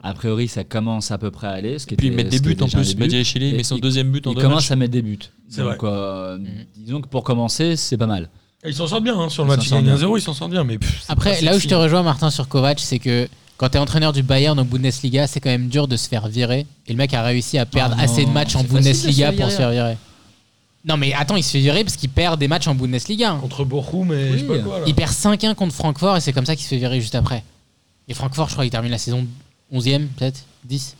G: a priori, ça commence à peu près à aller. Ce qui
E: Puis ils
G: était-
E: mettent
G: ce
E: des
G: qui
E: buts
G: était
E: en
G: déjà un
E: plus.
G: début.
E: Badiachile, il met
G: Et
E: son
G: il-
E: deuxième but en
G: Il
E: deux
G: commence
E: matchs.
G: à mettre des buts.
C: C'est
G: Donc, euh, disons que pour commencer, c'est pas mal.
C: Ils s'en sortent bien hein, sur le
G: Ils
C: match.
G: s'en
C: Ils gagnent
G: sortent bien.
C: 1-0, ils s'en sortent bien. Mais pff, c'est
F: Après,
C: pas
F: là où je
C: sexy.
F: te rejoins, Martin, sur Kovac, c'est que quand t'es entraîneur du Bayern en Bundesliga, c'est quand même dur de se faire virer. Et le mec a réussi à perdre
G: Ah
F: assez de
G: non,
F: matchs en
G: c'est facile de se
F: Bundesliga
G: faire
F: pour se faire virer. Non, mais attends, il se fait virer parce qu'il perd des matchs en Bundesliga. hein.
C: Contre Bochum et je sais pas
G: Oui.
C: quoi. là.
F: Il perd 5-1 contre Francfort et c'est comme ça qu'il se fait virer juste après. Et Francfort, je crois qu'il termine la saison 11ème, peut-être 10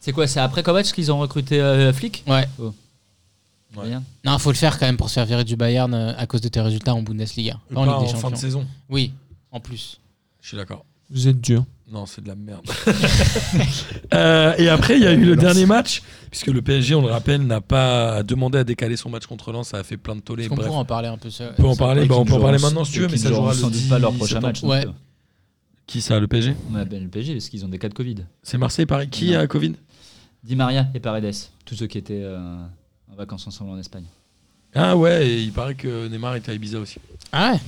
G: C'est quoi C'est après Kovac qu'ils ont recruté euh, Flick
F: Ouais.
C: Ouais.
G: Rien.
F: Non, faut le faire quand même pour se faire virer du Bayern euh, à cause de tes résultats en Bundesliga.
C: Et
F: Pas en
C: pas
F: Ligue des
C: en fin de
F: Champions.
C: saison.
F: Oui, en plus.
C: Je suis d'accord.
E: Vous êtes dur.
C: Non, c'est de la merde. Euh, et après, il y a eu le dernier match, puisque le PSG, on le rappelle, n'a pas demandé à décaler son match contre Lens. Ça a fait plein de tollés.
F: Est-ce qu'on
C: Bref,
F: pourrait en parler un peu ça
C: on peut en parler.
G: Et
C: bah, on
G: qui
C: peut en
G: ne
C: parler
G: joueront-
C: maintenant si tu
G: et
C: veux,
G: qui
C: mais ça
G: ne
C: jouera
G: joueront
C: le
G: sans doute
C: 10
G: pas leur prochain
C: septembre.
G: match.
F: Ouais.
G: donc, euh,
C: Qui ça, le PSG
G: On appelle ben, le PSG parce qu'ils ont des cas de Covid.
C: C'est Marseille, Paris. Qui
G: Non.
C: a Covid
G: Di Maria et Paredes, tous ceux qui étaient euh, en vacances ensemble en Espagne.
C: Ah ouais, et il paraît que Neymar était à Ibiza aussi.
F: Ah ouais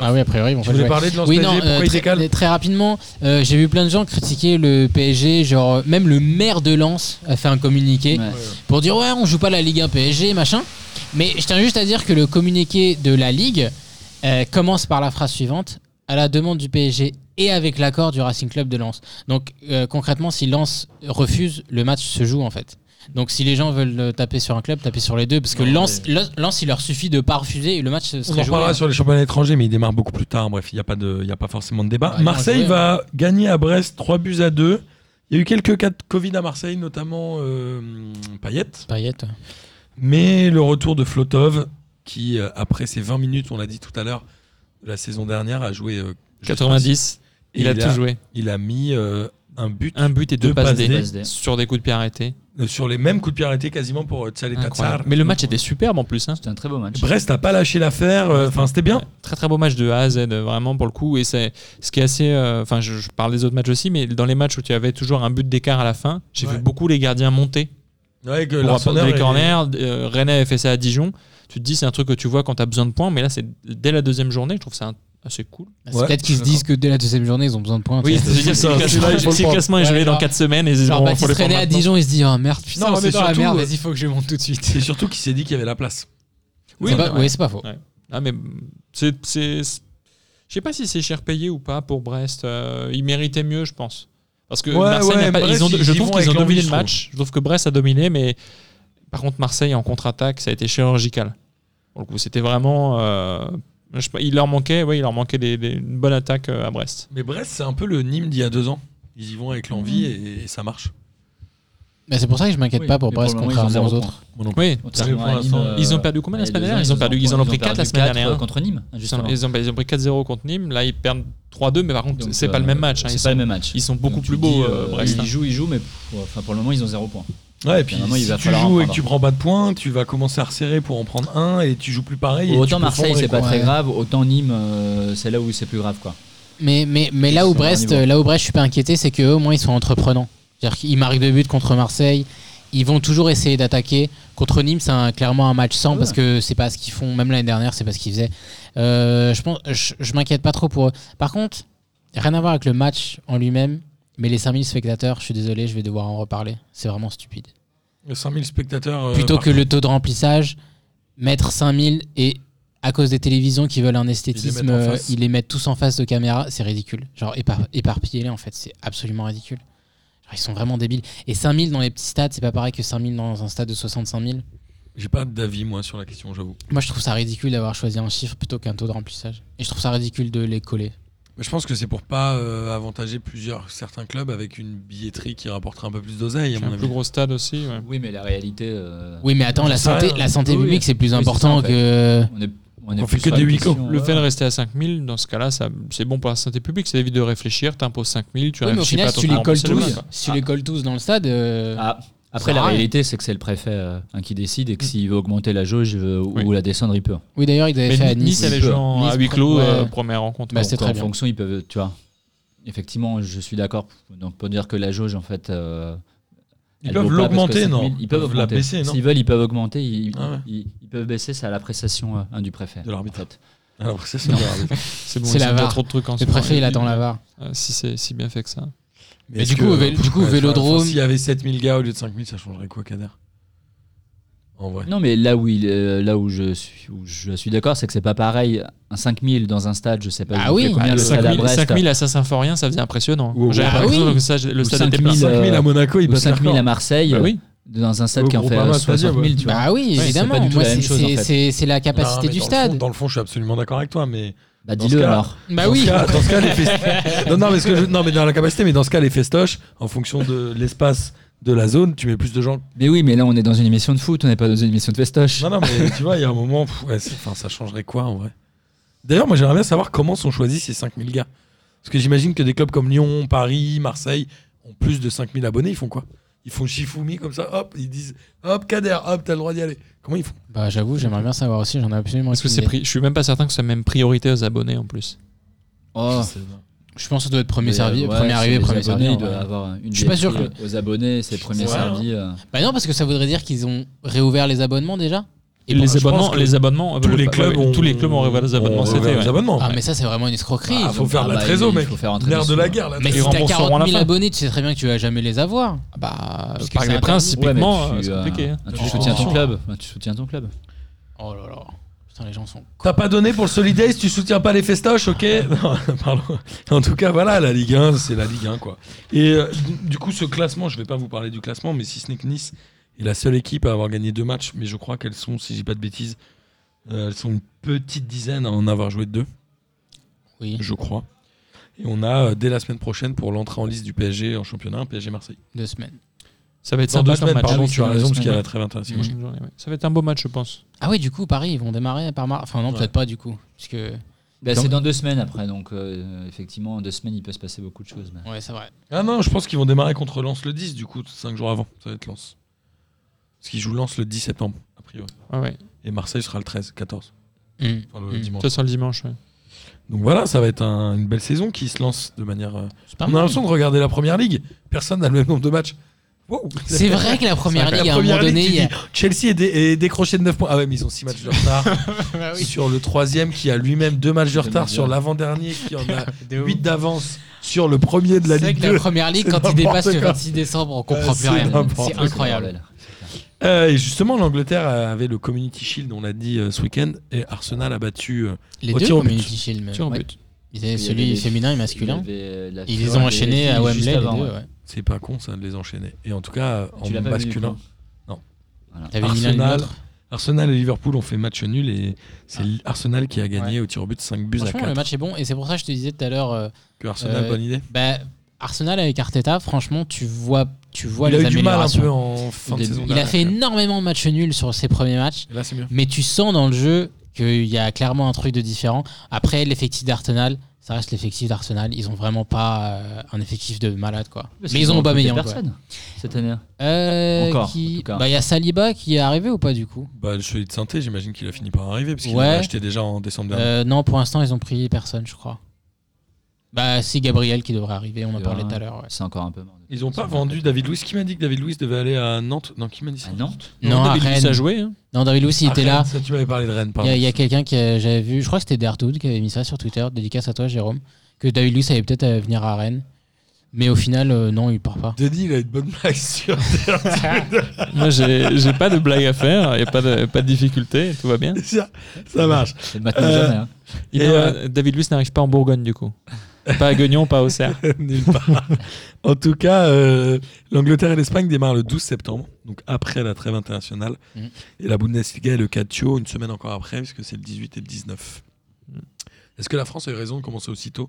F: Ah oui, a priori, ils vont
C: Tu
F: pas
C: voulais
F: jouer.
C: parler de Lens
F: Oui,
C: PSG
F: non,
C: Pourquoi
F: euh,
C: il
F: très,
C: décale
F: très rapidement, euh, j'ai vu plein de gens critiquer le PSG, genre euh, même le maire de Lens a fait un communiqué
G: Ouais.
F: pour dire ouais on joue pas la Ligue 1 PSG, machin. Mais je tiens juste à dire que le communiqué de la Ligue euh, commence par la phrase suivante, à la demande du PSG et avec l'accord du Racing Club de Lens. Donc euh, concrètement, si Lens refuse, le match se joue en fait. Donc si les gens veulent euh, taper sur un club, taper sur les deux, parce que
G: Non,
F: Lens, Lens- Lens, il leur suffit de pas refuser et le match se-
C: On
F: serait
C: en
F: joué.
C: reparlera sur les championnats étrangers, mais il démarre beaucoup plus tard. hein, Bref, il n'y a, pas de- il y a pas forcément de débat.
F: Bah, ils vont
C: Marseille
F: jouer, hein.
C: va gagner à Brest 3 buts à 2. Il y a eu quelques cas de Covid à Marseille, notamment euh, Payet.
F: Payet, ouais.
C: Mais le retour de Flotov, qui, euh, après ses 20 minutes, on l'a dit tout à l'heure, de la saison dernière, a joué euh, je sais pas si-
E: 90.
C: Et
E: Il a tout joué.
C: Il a mis euh, un but
E: Un but et
C: Deux
E: deux passes
C: passes
E: D
G: D.
E: sur des coups de pied arrêtés.
C: euh, sur les mêmes coups de pied arrêtés quasiment pour euh, Tsalé
E: Incroyable.
C: Tatsar.
E: Mais le match était superbe en plus. hein.
G: C'était un très beau match.
C: Brest n'a pas lâché l'affaire. euh, Enfin, c'était bien.
E: Ouais. Très très beau match de A à Z, euh, vraiment pour le coup. Et c'est ce qui est assez. euh, Enfin, je, je parle des autres matchs aussi, mais dans les matchs où tu avais toujours un but d'écart à la fin, j'ai
C: Ouais.
E: vu beaucoup les gardiens monter
C: Ouais, que
E: pour
C: Larsson
E: apporter des
C: est-
E: corners. euh, René avait fait ça à Dijon. Tu te dis, c'est un truc que tu vois quand tu as besoin de points, mais là, c'est dès la deuxième journée. Je trouve ça un- assez cool.
F: C'est
C: Ouais,
F: peut-être
C: je
F: qu'ils se
C: suis
F: disent que dès la deuxième journée, ils ont besoin de points. tu
E: Oui,
F: sais.
E: c'est dire si
C: ça, celui-là,
E: le
C: il faut
E: classement-
C: le
E: si le
C: prendre.
E: classement est
F: Ouais,
E: gelé dans
F: genre-
E: 4 semaines, et
F: Genre,
E: on- faut
F: Baptiste
E: les prendre
F: René à
E: maintenant.
F: Dijon, il se dit Oh merde, putain,
C: Non,
F: on
C: mais
F: est dans la
C: surtout,
F: merde,
C: euh,
F: vas-y, faut que je monte tout de suite.
C: C'est surtout qu'il s'est dit qu'il y avait la place.
E: Oui, bah
F: c'est pas,
E: ouais.
F: ouais, c'est pas faux.
E: Ah, mais c'est. c'est- c'est- Je sais pas si c'est cher payé ou pas pour Brest. euh, ils méritaient mieux, je pense. Parce que
C: Ouais,
E: Marseille,
C: ouais,
E: n'a pas-
C: Brest,
E: ils ont,
C: ils-
E: je
C: ils
E: trouve
C: vont
E: qu'ils
C: avec
E: ont dominé
C: l'envie,
E: le
C: je trouve.
E: match. Je trouve que Brest a dominé, mais par contre, Marseille en contre-attaque, ça a été chirurgical. Pour le coup, c'était vraiment. euh, je sais pas, il leur manquait, ouais, il leur manquait des, des- une bonne attaque euh, à Brest.
C: Mais Brest, c'est un peu le Nîmes d'il y a deux ans. Ils y vont avec l'envie et, et ça marche.
F: Mais c'est pour ça que je m'inquiète
G: Oui,
F: pas pour
G: mais pour
F: Brest,
G: le moment, ils ont
F: contrairement aux
G: zéro
F: autres.
E: Oui,
G: Contrairement
C: Parce que
G: à
C: pour
G: Nîmes,
C: l'instant,
G: euh,
E: ils ont perdu combien la
G: il y a
E: semaine
G: deux
E: dernière
G: ans,
E: Ils ont perdu- ils en ont pris quatre
G: perdu
E: la semaine
G: quatre,
E: dernière.
G: euh, contre Nîmes,
E: Ils ont,
G: justement.
E: ils ont- ils ont pris 4-0 contre Nîmes. Là, ils perdent 3-2, mais par contre,
G: Donc,
E: c'est pas le
G: euh,
E: même match. hein.
G: C'est
E: Ils
G: pas
E: sont-
G: le même match.
E: ils sont beaucoup
G: Donc, tu
E: plus
G: dis,
E: beaux,
G: euh,
E: euh, Brest, hein.
G: Ils jouent, ils jouent, mais pff, enfin, pour le moment, ils ont zéro point.
C: Ouais, et puis
G: Finalement, il
C: si
G: va
C: tu
G: falloir en
C: joues et que
G: prendre.
C: tu prends pas de points, tu vas commencer à resserrer pour en prendre un et tu joues plus pareil. et tu
G: Autant
C: peux
G: Marseille,
C: sombrer,
G: c'est pas
C: quoi.
G: très grave. Autant Nîmes, euh, c'est là où c'est plus grave, quoi.
F: Mais, mais, mais
G: Ils
F: là, où
G: sont à leur
F: Brest,
G: niveau.
F: euh, là où Brest, je suis pas inquiété, c'est qu'eux, au moins, ils sont entreprenants. C'est-à-dire qu'ils marquent deux buts contre Marseille, ils vont toujours essayer d'attaquer. Contre Nîmes, c'est un- clairement un match sans
G: Ah ouais.
F: parce que c'est pas ce qu'ils font. Même l'année dernière, c'est pas ce qu'ils faisaient. Euh, je pense, je, je m'inquiète pas trop pour eux. Par contre, rien à voir avec le match en lui-même, mais les 5000 spectateurs, je suis désolé, je vais devoir en reparler. C'est vraiment stupide.
C: Il y a 5000 spectateurs. euh,
F: plutôt
C: par-
F: que le taux de remplissage, mettre 5000 et à cause des télévisions qui veulent un
C: Ils
F: esthétisme,
C: les mettent en
F: euh,
C: face.
F: ils les mettent tous en face de caméra, c'est ridicule. Genre épar éparpillé en fait, c'est absolument ridicule. Genre, ils sont vraiment débiles. Et 5000 dans les petits stades, c'est pas pareil que 5000 dans un stade de 65 000.
C: J'ai pas d'avis, moi, sur la question, j'avoue.
F: Moi je trouve ça ridicule d'avoir choisi un chiffre plutôt qu'un taux de remplissage. Et je trouve ça ridicule de les coller.
C: Mais Je pense que c'est pour pas euh, avantager plusieurs certains clubs avec une billetterie qui rapportera un peu plus d'oseille, à
E: un
C: mon
E: plus
C: avis.
E: gros stade aussi. ouais.
G: Oui, mais la réalité. euh,
F: Oui mais attends, la
C: Ça sert à
F: santé,
C: rien.
F: la santé
G: Oui, oui.
F: publique c'est plus
G: Oui, c'est ça,
F: important
G: en fait.
F: que...
G: On, est, est
C: On fait
G: plus
C: que
G: sur
C: des
G: la
C: huis clos.
G: question, euh,
E: Le
G: ouais.
E: fait de rester à 5000, dans ce cas-là, ça- c'est bon pour la santé publique. C'est évite de réfléchir. Tu imposes 5000, tu
F: Oui, mais au
E: réfléchis
F: final
E: pas
F: si
E: ton
F: tu les
E: temps,
F: colles
E: c'est le
F: tous,
E: même, quoi.
F: si tu les colles tous dans le stade... euh,
G: Ah, après,
F: Ça
G: la
F: arrive.
G: réalité, c'est que c'est le préfet euh, hein, qui décide et que s'il veut augmenter la jauge euh, ou
E: Oui.
G: la descendre, il peut.
F: Oui d'ailleurs ils avaient
E: Mais
F: fait à
E: Nice, Nice
F: Nice.
E: avait joué en-
F: Nice,
E: à huis clos,
F: ouais.
E: euh, première rencontre.
F: Bah, c'est
G: Donc,
F: très
G: en
F: bien.
G: fonction, ils peuvent, tu vois. Effectivement, je suis d'accord. Donc, pour dire que la jauge, en fait. euh,
C: Ils
G: elle
C: peuvent
G: vaut pas parce que
C: l'augmenter,
G: 5000,
C: non
G: Ils peuvent
C: la
G: augmenter.
C: baisser, non
G: S'ils veulent, ils peuvent augmenter. Ils,
C: Ah ouais.
G: ils- ils peuvent baisser, c'est à l'appréciation euh, hein, du préfet.
C: De l'arbitre.
G: en fait.
C: Alors, c'est ça.
E: C'est bon,
F: C'est
E: ils
F: la
E: ont déjà
F: VAR.
E: trop de trucs en ce
F: Le
E: moment.
F: préfet il attend la VAR.
E: Euh, Si c'est si bien fait que ça.
C: Mais
F: du coup, au vélo- du coup, au Vélodrome-
C: S'il y avait 7000 gars au lieu de 5000, ça changerait quoi, Kader En vrai.
G: Non, mais là où, il, euh, là où je suis, où je suis d'accord, c'est que c'est pas pareil. Un 5000 dans un stade, je sais pas.
F: Ah
G: je sais
F: oui.
G: combien
F: Ah,
G: le stade à
E: 5000
G: Brest.
E: 5000 à Saint-Symphorien, ça faisait impressionnant.
C: Ou-
E: J'avais
F: Ah
E: l'impression
F: oui.
E: que ça- le
G: Ou
E: stade était
G: 5000,
E: plein.
G: euh,
C: 5000 à Monaco, ils
G: Ou
C: peuvent
G: 5000 à Marseille,
F: euh,
E: Bah oui.
G: dans un stade
C: Au
G: qui en fait
C: Groupama
G: euh,
C: Stadium,
G: 60 000, tu vois.
F: Bah oui,
G: Ouais, c'est
F: évidemment.
G: pas du tout
F: Moi,
G: la
F: c'est-
G: même chose, en
F: c'est
G: fait.
F: c'est- c'est la capacité du stade.
C: dans le fond, je suis absolument d'accord avec toi, mais.
G: Bah
C: Dans
G: dis-le
C: ce cas-
G: alors.
F: Bah
C: dans
F: oui.
C: ce cas- dans ce cas, les fest- non, non, mais ce que je- non, mais dans la capacité, mais dans ce cas, les festoches, en fonction de l'espace de la zone, tu mets plus de gens.
G: Mais oui, mais là on est dans une émission de foot, on n'est pas dans une émission de festoche.
C: Non, non, mais tu vois, il y a un moment, pff, ouais, c'est- enfin, ça changerait quoi en vrai D'ailleurs, moi, j'aimerais bien savoir comment sont choisis ces 5000 gars. Parce que j'imagine que des clubs comme Lyon, Paris, Marseille ont plus de 5000 abonnés, ils font quoi Ils font Shifumi comme ça, hop, ils disent hop, Kader, hop, t'as le droit d'y aller. Comment ils font
F: Bah j'avoue, j'aimerais bien savoir aussi, j'en ai absolument
E: Parce que
F: aucune
E: c'est
F: idée.
E: pris. Je suis même pas certain que c'est même priorité aux abonnés en plus.
G: Oh.
C: Je sais pas.
F: Je pense que ça doit être premier
G: Mais,
F: servi,
G: euh, ouais,
F: premier
G: c'est
F: arrivé,
G: les
F: premier
G: abonnés,
F: servi. en
G: Il
F: vrai.
G: doit avoir une
F: Je suis pas sûr
G: billetterie aux abonnés, c'est premier
C: Ouais.
G: servi. euh.
F: Bah non, parce que ça voudrait dire qu'ils ont réouvert les abonnements déjà.
E: Et
C: bah,
E: les,
C: je
E: abonnements,
C: pense que
E: les abonnements,
C: Tous
E: euh,
C: les
E: bah,
C: clubs
E: ouais,
C: ont
E: tous les clubs ont révélé les abonnements.
C: ont
E: C'était
C: révélé
E: ouais.
C: les abonnements.
F: Ah mais ça c'est vraiment une escroquerie.
C: Ah, faut faire de la
G: bah,
C: trésor,
G: il
C: mec.
G: faut faire rentrer
C: Nerf de
G: dessus,
C: la
G: ouais.
C: guerre, là.
F: mais
E: ils
F: si t'as
E: rembourseront à la
F: 40 000
E: fin.
F: abonnés, tu sais très bien que tu vas jamais les avoir.
E: Bah,
F: Parce que
E: Parc
F: c'est
E: des Princes,
G: Ouais, mais
E: typiquement, euh,
G: tu,
E: c'est
G: euh,
E: compliqué. hein.
G: Tu
F: Oh.
G: soutiens ton club. Tu soutiens ton club.
F: Oh là là. Putain, les gens sont.
C: T'as pas donné pour le Solidays, tu soutiens pas les festoches, ok Non, pardon. En tout cas, voilà, la Ligue 1, c'est la Ligue 1, quoi. Et euh, du coup, ce classement, je vais pas vous parler du classement, mais si ce n'est que Nice est la seule équipe à avoir gagné deux matchs, mais je crois qu'elles sont, si j'ai pas de bêtises, euh, elles sont une petite dizaine à en avoir joué deux,
F: Oui,
C: je crois. Et on a, euh, dès la semaine prochaine, pour l'entrée en liste du PSG en championnat, un PSG Marseille.
F: deux semaines.
E: Ça va être
C: Dans deux
E: sympa comme
C: semaines,
E: match.
C: pardon,
E: Oui,
C: tu
E: c'est
C: as
E: dans
C: raison,
E: deux
C: parce qu'il y a
E: semaines.
C: la trêve internationale.
G: Mhm.
E: Prochaine journée, ouais. Ça va être un beau match, je pense.
F: Ah oui, du coup, Paris, ils vont démarrer par Mar. Enfin non, peut-être pas du coup, parce que.
G: Bah, c'est dans deux semaines après, donc euh, effectivement, en deux semaines, il peut se passer beaucoup de choses. mais-
F: Ouais, c'est vrai.
C: Ah non, je pense qu'ils vont démarrer contre Lens le 10, du coup, 5 jours avant. Ça va être Lens. Parce qu'ils jouent Lens le 10 septembre, a priori.
E: Ah ouais.
C: Et Marseille sera le 13, 14.
F: Hmm.
C: Enfin, le
F: Mm.
C: dimanche.
E: Ça sera le dimanche. ouais.
C: Donc voilà, ça va être un- une belle saison qui se lance de manière. euh,
F: C'est pas
C: On a
F: mal.
C: l'impression de regarder la première ligue. Personne n'a le même nombre de matchs. Wow.
F: C'est vrai que la première
C: La
F: ligue, à un
C: première
F: moment donné,
C: ligue,
F: il y a-
C: tu dis, Chelsea est, dé- est décroché de 9 points. Ah ouais, mais ils ont 6 matchs de retard.
F: Bah
C: Sur le troisième qui a lui-même 2 matchs de retard, sur l'avant-dernier qui en a 8 d'avance sur le premier de la
F: C'est vrai
C: Ligue
F: que la
C: 2.
F: première ligue,
C: c'est
F: quand
C: n'importe
F: il dépasse le
C: quoi.
F: 26 décembre, on comprend
C: Euh,
F: plus
C: c'est
F: rien.
C: n'importe
F: C'est
C: quoi.
F: incroyable.
C: Euh, et justement, l'Angleterre avait le Community Shield, on l'a dit euh, ce week-end, et Arsenal a battu. euh,
F: Les
C: Au
F: deux
C: tir au but.
F: community shield, même.
E: Tir au
G: Ouais.
E: but.
F: Ils avaient
G: Il y
F: celui
G: avait-
F: féminin et
G: Il
F: masculin.
G: y avait euh, la-
F: Ils
G: ouais,
F: les
G: il y
F: ont
G: avait
F: enchaînés
G: les
F: à
G: filles
F: Wembley,
G: juste
F: les
G: avant,
F: deux,
G: ouais.
F: ouais.
C: c'est pas con ça de les enchaîner. Et en tout cas, euh,
G: Tu l'as
C: en
G: pas vu,
C: masculin.
G: toi
F: T'avais mis l'un et
C: Arsenal,
F: l'autre.
C: Arsenal et Liverpool ont fait match nul et c'est Arsenal qui a gagné au tir au but 5 buts à
F: Ah. Franchement,
C: 4.
F: le match est bon et c'est pour ça que je te disais tout à l'heure. euh,
C: Que Arsenal,
F: Euh,
C: bonne idée.
F: bah, Arsenal avec Arteta, franchement, tu vois, tu vois
C: Il a
F: les
C: eu du mal un
F: améliorations.
C: peu en fin de
G: début.
C: saison.
F: Il a
C: dernière,
F: fait
C: quoi.
F: énormément de matchs nuls sur ses premiers matchs,
C: Et Là, c'est mieux.
F: mais tu sens dans le jeu qu'il y a clairement un truc de différent. Après, l'effectif d'Arsenal, ça reste l'effectif d'Arsenal. Ils ont vraiment pas euh, un effectif de malade, quoi.
G: Parce
F: mais
G: qu'ils
F: ils ont Aubameyang. quoi.
G: personne cette année. hein.
F: Euh,
G: Encore,
F: qui-
G: en tout cas.
F: Bah, il y a Saliba qui est arrivé ou pas du coup
C: Bah, le celui de synthé, j'imagine qu'il a fini par arriver parce qu'il
F: Ouais.
C: l'a acheté déjà en décembre dernier.
F: Euh, Non, pour l'instant, ils ont pris personne, je crois. Bah, c'est Gabriel qui devrait arriver. On en
G: Il
F: parlait tout
G: devrait.
F: à l'heure. ouais.
G: C'est encore un peu mort.
C: Ils ont pas vendu David Luiz. Qui m'a dit que David Luiz devait aller à Nantes Non, qui m'a dit ça
G: À Nantes
F: Non, à
E: David Luiz a
F: Rennes.
E: joué. hein.
F: Non, David Luiz, Ah, il
C: Ah,
F: était
C: Rennes,
F: là.
C: ça, tu m'avais parlé de Rennes,
F: Il
C: pardon.
F: y a, il y a quelqu'un que j'avais vu, je crois que c'était Derdoud qui avait mis ça sur Twitter, dédicace à toi Jérôme, que David Luiz allait peut-être euh, venir à Rennes. Mais au final, euh, non, il part pas.
C: Denis, il a une bonne blague sur.
E: Moi, j'ai j'ai pas de blague à faire. Il n'y a pas de, pas de difficulté. Tout va bien.
C: ça, ça marche.
G: C'est maintenant
C: Euh,
G: jamais. hein.
E: Il
C: Et,
E: n'a-
C: euh,
E: David Luiz n'arrive pas en Bourgogne, du coup. Pas à Guignon, pas au Serre.
C: Nulle part. en tout cas, euh, l'Angleterre et l'Espagne démarrent le 12 septembre, donc après la trêve internationale.
F: Mm.
C: Et la Bundesliga et le Calcio une semaine encore après, puisque c'est le 18 et le 19.
G: Mm.
C: Est-ce que la France a eu raison de commencer aussitôt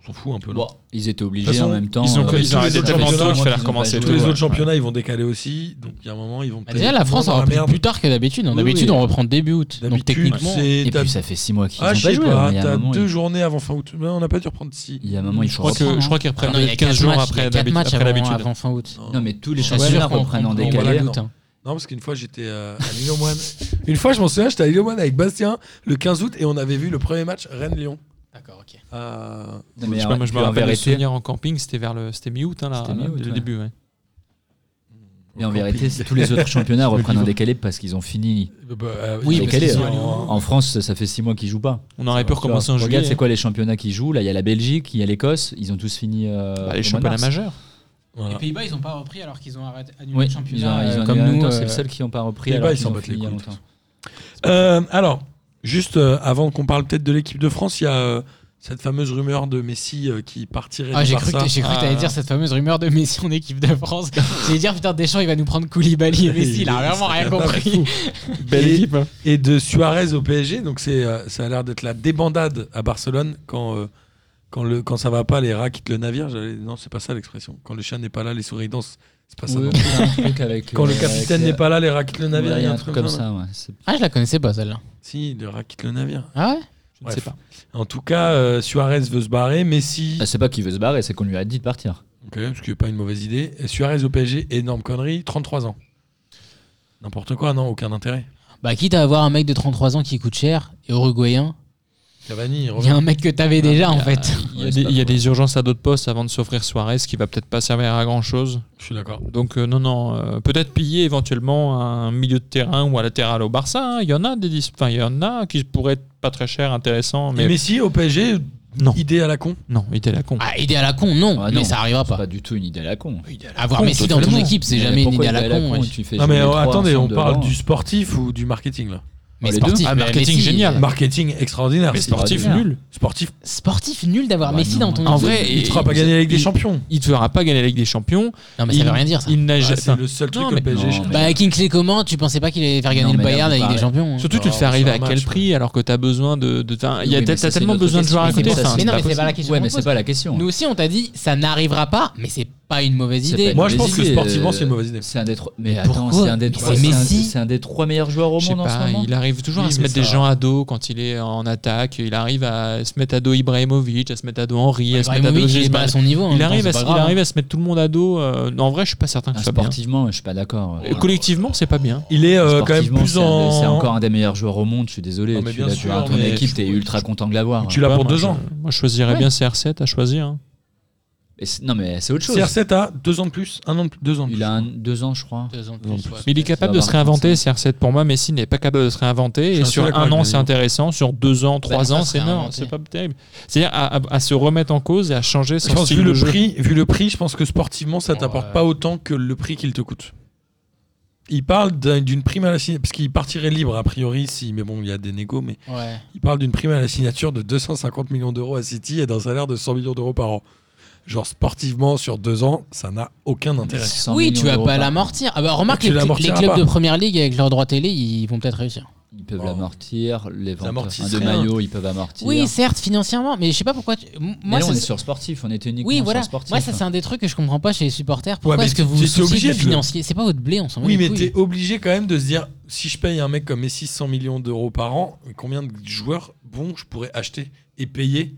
C: On s'en fout un peu. non
G: Bon, ils étaient
C: De toute
G: obligés
C: façon,
G: en même temps.
E: ils ont- ils ont
G: euh, tous les
E: arrêté
G: autres
E: tellement tôt
G: championnats
E: qu'il fallait
G: qu'ils ont pas
E: recommencer
G: joué.
C: Tous les
E: ouais.
C: autres championnats, ils vont décaler aussi. Donc il y a un moment, ils vont.
F: Bah,
C: peut-être
F: déjà, la
C: être
F: France a
C: dans
F: repris
C: merde.
F: plus tard que d'habitude. hein.
C: Oui,
F: D'habitude,
C: oui.
F: on reprend début août. Donc
C: D'habitude,
F: techniquement,
C: c'est.
G: Et
C: t'as-
G: puis ça fait 6 mois qu'ils ont
C: Ah,
G: pas
C: je sais
G: joué. hein,
C: pas,
G: Il y a
C: t'as
G: un moment,
C: deux
G: il-
C: journées avant fin août. Mais on n'a pas dû reprendre si.
G: il y a un moment, il
E: Je
G: faut
E: crois que-
G: reprendre,
E: je
G: hein.
E: crois qu'ils
F: Ah non, il y
E: reprennent 15
F: a quatre
E: jours
F: matchs, il y
E: après
F: a quatre
E: d'habitude.
F: matchs
E: après
F: avant,
E: l'habitude.
F: avant fin août.
G: Non, mais tous les
F: Je t'assure
G: championnats
F: qu'on
G: reprennent en
F: on voit
G: décalé.
F: la
C: non.
F: goutte, hein.
C: Non, parce qu'une fois j'étais euh, à l'île aux Moines. Une fois, je m'en souviens, j'étais à l'île aux Moines avec Bastien le 15 août et on avait vu le premier match Rennes-Lyon. Euh,
F: D'accord, ok.
C: à-
G: Non, mais
E: Je sais pas, moi, je me
G: en
E: rappelle le
G: vérité-
E: souvenir en camping, c'était vers le, c'était mi-août, hein, là,
G: C'était
E: là,
G: mi-août,
E: le
G: ouais.
E: début. ouais.
G: Et en vérité, c'est tous les autres championnats reprennent en décalé parce qu'ils ont fini.
C: Bah, euh,
F: Oui,
C: parce
G: décalé,
C: qu'ils
G: hein.
C: sont en-
G: En France, ça- ça fait 6 mois qu'ils jouent pas.
E: On aurait pu recommencer en juillet.
G: Regarde, c'est quoi les championnats qui jouent Là, il y a la Belgique, il y a l'Écosse. Ils ont tous fini. euh,
E: Bah,
G: au mois
E: Les
G: de
E: championnats
G: mars.
E: majeurs.
C: Voilà.
F: Les Pays-Bas, ils ont pas repris alors qu'ils ont arrêté annulé
G: Oui,
F: le
G: ils ont,
F: championnat.
G: ils
F: euh,
G: ont
F: comme
G: annulé en même
F: nous,
G: temps, c'est
F: euh,
G: le seul qui n'ont pas repris.
C: les
G: alors
C: Pays-Bas, ils
G: qu'ils
C: s'en
G: ont
C: battent
G: fini
C: les
G: il y a
C: couilles, de
G: longtemps.
C: Euh, alors, juste euh, avant qu'on parle peut-être de l'équipe de France, il y a euh, cette fameuse rumeur de Messi euh, qui partirait.
F: Ah,
C: du
F: j'ai cru
C: Barça.
F: que j'ai cru que t'allais
E: Ah.
F: dire cette fameuse rumeur de Messi en équipe de France. J'allais dire putain Deschamps il va nous prendre Koulibaly et Messi, il a vraiment rien compris.
C: Et-
E: équipe.
C: et de Suarez au PSG. Donc c'est, euh, ça a l'air d'être la débandade à Barcelone quand, euh, quand, le, quand ça va pas, les rats quittent le navire. J'allais- Non, c'est pas ça l'expression. Quand le chien n'est pas là, les souris dansent. C'est pas ça. non.
G: Oui, il y a un truc avec,
C: Quand
G: euh,
C: le
G: avec
C: capitaine
G: les-
C: n'est pas là, les rats quittent le
G: Ouais,
C: navire.
G: il y a un truc comme ça. ouais. C'est-
F: Ah, je la connaissais pas celle-là.
C: Si, les rats quittent le navire.
F: Ah ouais
E: Je ne sais pas.
C: En tout cas, euh, Suarez veut se barrer. Messi,
G: Ah, C'est pas qu'il veut se barrer, c'est qu'on lui a dit de partir.
C: Ok, ce qui n'est pas une mauvaise idée. Et Suarez au PSG, énorme connerie, 33 ans. N'importe quoi, non, aucun intérêt.
F: Bah, quitte à avoir un mec de 33 ans qui coûte cher et uruguayen,
C: Cavani, il
F: il y
C: revient.
F: a un mec que t'avais déjà en fait.
E: Il y a,
G: Ouais,
E: des,
G: c'est pas
E: il y a
G: faux.
E: des urgences à d'autres postes avant de s'offrir Suarez qui va peut-être pas servir à grand chose.
C: Je suis d'accord.
E: Donc euh, non, non, euh, peut-être piller éventuellement un milieu de terrain ou un latéral au Barça. hein. Il y en a des, dis- enfin il y en a qui pourraient être pas très chers, intéressants,
C: Mais
E: mais
C: Messi au PSG,
E: non,
C: idée à la con.
E: non, il était la con.
F: Ah, idée à la con, non,
G: Ah, non,
F: mais ça arrivera
G: C'est
F: pas.
G: pas du tout une idée à la con.
F: Avoir
C: con,
F: Messi dans ton
C: totalement.
F: équipe, c'est
G: Mais
F: jamais une
G: pourquoi
F: idée à la con. ouais.
G: tu fais
C: Non mais
G: jouer les
C: euh,
G: trois
C: attendez, on
G: ensemble
C: parle
G: devant.
C: du sportif ou du marketing là
F: Mais
G: les deux.
F: sportif,
E: Ah,
F: mais
E: marketing
F: Messi,
E: génial.
F: euh,
C: Marketing extraordinaire.
E: Mais
C: c'est-
E: sportif
G: ordinaire.
E: nul.
C: sportif,
F: Sportif nul d'avoir
G: Bah,
F: Messi
G: non.
F: dans ton
E: En
F: équipe.
E: vrai,
C: il ne
E: il-
C: fera pas
E: il-
C: gagner la Ligue des
E: il-
C: Champions.
E: Il ne fera pas gagner la Ligue des Champions.
F: Non, mais ça
E: il-
F: veut rien dire ça.
E: Il n'a ja-
C: Ah, c'est
E: enfin,
C: le seul truc
E: non,
C: que
E: mais-
C: le PSG
G: non,
C: échappe.
G: mais-
F: Bah, Kingsley comment tu pensais pas qu'il allait faire gagner le
G: Non, mais là,
F: Bayern
G: vous
F: avec des
G: parlez.
F: champions hein.
E: Surtout, tu te
C: Oh,
E: fais arriver
C: sur
E: à
C: un
E: quel
C: match,
E: prix alors que tu as besoin de. de t'as- il y a
G: Oui, mais
E: t'as-
G: ça,
E: t'as
G: c'est
E: tellement
G: une autre
E: besoin de joueurs à
G: question.
E: côté.
G: Mais ça,
E: enfin,
G: c'est-
F: Mais non,
E: pas
F: mais c'est
E: possible.
F: pas la question. hein.
G: Ouais,
F: qu'on
G: mais c'est
F: pose.
G: pas la question.
F: Nous aussi, on t'a dit, ça n'arrivera pas, mais c'est pas une mauvaise
G: C'est
F: idée.
G: pas
C: Moi, je
G: une
C: pense
G: mauvaise
C: que
G: idée,
C: sportivement,
G: euh,
C: c'est une mauvaise idée.
G: C'est un des trois. Mais
F: Pourquoi
G: attends, c'est un des
F: Mais
G: trois.
F: c'est
G: c'est un-
F: Messi.
G: C'est un des trois meilleurs joueurs au
E: Je sais
G: monde en ce
E: pas,
G: moment.
E: il arrive toujours
C: Oui,
E: à se
C: mais
E: mettre
C: ça-
E: des gens à dos quand il est en attaque. Il arrive à se mettre à dos Ibrahimovic, à se mettre à dos Henry, à se mettre à dos
F: Ibrahimovic, il est pas
E: Griezmann.
F: à son niveau. en
E: Il
F: même temps,
E: arrive,
F: c'est
E: à,
F: pas
E: se- il
F: grave, hein.
E: arrive à se mettre tout le monde à dos. euh, non, en vrai, je suis pas certain que
G: Ah,
E: ce soit bien.
G: Sportivement, je suis pas d'accord.
E: Et collectivement, c'est pas bien.
C: Il est euh, quand même
G: Sportivement,
C: plus
G: c'est un des- C'est
C: en.
G: encore un des meilleurs joueurs au monde, je suis désolé.
C: Non, mais
G: tu
C: bien
G: l'as
C: sûr,
G: joué dans ton
C: mais-
G: équipe, t'es ultra content de l'avoir.
C: Tu l'as
E: Ouais,
C: pour
E: moi,
C: deux
E: je-
C: ans.
E: Moi, je choisirais
F: Ouais.
E: bien CR7 à choisir. hein.
G: Et c'est- non, mais c'est autre chose.
C: CR7 a deux ans de plus, un an de plus, deux ans de
G: Il
C: plus.
G: a un- deux ans, je crois.
F: Deux ans de
C: Deux ans de
F: plus,
C: plus.
F: ouais.
E: Mais il est capable de se réinventer, CR7 pour moi. Messi n'est pas capable de se réinventer.
C: Je
E: Et
C: suis
E: sur
C: d'accord
E: un
C: avec
E: an,
C: David.
E: c'est intéressant. Sur deux ans, trois
F: pas
E: ans,
F: se
E: Bah, c'est non,
F: réinventer.
E: c'est pas terrible. C'est-à-dire à, à- à se remettre en cause et à changer
C: Je
E: son
C: pense,
E: style
C: vu,
E: de
C: le
E: jeu.
C: prix, vu le prix, je pense que sportivement, ça
F: Ouais.
C: t'apporte pas autant que le prix qu'il te coûte. Il parle d'un- d'une prime à la signature, parce qu'il partirait libre a priori, si, mais bon, il y a des négos, mais
F: Ouais.
C: il parle d'une prime à la signature de 250 millions d'euros à City et d'un salaire de 100 millions d'euros par an. Genre sportivement, sur deux ans, ça n'a aucun intérêt.
G: 100
F: Oui,
G: millions
F: tu vas
G: d'euros
F: pas
G: par-
F: l'amortir. Ah bah, remarque,
C: Tu
F: les, petits- les
C: l'amortiras
F: clubs
C: pas.
F: de première ligue avec leur droit télé, ils vont peut-être réussir.
G: Ils peuvent
C: Oh.
G: l'amortir, les ventes
C: amortissent
G: hein, de
C: rien.
G: maillots, ils peuvent amortir.
F: Oui, certes, financièrement, mais je sais pas pourquoi. tu- m-
G: mais
F: Moi,
G: là, on
F: ça-
G: est sur sportif, on était uniquement
F: oui, voilà.
G: sur sportif. hein.
F: Moi, ça, c'est un des trucs que je comprends pas chez les supporters. Pourquoi
C: mais
F: est-ce que
C: t'es-
F: vous
C: t'es
F: vous souciez
C: obligé
F: du
C: de le-
F: financier C'est pas votre blé, on s'en va
C: Oui,
F: les
C: mais
F: couilles.
C: t'es obligé quand même de se dire si je paye un mec comme Messi 100 millions d'euros par an, combien de joueurs bons je pourrais acheter et payer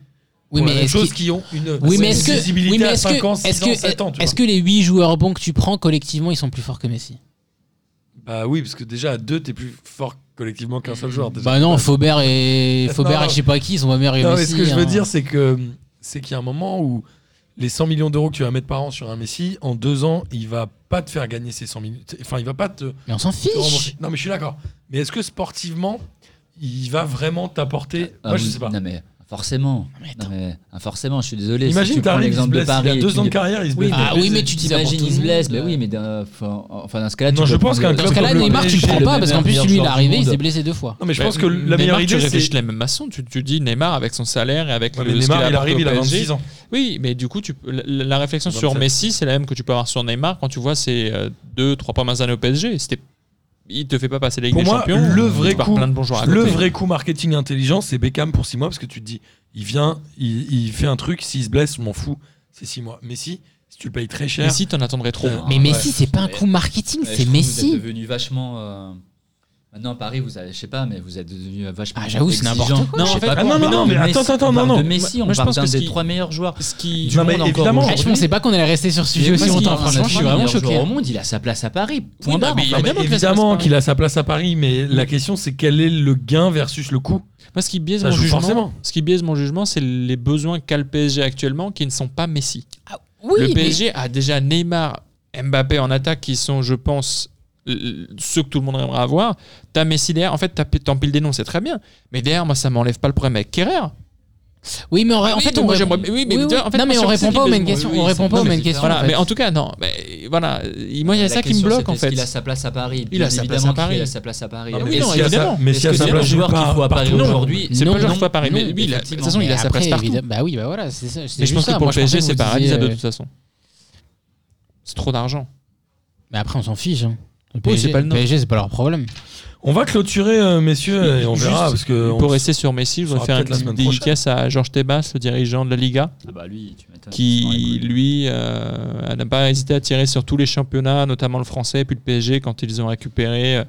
C: pour
F: Oui, mais
C: la même
F: est-ce
C: chose
F: qu'il-
C: qui ont une
F: Oui, mais est-ce que-
C: visibilité
F: oui, mais
C: à
F: est-ce que-
C: 5 ans, 6
F: est-ce
C: ans,
F: que-
C: 7 ans tu
F: Est-ce
C: vois.
F: que les 8 joueurs bons que tu prends collectivement, ils sont plus forts que Messi
C: Bah oui, parce que déjà à 2, t'es plus fort collectivement qu'un seul joueur. déjà.
F: Bah non, Faubert et Faubert et je sais pas qui, ils sont pas meilleurs que
C: Non, mais
F: Messi.
C: ce que je
F: hein.
C: veux dire, c'est que c'est qu'il y a un moment où les 100 millions d'euros que tu vas mettre par an sur un Messi, en deux ans, il va pas te faire gagner ces 100 millions. Enfin, il va pas te,
F: Mais on s'en
C: te rembourser.
F: fiche.
C: Non, mais je suis d'accord. Mais est-ce que sportivement, il va vraiment t'apporter
G: Ah,
C: Moi, je
G: vous-
C: sais pas.
G: Non, mais forcément.
F: mais attends.
G: Non, mais, ah, forcément, je suis désolé. si
C: Imagine,
G: tu prends
C: t'arrives, il se
G: l'exemple de
C: blesse,
G: Paris.
C: il a
G: et
C: deux
G: tu
C: ans de
G: dis-
C: carrière, il se blesse.
F: Ah oui, mais tu dis ça pour
G: T'imagines,
F: tout
G: il se
F: le
G: blesse,
F: monde.
G: mais oui, mais d'un- enfin, enfin, dans ce cas-là, tu
C: Non, je
G: peux
C: pense
G: prendre
C: qu'un
G: le-
C: club
F: Dans ce cas-là,
C: comme le
F: Neymar, tu le
C: PSG,
F: prends
G: le
F: pas parce qu'en
G: meilleur
F: plus, lui, il
G: joueur
F: est
G: du
F: arrivé, il
G: monde.
F: s'est blessé deux fois.
C: Non, mais je pense
E: Mais-
C: que la
E: Bah, Neymar,
C: meilleure idée,
E: tu
C: c'est.
E: réfléchis de la même façon. Tu, tu dis Neymar avec son salaire et avec
C: Ouais,
E: le
C: mais
E: ce qu'il
C: Neymar, il
E: apporte
C: arrive,
E: au
C: il a
E: PSG.
C: 26 ans.
E: Oui, mais du coup, tu, peux- la, la- la réflexion sur
C: 27.
E: Messi, c'est la même que tu peux avoir sur Neymar quand tu vois ses euh, deux, trois premières années au PSG. C'était, il te fait pas passer les Ligue
C: Pour
E: des
C: moi,
E: Champions.
C: le
E: tu
C: vrai
E: perds
C: coup-
E: plein de bons joueurs à
C: Le
E: côté.
C: vrai coup marketing intelligent, c'est Beckham pour 6 mois parce que tu te dis, il vient, il, il fait un truc, s'il se blesse, on m'en fout, c'est 6 mois. Messi, si tu le payes très cher.
E: Messi, t'en attendrais trop.
C: Euh,
E: hein.
F: Mais
G: ouais.
F: Messi, c'est pas un
G: Mais-
F: coup marketing,
G: Ouais, je
F: c'est
G: trouve que Vous êtes
F: Messi.
G: devenu vachement. euh, Maintenant, à Paris, vous avez, je sais pas, mais vous êtes devenu vachement.
F: Ah, j'avoue, c'est
G: exigeant.
F: n'importe quoi.
G: Je
E: Non,
G: sais
E: en fait-
G: pas
E: Ah,
G: quoi.
C: non,
G: On
C: mais
G: parle
C: non,
G: de
C: mais
G: Messi,
C: attends, attends,
G: on
C: non,
G: parle
C: non.
G: De Messi, on
E: Moi, je
G: parle
E: pense
G: d'un
E: que ce
G: des
E: qui-
G: trois meilleurs joueurs.
E: Ce qui,
G: Du
C: Non, mais
G: monde encore
C: évidemment.
G: aujourd'hui.
F: Ah, je pensais pas qu'on allait rester sur ce sujet
G: Mais
F: aussi
G: moi, si
F: longtemps.
G: on parle
F: Franchement,
G: d'un
F: je suis
G: des
F: vraiment
G: meilleurs joueurs
F: choqué.
G: Au monde, il a sa place à Paris. Point
E: Oui,
G: barre.
E: bah, mais
G: enfin.
C: Non,
E: évidemment
C: mais
E: que ça se
C: évidemment
E: passe pas.
C: qu'il a sa place à Paris, mais la question c'est quel est le gain versus le coût.
E: Moi, ce qui biaise
C: Ça
E: mon
C: Bah, joue
E: jugement,
C: forcément.
E: ce qui biaise mon jugement, c'est les besoins qu'a le PSG actuellement qui ne sont pas Messi.
F: Oui,
E: le
F: mais-
E: PSG a déjà Neymar, Mbappé en attaque qui sont, je pense, l- ceux que tout le monde aimerait avoir. T'as Messi derrière. En fait, t'as- t'empiles des noms, c'est très bien. Mais derrière, moi, ça m'enlève pas le problème avec Kerrer.
F: Oui, mais en,
E: Ah
F: en
E: oui,
F: fait,
E: mais
F: on
E: moi,
F: rép-
E: j'aimerais- oui, mais tu vois, en fait,
F: non,
E: moi,
F: mais on
E: sur
F: répond
E: Messi,
F: pas aux
E: mais-
F: mêmes
E: oui,
F: questions.
G: oui,
F: on répond
G: c'est-
F: pas aux
G: non, mais
F: mêmes
G: c'est
F: questions.
E: Voilà.
F: en fait.
E: Mais en tout cas, non. Mais voilà, il- moi, il y a
G: La
E: ça qui me
G: question,
E: bloque
G: c'était
E: en fait.
G: Est-ce qu'il a sa place à Paris
E: Il a sa place à
G: Évidemment
E: Paris.
G: qu'il a sa place à Paris.
E: Ah
G: Est-ce
E: oui,
G: qu'il
E: non,
G: y a-
E: évidemment.
C: Mais
G: Est-ce
C: si à
G: que
C: sa
G: c'est
C: place,
G: un
C: je sais
G: joueur qu'il
C: pas,
G: faut à Paris
C: partout.
E: Non.
G: aujourd'hui
E: C'est pas
F: Non,
E: le genre
F: non,
E: pas Paris.
G: non,
E: Mais oui, il a- de toute
G: effectivement.
E: façon, il a sa
F: Après,
E: place partout.
F: évidemment- Bah oui, bah voilà, c'est ça.
E: Mais je pense que pour le PSG, c'est
F: paralysé
E: paralysable de toute façon. C'est trop d'argent.
F: Mais après, on s'en fiche. hein. Le
E: Oui, c'est
F: PSG,
E: pas le
F: le
E: nom.
F: PSG, c'est pas leur problème.
C: On va clôturer, euh, messieurs, et on
E: Juste,
C: verra parce que on-
E: Pour rester sur Messi, je
C: sera
E: voudrais faire une
C: peut-être la
E: petite
C: semaine prochaine.
E: dédicace à Georges Tebas, le dirigeant de la Liga.
G: Ah bah lui, tu m'étonnes.
E: qui lui euh, n'a pas hésité à tirer sur tous les championnats, notamment le français, puis le PSG quand ils ont récupéré euh,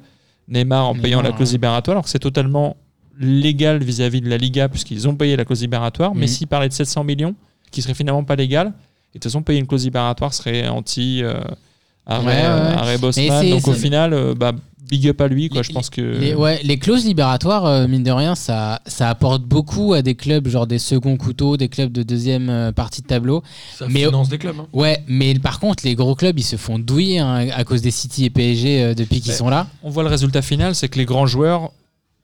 E: Neymar en
F: Neymar,
E: payant la clause
F: ouais.
E: libératoire, alors que c'est totalement légal vis-à-vis de la Liga puisqu'ils ont payé la clause libératoire.
F: Mhm.
E: Mais s'il parlait de 700 millions, qui serait finalement pas légal, et de toute façon payer une clause libératoire serait anti euh, arrêt,
F: Ouais, ouais, ouais.
E: euh, arrêt Bosman.
F: c'est-
E: Donc au
F: c'est-
E: final, euh, bah, big up à lui, quoi.
F: Les-
E: je pense que
F: Les, ouais, les clauses libératoires, euh, mine de rien, ça, ça apporte beaucoup à des clubs, genre des seconds couteaux, des clubs de deuxième euh, partie de tableau.
C: ça
F: mais-
C: finance des clubs. hein.
F: Ouais, mais par contre, les gros clubs, ils se font douiller hein, à cause des City et PSG euh, depuis qu'ils
E: Ouais.
F: sont là.
E: on voit le résultat final, c'est que les grands joueurs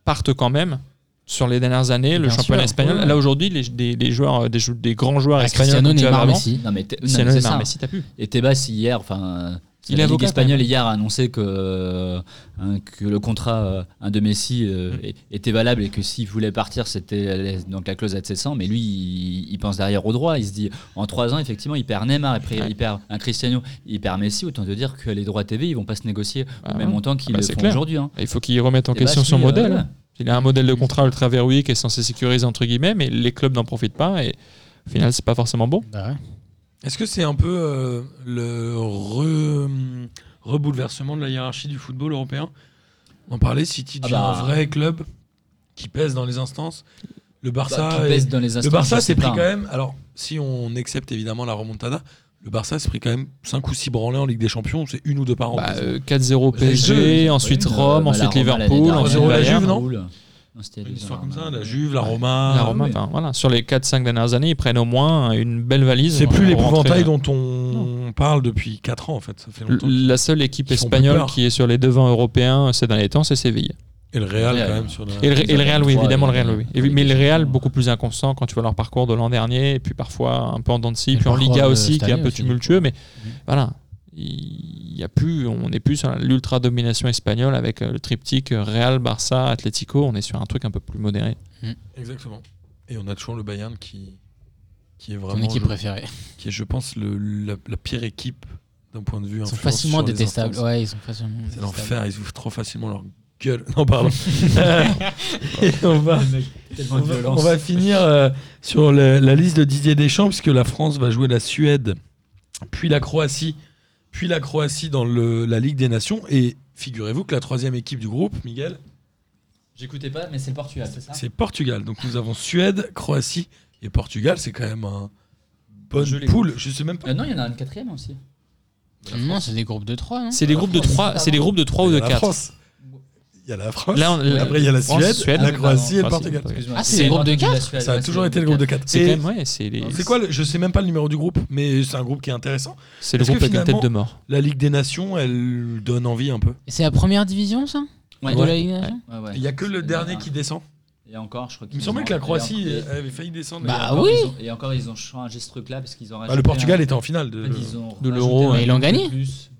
E: partent quand même. Sur les dernières années, le
F: Bien
E: championnat
F: sûr,
E: espagnol.
F: ouais.
E: Là aujourd'hui, les, des, des joueurs, euh, des, jou- des grands joueurs
F: Ah,
E: espagnols.
F: Cristiano,
E: comme tu
F: Neymar,
E: avais avant,
F: Messi.
G: Non mais t'es- non,
E: Cristiano
G: mais c'est
E: Neymar,
G: ça. hein.
E: Messi, t'as pu.
G: Et Tebas hier, enfin,
E: Il
G: il la
E: est
G: Ligue
E: avocat,
G: espagnole hier a annoncé que, hein, que le contrat euh, un de Messi euh,
E: Mm.
G: é- était valable et que s'il voulait partir, c'était la- donc la clause à 700. Mais lui, il, il pense derrière au droit. Il se dit, en trois ans, effectivement, il perd Neymar, après
E: Ouais.
G: il perd un Cristiano, il perd Messi. Autant te dire que les droits TV, ils vont pas se négocier
E: Ah
G: au même
E: non.
G: montant qu'ils
E: Ah bah,
G: le
E: c'est
G: font
E: clair.
G: aujourd'hui. hein.
E: Il faut qu'il remette en
G: Tebas,
E: question son
G: lui, euh,
E: modèle.
G: ouais.
E: Il a un modèle de contrat ultra verrouillé qui est censé sécuriser entre guillemets, mais les clubs n'en profitent pas et au final c'est pas forcément bon.
C: Est-ce que c'est un peu euh, le re- rebouleversement de la hiérarchie du football européen On en parlait, City
G: Ah
C: devient
G: bah.
C: un vrai club qui pèse dans les instances. Le Barça,
G: Bah, qui
C: est-
G: pèse dans les
C: Ah, le
G: instances,
C: Barça
G: je sais
C: s'est pris
G: pas,
C: quand
G: hein.
C: même. Alors, si on accepte évidemment la remontada, le Barça s'est pris quand même 5 ou 6 branlés en Ligue des Champions. C'est une ou deux par an.
E: Bah, euh, 4-0 PSG,
G: Ils ont
E: ensuite
G: pris une,
E: Rome,
G: euh,
E: ensuite
G: la Roma l'année
E: Liverpool,
G: dernière,
E: ensuite
C: la
E: Bayern.
C: Juve, non
G: Liverpool. Non, c'était
C: Une
G: les
C: histoire comme
G: Donnarumma.
C: ça, la Juve, la Roma.
E: la Roma, enfin, voilà. Sur les 4-5 dernières années, ils prennent au moins une belle valise.
C: C'est
E: pour
C: plus
E: rentrer.
C: l'épouvantail dont on parle depuis 4 ans en fait. Ça fait longtemps.
E: L- La seule équipe
C: Ils font plus
E: espagnole
C: peur. Ah,
E: qui est sur les devants européens ces derniers temps, c'est Séville.
C: Et le Real
G: Ouais.
C: quand même sur la-
E: Et le, et le Real, oui,
G: Trois,
E: évidemment, le
G: et-
E: Real, oui. Et-
G: et-
E: mais le Real,
G: et-
E: beaucoup plus inconstant quand tu vois leur parcours de l'an dernier, et puis parfois un peu en dents de scie,
F: Et
E: puis en
F: parfois,
E: Liga
F: euh,
E: aussi,
F: cette
E: qui est un
F: année
E: peu
F: aussi.
E: tumultueux, mais
F: Mhm.
E: voilà. Il y a plus, on n'est plus sur l'ultra domination espagnole avec euh, le triptyque euh, Real, Barça, Atlético. On est sur un truc un peu plus modéré.
C: Exactement. Et on a toujours le Bayern qui qui est
F: Ton
C: vraiment
F: équipe
C: je-
F: préférée.
C: qui est je pense le, la, la pire équipe d'un point de vue
F: Ils sont
C: influence
F: facilement
C: sur les
F: détestables.
C: instances.
F: Ouais, ils sont facilement.
C: C'est
F: détestables.
C: l'enfer, ils ouvrent trop facilement leur gueule. Non, pardon. Et on, va, on, va, on va finir euh, sur le- la liste de Didier Deschamps, puisque la France va jouer la Suède, puis la Croatie, puis la Croatie dans le- la Ligue des Nations. Et figurez-vous que la troisième équipe du groupe, Miguel,
G: J'écoutais pas, mais c'est le Portugal, c'est ça
C: Ah. c'est Portugal. Donc nous avons Suède, Croatie et Portugal. C'est quand même un bonne
G: Joli
C: poule. Je sais même pas.
G: Euh, Non, il y en a une quatrième aussi.
F: Non, c'est des groupes de 3, non
E: C'est des groupes de
G: France,
E: trois,
G: c'est
E: c'est des
G: pas
E: groupes de trois ou
C: Il y
E: de
C: a la
E: quatre.
C: France. Il y a la France.
E: Là, on-
C: après, il y a la
E: France,
C: Suède,
E: Suède,
C: la
G: pardon,
C: Croatie et le
E: Croatie,
C: Portugal.
G: Excuse-moi,
F: Ah, c'est les groupes de
G: Portugal,
F: quatre
G: Suède,
C: Ça a
G: ouais,
C: toujours
G: c'est
C: été le groupe de 4.
E: C'est quand même, ouais, c'est les-
C: C'est quoi le- Je sais même pas le numéro du groupe, mais c'est un groupe qui est intéressant.
E: c'est le
C: Est-ce que
E: groupe avec la tête de
C: finalement-
E: mort.
C: La Ligue des Nations, elle donne envie un peu.
F: C'est la première division, ça
G: Ouais,
F: De la
G: ouais,
F: Ligue des Nations
G: ouais.
C: Il y a que le
G: C'est
C: dernier
G: bien.
C: qui descend.
G: Il y a encore, je crois
C: Il me
G: qu'ils
C: semblait
G: ont-
C: que la
G: et
C: Croatie
G: encore-
C: avait failli descendre.
F: Bah,
C: Et-
F: Ah
G: encore,
F: oui
G: ils ont- Et encore, ils ont changé ce truc-là parce qu'ils ont
C: Bah, le Portugal était en finale. De,
G: Bah,
E: de l'Euro,
F: ouais. Ils l'ont gagné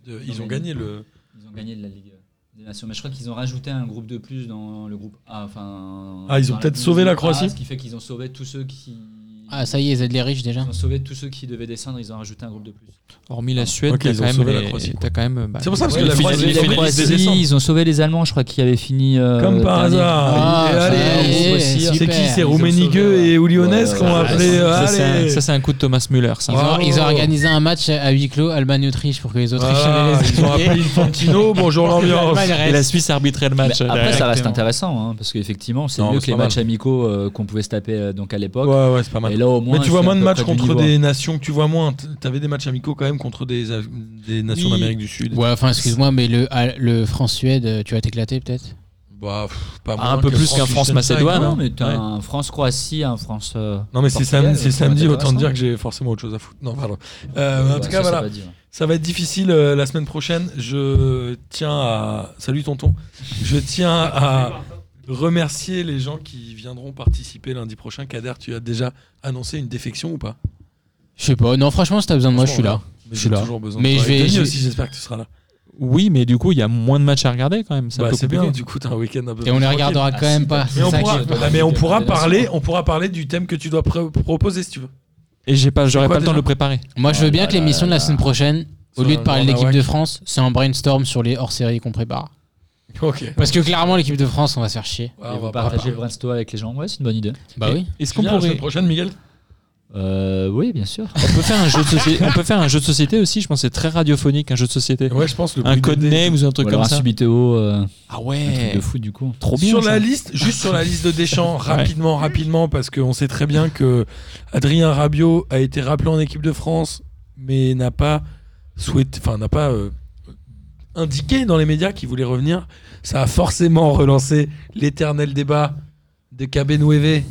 C: de- ils ont gagné le.
G: Ils ont gagné de la Ligue euh, des Nations. Mais je crois qu'ils ont rajouté un groupe de plus dans le groupe A. Enfin,
C: Ah, ils ont
G: dans
C: peut-être
G: le
C: sauvé la
G: groupe A,
C: Croatie
G: Ce qui fait qu'ils ont sauvé tous ceux qui.
F: Ah, ça y est, ils aident les riches déjà.
G: Ils ont sauvé tous ceux qui devaient descendre, ils ont rajouté un groupe de plus.
E: Hormis la Suède,
C: Ok,
E: t'as
C: ils ont
E: quand même
C: sauvé la
E: les-
C: Croatie, quoi.
E: t'as quand même. bah,
C: C'est pour ça, parce
E: les
C: que la
E: finalistes-
C: Croatie-
E: les
C: la
E: finalistes
C: Croatie-
E: des descentes.
G: ils ont sauvé les Allemands, je crois, qui avaient fini. euh,
C: Comme par
G: dernier.
C: hasard.
F: Ah,
C: Et
F: ça y
C: allez,
F: est,
C: hein. c'est
F: super.
C: qui C'est
G: Ils ont
C: Rouménigueux
G: sauvé,
C: et
G: ouais.
C: Oulionès
G: Ouais,
C: qu'on va
G: ouais,
C: appeler.
G: ouais.
E: Ça, c'est un-
C: euh, allez.
E: ça, c'est un coup de Thomas Müller.
F: Ils
E: Ça.
F: ont,
C: Bravo.
F: ils ont organisé un match à huis clos, Allemagne-Autriche, pour que les Autriches
C: Voilà,
F: allaient les
C: Ah, Ils ont appelé Infantino. Bonjour l'ambiance.
E: Et la Suisse arbitrait le
G: Mais
E: match. euh,
G: après, ça reste
E: Exactement.
G: intéressant, hein, parce qu'effectivement, c'est
C: Non, mais
G: mieux
C: c'est
G: que les
C: pas
G: matchs amicaux euh, qu'on pouvait se taper euh, donc à l'époque.
C: Ouais, ouais, c'est pas mal.
G: Et là, au moins,
C: mais tu
G: c'est
C: vois
G: à
C: moins de
G: peu
C: matchs
G: près du
C: contre
G: niveau. hein.
C: des nations, tu vois moins. T- T'avais des matchs amicaux quand même contre des, a- des nations
F: Oui.
C: d'Amérique du Sud.
F: Ouais, enfin, excuse-moi, mais le, ah, le France-Suède, euh, tu vas t'éclater peut-être
C: Bah, pff, pas
E: Ah, un
C: moins
E: peu
C: que
E: plus qu'un France-Macédoine,
C: Liechtenstein,
E: hein.
G: Non, mais t'as
E: Ouais.
G: un France-Croatie, un France. euh,
C: Non mais c'est
G: Portugal,
C: samedi, c'est
G: ça va
C: samedi
G: être
C: autant te dire
G: intéressant.
C: que j'ai forcément autre chose à foutre. Non, pardon. Euh, en
G: bah,
C: tout
G: ça,
C: cas,
G: c'est
C: voilà,
G: pas dit, ouais.
C: ça va être difficile euh, la semaine prochaine. Je tiens à... Salut tonton. Je tiens à remercier les gens qui viendront participer lundi prochain. Kader, tu as déjà annoncé une défection ou pas
F: Je sais pas, non, franchement, si t'as besoin de moi, je suis là.
C: Mais
F: Je
C: J'ai
F: suis là.
C: toujours besoin
F: Mais
C: de toi.
F: je
C: Et
F: vais-
C: Denis
F: je-
C: aussi, j'espère que tu seras là.
E: Oui, mais du coup, il y a moins de matchs à regarder quand même. C'est un
C: Bah,
E: peu
C: c'est bien,
E: compliqué.
C: du coup, t'as un week-end un peu
F: Et on
C: plus
F: les regardera
G: Ah,
F: quand
G: si,
F: même pas.
G: t'as-
C: Mais
F: C'est
C: on,
F: ça qui
C: pourra,
F: est
G: pas
C: bah,
G: mal.
C: mais on pourra
G: Bien sûr.
C: parler, on pourra parler du thème que tu dois pr- proposer si tu veux.
E: Et j'ai pas, j'aurais
C: quoi
E: pas le temps de
C: déjà
E: le préparer.
F: Moi, je veux bien
G: Voilà,
F: que
C: Ah,
F: l'émission de la semaine prochaine, au
C: Sur
F: lieu
C: un
F: de parler de
C: grand
F: l'équipe
C: Nawak.
F: de France, c'est un brainstorm sur les hors-séries qu'on prépare.
C: Ok.
F: Parce que clairement, l'équipe de France, on va se faire chier.
G: Et vous partagez le brainstorm avec les gens, ouais, c'est une bonne idée.
F: Bah oui.
E: Est-ce qu'on
C: Viens la
E: pourrait
C: semaine prochaine, Miguel.
G: Euh, oui, bien sûr.
E: on peut faire un jeu de société On peut faire un jeu de société aussi. Je pense que c'est très radiophonique un jeu de société.
C: Ouais, je pense le
E: Un
C: bruit
E: code
C: des dés.
E: name ou un truc
G: Ou
E: comme
G: alors un
E: ça.
G: Subiteo, euh,
E: Ah
G: un truc
E: ouais.
G: de foot du coup.
E: Trop bien.
C: Sur la
E: ça.
C: liste, juste sur la liste de Deschamps, rapidement, rapidement, parce qu'on sait très bien que Adrien Rabiot a été rappelé en équipe de France, mais n'a pas souhaité, enfin n'a pas euh, indiqué dans les médias qu'il voulait revenir. Ça a forcément relancé l'éternel débat de Cabenueve.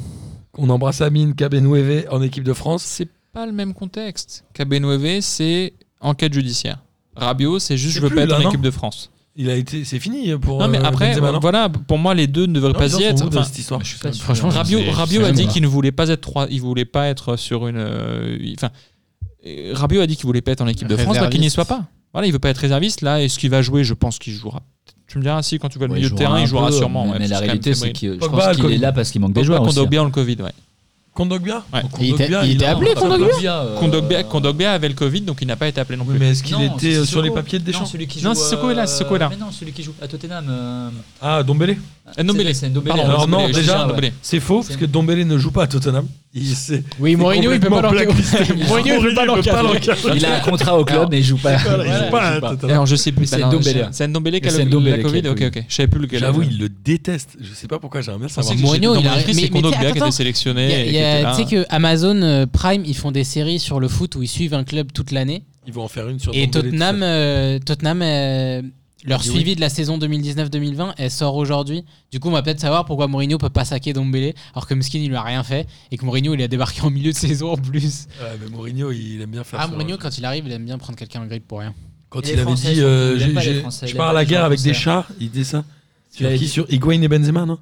C: On embrasse Amine Cabenueve en équipe de France.
E: C'est pas le même contexte. KB9, c'est enquête judiciaire. Rabio, c'est juste
C: C'est
E: je veux
C: plus
E: pas être
C: là,
E: en
C: non
E: équipe de France.
C: Il a été, c'est fini pour.
E: Non mais
C: euh,
E: après,
C: Benzema, non
E: voilà, pour moi les deux ne devraient
C: Non,
E: pas
C: ils en
E: y
C: sont
E: être.
C: où de
E: Enfin,
C: cette histoire. Je suis pas sûr.
F: Franchement,
E: Rabio,
F: je sais-
E: Rabio
F: je sais
E: a
F: même
E: dit
F: pas.
E: qu'il ne voulait pas être trois, il voulait pas être sur une. euh, il- Enfin, euh, Rabiot a dit qu'il voulait pas être en équipe de France, donc il n'y
F: Réserviste.
E: soit pas. Voilà, il veut pas être réserviste. Là, est-ce qu'il va jouer Je pense qu'il jouera. Tu me diras si quand tu vas le
G: Ouais,
E: milieu de terrain,
G: un
E: il jouera
G: peu,
E: sûrement.
G: Mais,
E: ouais,
G: mais la
E: parce que
G: réalité,
E: quand
G: c'est
E: même,
G: que je
C: Pogba,
G: pense qu'il
C: Covid.
G: est là parce qu'il manque des
E: Pogba,
G: joueurs. aussi.
E: Kondogbia, on le Covid, ouais.
C: Kondogbia.
E: Ouais.
F: Et il,
C: Kondogbia,
F: t'a- il
C: il
F: était
C: a-
F: appelé, Kondogbia
G: euh,
E: Kondogbia, Kondogbia avait le Covid, donc il n'a pas été appelé non
C: Oui,
E: plus.
C: mais est-ce qu'il
G: Non,
C: était
G: c'est
C: euh, sur les
G: Sissoko.
C: papiers de Deschamps
G: Non, celui qui
E: Non,
G: joue,
E: Sissoko est là,
G: euh,
E: Sissoko est là.
G: Mais non, celui qui joue à Tottenham. euh,
C: Ah, Dombélé.
E: Ah, Ndombele.
G: c'est- c'est Ndombele,
E: Pardon,
G: ouais,
C: Alors non,
E: Ndombele,
G: Ndombele,
C: déjà,
G: ouais.
E: Ndombele.
C: C'est faux, parce que Dombélé ne joue pas à Tottenham. Il s'est
F: Oui, Mourinho, il peut pas
C: complètement blacklisté.
F: l'encadrer. Mourinho, il peut pas l'encadrer.
G: Il a un contrat au club, mais il joue pas.
C: Voilà, il
G: Voilà,
C: joue pas à
G: il joue pas.
C: Tottenham.
E: Alors je sais plus.
G: C'est
E: alors,
G: Ndombele. hein.
E: je- C'est Ndombele qui a
G: C'est
E: le-
G: Ndombele
E: la
G: qui a
E: Covid.
G: le
E: Ok,
G: Covid.
E: ok. Je savais plus lequel.
C: J'avoue, il le déteste. Je sais pas pourquoi, j'aimerais bien
E: Je
C: savoir.
E: pensais que
F: Mourinho,
E: j'étais
F: il
E: dans
F: a-
E: mon esprit,
F: mais-
E: c'est
F: mais
E: Kondogbia
F: t'sais,
E: qui était
F: attends, Il y a-
E: sélectionné. et
F: il
E: qui
F: y
E: était
F: a-
E: là.
F: Tu sais que Amazon euh, Prime, ils font des séries sur le foot où ils suivent un club toute l'année.
C: Ils vont en faire une sur
F: Et
C: Dombélé, tout
F: Tottenham,
C: ça.
F: euh, Tottenham euh, Leur
C: Dis
F: suivi de la saison 2019-2020, elle sort aujourd'hui. Du coup, on va peut-être savoir pourquoi Mourinho peut pas saquer Dombélé, alors que Mskin, il lui a rien fait, et que Mourinho, il a débarqué en milieu de saison en plus.
C: Ouais, mais Mourinho, il aime bien faire
F: Ah,
C: ça.
F: Mourinho, quand il arrive, il aime bien prendre quelqu'un en grippe pour rien.
C: Quand il
G: Et les
C: avait
G: Français
C: dit
G: sont-
C: euh,
G: ils
C: j'ai-
G: aiment pas les
C: j'ai-
G: Français,
C: Je
G: ils
C: pars à
G: aiment
C: la
G: pas les
C: guerre
G: gens
C: avec des
G: français.
C: chats, il disait ça. Sur,
G: l'avais
C: qui
G: dit.
C: Sur Higuain et Benzema, non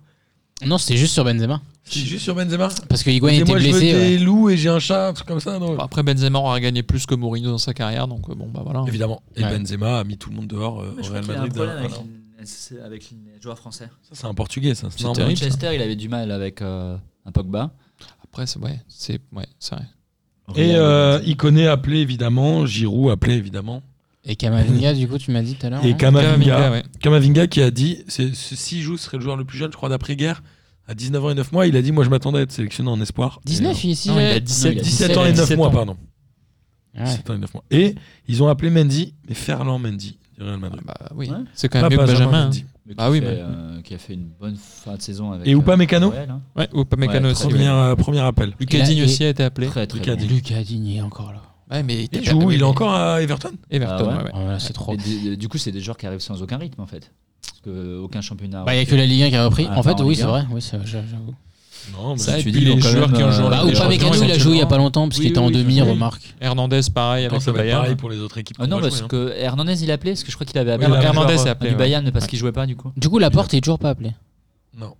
F: Non, c'était juste sur Benzema.
C: C'est juste sur Benzema
F: Parce que Higuain
C: Disais,
F: était
C: Moi, je veux
F: blessé. ouais.
C: des loups et j'ai un chat, un truc comme ça, non
E: Bon, Après, Benzema aura gagné plus que Mourinho dans sa carrière, donc euh, bon, bah voilà.
C: Évidemment. Et
F: Ouais.
C: Benzema a mis tout le monde dehors euh,
G: Mais
C: au
G: je crois
C: Real
G: qu'il y a un
C: Madrid.
G: problème
C: d'un-
G: avec,
C: un an.
G: les- c'est- avec les joueurs français.
C: Ça, c'est un portugais, ça. C'est
E: C'est
C: normal.
E: terrible. ça.
G: Manchester, il avait du mal avec euh, un Pogba.
E: Après, c'est ouais, c'est ouais, c'est vrai.
C: Et
G: Real,
C: euh,
G: il-
C: Iconé appelé, évidemment. Giroud appelé, évidemment.
F: Et Kamavinga, du coup, tu m'as dit tout à l'heure.
C: Et
F: hein
C: Kamavinga.
E: ouais.
C: Kamavinga qui a dit c'est- ce- s'il joue, ce serait le joueur le plus jeune, je crois, d'après-guerre. À 19 ans et 9 mois, il a dit Moi, je m'attendais à être sélectionné en espoir.
F: 19 ici.
E: Non, il a
G: il a
E: 17,
C: 17 ans et 9 mois, pardon.
F: Ouais.
C: 17 ans et 9 mois. Et ils ont appelé Mendy, mais Ferland Mendy du Real Madrid.
E: Bah oui,
G: Ouais.
E: c'est quand même
C: Pas
E: mieux que
C: Benjamin
E: Benjamin. hein.
C: Mendy.
G: mais qui
E: Ah oui,
G: fait,
E: mais-
G: euh, qui a fait une bonne fin de saison avec.
C: Et Upamecano
G: Real, hein.
E: Ouais, ou pas Mécano
G: Ouais,
E: aussi.
C: Premier,
E: ouais.
C: euh, premier appel.
E: Lucas
F: Il a-
E: Digne
F: il-
E: aussi a été appelé.
G: Très très
C: Lucas
G: bon.
C: Digne.
F: Lucas Digne est encore là.
E: Ouais, mais
C: Il
E: t'as
C: joue,
E: perdu,
C: il est
E: mais-
C: encore à Everton
E: Everton,
G: Ah ouais.
E: ouais, ouais.
F: Oh là, c'est trop.
G: Et du- Du coup, c'est des joueurs qui arrivent sans aucun rythme en fait. Parce que euh, aucun championnat.
F: Bah, il n'y a que la Ligue 1 qui a repris.
G: Ah,
F: en fait,
G: en
F: oui,
G: Ligue
F: c'est
G: 1.
F: vrai. Oui, c'est- j'avoue.
C: Non, mais
E: Ça, et puis
G: tu dis, ils ont
E: les
G: quand
E: joueurs
G: même,
E: qui ont joué
G: euh,
E: en
F: Bah,
G: Bah,
E: Ligue
F: ou
E: des
F: pas
E: Champions,
F: Mécano, il a joué il n'y a pas longtemps, parce qu'il
G: Oui,
F: était en
G: oui,
F: demi,
G: oui.
F: remarque.
E: Hernandez, pareil,
C: Attends,
E: avec
C: ça
E: le
C: va être pareil
E: Bayern.
C: pour les autres équipes.
G: Ah non,
E: bah,
C: qu'on va
G: parce
C: jouer, hein.
G: que Hernandez il a appelé, parce que je crois qu'il avait appelé
E: il a
G: un
E: Hernandez
G: joueur,
E: est
G: euh,
E: appelé,
G: du
E: ouais.
G: Bayern, mais parce qu'il jouait pas du coup.
F: Du coup, la porte est toujours pas appelée.
C: Non.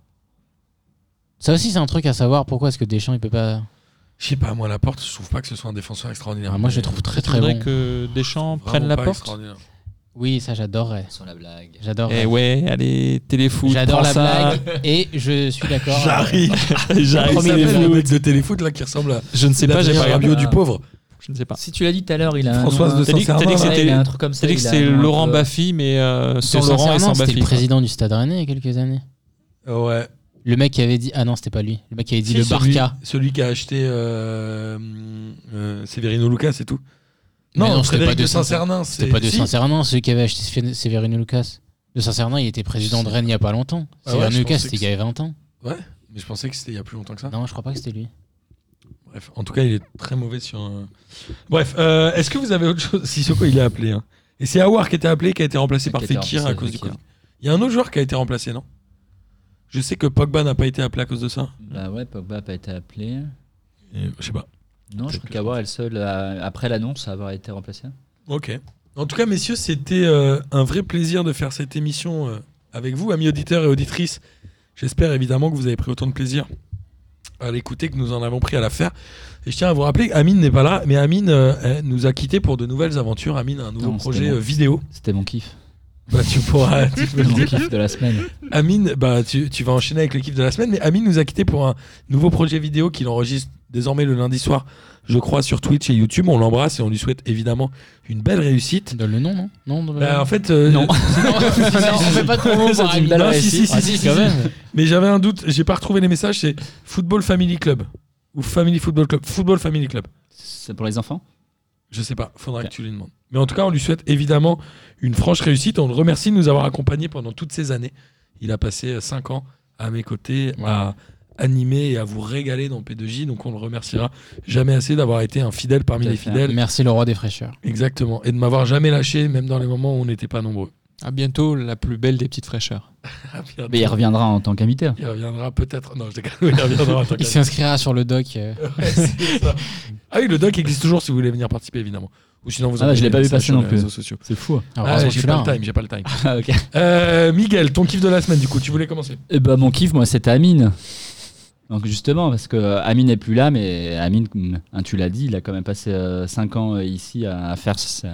F: Ça aussi, c'est un truc à savoir. Pourquoi est-ce que Deschamps, il peut pas.
C: Je sais pas, moi, la porte, je trouve pas que ce soit un défenseur extraordinaire.
F: Ah, moi, je
C: Mais
F: le trouve très
E: Tu
F: très
E: voudrais
F: bon.
E: que Deschamps
C: vraiment
E: prenne la
C: pas
E: porte
C: extraordinaire.
F: Oui, ça, j'adorerais.
G: Sans la blague.
E: Eh
F: J'adorerais.
E: ouais, allez, téléfoot.
F: J'adore
E: prends
F: la
E: ça.
F: blague et je suis d'accord.
C: J'arrive.
E: J'arrive,
C: Il
E: ça
C: s'appelle
E: fait-
C: le mec de téléfoot là qui ressemble à.
E: Je ne sais pas, j'ai pas regardé.
C: radio du pauvre.
E: Je ne sais pas.
G: Bah, Si tu l'as dit tout à l'heure, il a. un
C: Françoise
G: nom,
C: de
G: euh,
E: T'as dit- t'as dit que
C: Saint-Sernin.
G: ouais,
E: c'était-
G: il a un truc comme ça.
E: C'est-à-dire que
G: il a
E: c'est
G: un nom un
E: Laurent
G: peu-
E: Baffy, mais euh, sans
F: Sans
E: Laurent et sans
F: c'était
E: Baffy.
F: le président du Stade Rennais il y a quelques années.
C: Ouais.
F: Le mec qui avait dit. Ah non, c'était pas lui. Le mec qui avait dit le
C: celui,
F: Barca.
C: Celui qui a acheté euh, euh, Severino Lucas et tout. Non,
F: Mais non, c'était
C: Frédéric
F: pas de
C: de Saint-Cernin.
F: C'était pas de
C: si.
F: Saint-Sernin, celui qui avait acheté Sfé- Severino Lucas. De Saint-Sernin, il était président de Rennes il y a pas longtemps.
C: Ah ouais,
F: Severino
C: je
F: Lucas,
C: pensais
F: c'était
C: que
F: il y a 20 ans.
C: Ouais, mais je pensais que c'était il y a plus longtemps que ça.
F: Non, je crois pas que c'était lui.
C: Bref, en tout cas, il est très mauvais sur. un- Bref, euh, est-ce que vous avez autre chose Sissoko, il est appelé. hein. Et c'est Awar qui a été appelé, qui a été remplacé
G: Qui
C: par
G: a été
C: Fekir à
G: remplacé,
C: cause du
G: Fekir.
C: Covid. Il y a un autre joueur qui a été remplacé, non Je sais que Pogba n'a pas été appelé à cause de ça.
G: Bah ouais, Pogba n'a pas été appelé.
C: Et je sais pas.
G: Non, je
C: Peut-être
G: crois
C: que-
G: qu'Awar est le seul, à- après l'annonce, à avoir été remplacé.
C: Ok. En tout cas, messieurs, c'était euh, un vrai plaisir de faire cette émission euh, avec vous, amis auditeurs et auditrices. J'espère évidemment que vous avez pris autant de plaisir à l'écouter que nous en avons pris à la faire. Et je tiens à vous rappeler qu'Amine n'est pas là, mais Amine euh, elle nous a quittés pour de nouvelles aventures. Amine a un nouveau
G: Non, c'était
C: projet
G: bon.
C: euh, vidéo.
G: C'était mon kiff.
C: Bah, tu pourras. tu peux le
G: Mon
C: dire.
G: kiff de la semaine.
C: Amine, bah, tu, tu vas enchaîner avec l'équipe de la semaine, mais Amine nous a quitté pour un nouveau projet vidéo qu'il enregistre désormais le lundi soir, je crois, sur Twitch et YouTube. On l'embrasse et on lui souhaite évidemment une belle réussite.
F: Tu donnes le nom, non Non, donne le
C: Bah,
F: nom.
C: en fait, euh,
G: Non.
F: non, on fait pas de promo pour Amine.
C: belle réussite.
F: Ah, si, quand même.
C: Mais j'avais un doute, j'ai pas retrouvé les messages, c'est Football Family Club ou Family Football Club, Football Family Club.
G: C'est pour les enfants
C: Je sais pas, faudra
G: Ok.
C: que tu lui demandes. Mais en tout cas, on lui souhaite évidemment une franche réussite. On le remercie de nous avoir accompagnés pendant toutes ces années. Il a passé 5 ans à mes côtés, à animer et à vous régaler dans P2J. Donc on le remerciera jamais assez d'avoir été un fidèle parmi
G: Tout à
C: les
G: fait.
C: fidèles.
F: Merci le roi des fraîcheurs.
C: Exactement. Et de m'avoir jamais lâché, même dans les moments où on n'était pas nombreux.
E: À bientôt, la plus belle des petites fraîcheurs.
C: À bientôt.
G: Mais il reviendra en tant qu'invité.
C: Il reviendra peut-être. Non, je déconne, il reviendra. en tant
F: Il
C: qu'invité.
F: s'inscrira sur le doc. euh.
C: Ah oui, le doc existe toujours si vous voulez venir participer, évidemment. Ou sinon, vous
G: Ah ouais, je
C: envoyez
G: l'ai pas
C: des
G: vu
C: messages
G: passer
C: sur
G: non
C: les
G: plus.
C: réseaux sociaux.
G: C'est fou.
C: Ah,
F: Ah, heureusement que
C: j'ai
F: tu
C: pas
F: l'as,
C: le
F: hein.
C: time, j'ai pas le time.
G: Ah, ok.
C: Euh, Miguel, ton kiff de la semaine, du coup, tu voulais commencer
G: Eh ben, mon kiff, moi, c'était Amine. Donc, justement, parce que euh, Amine n'est plus là, mais Amine, comme, hein, tu l'as dit, il a quand même passé 5 ans euh, ici à, à faire ce-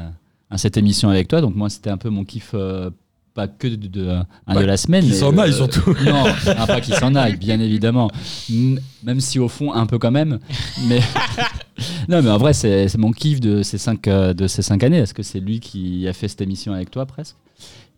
G: à cette émission avec toi. Donc, moi, c'était un peu mon kiff, euh, pas que de, de, de- un
C: Bah,
G: de la semaine.
C: Qui
G: mais,
C: s'en aille
G: euh,
C: surtout.
G: Non, hein, pas qu'il s'en aille, bien évidemment. M- Même si au fond, un peu quand même. Mais non, mais en vrai, c'est c'est mon kiff de ces cinq, euh, de ces cinq années. Parce que c'est lui qui a fait cette émission avec toi presque.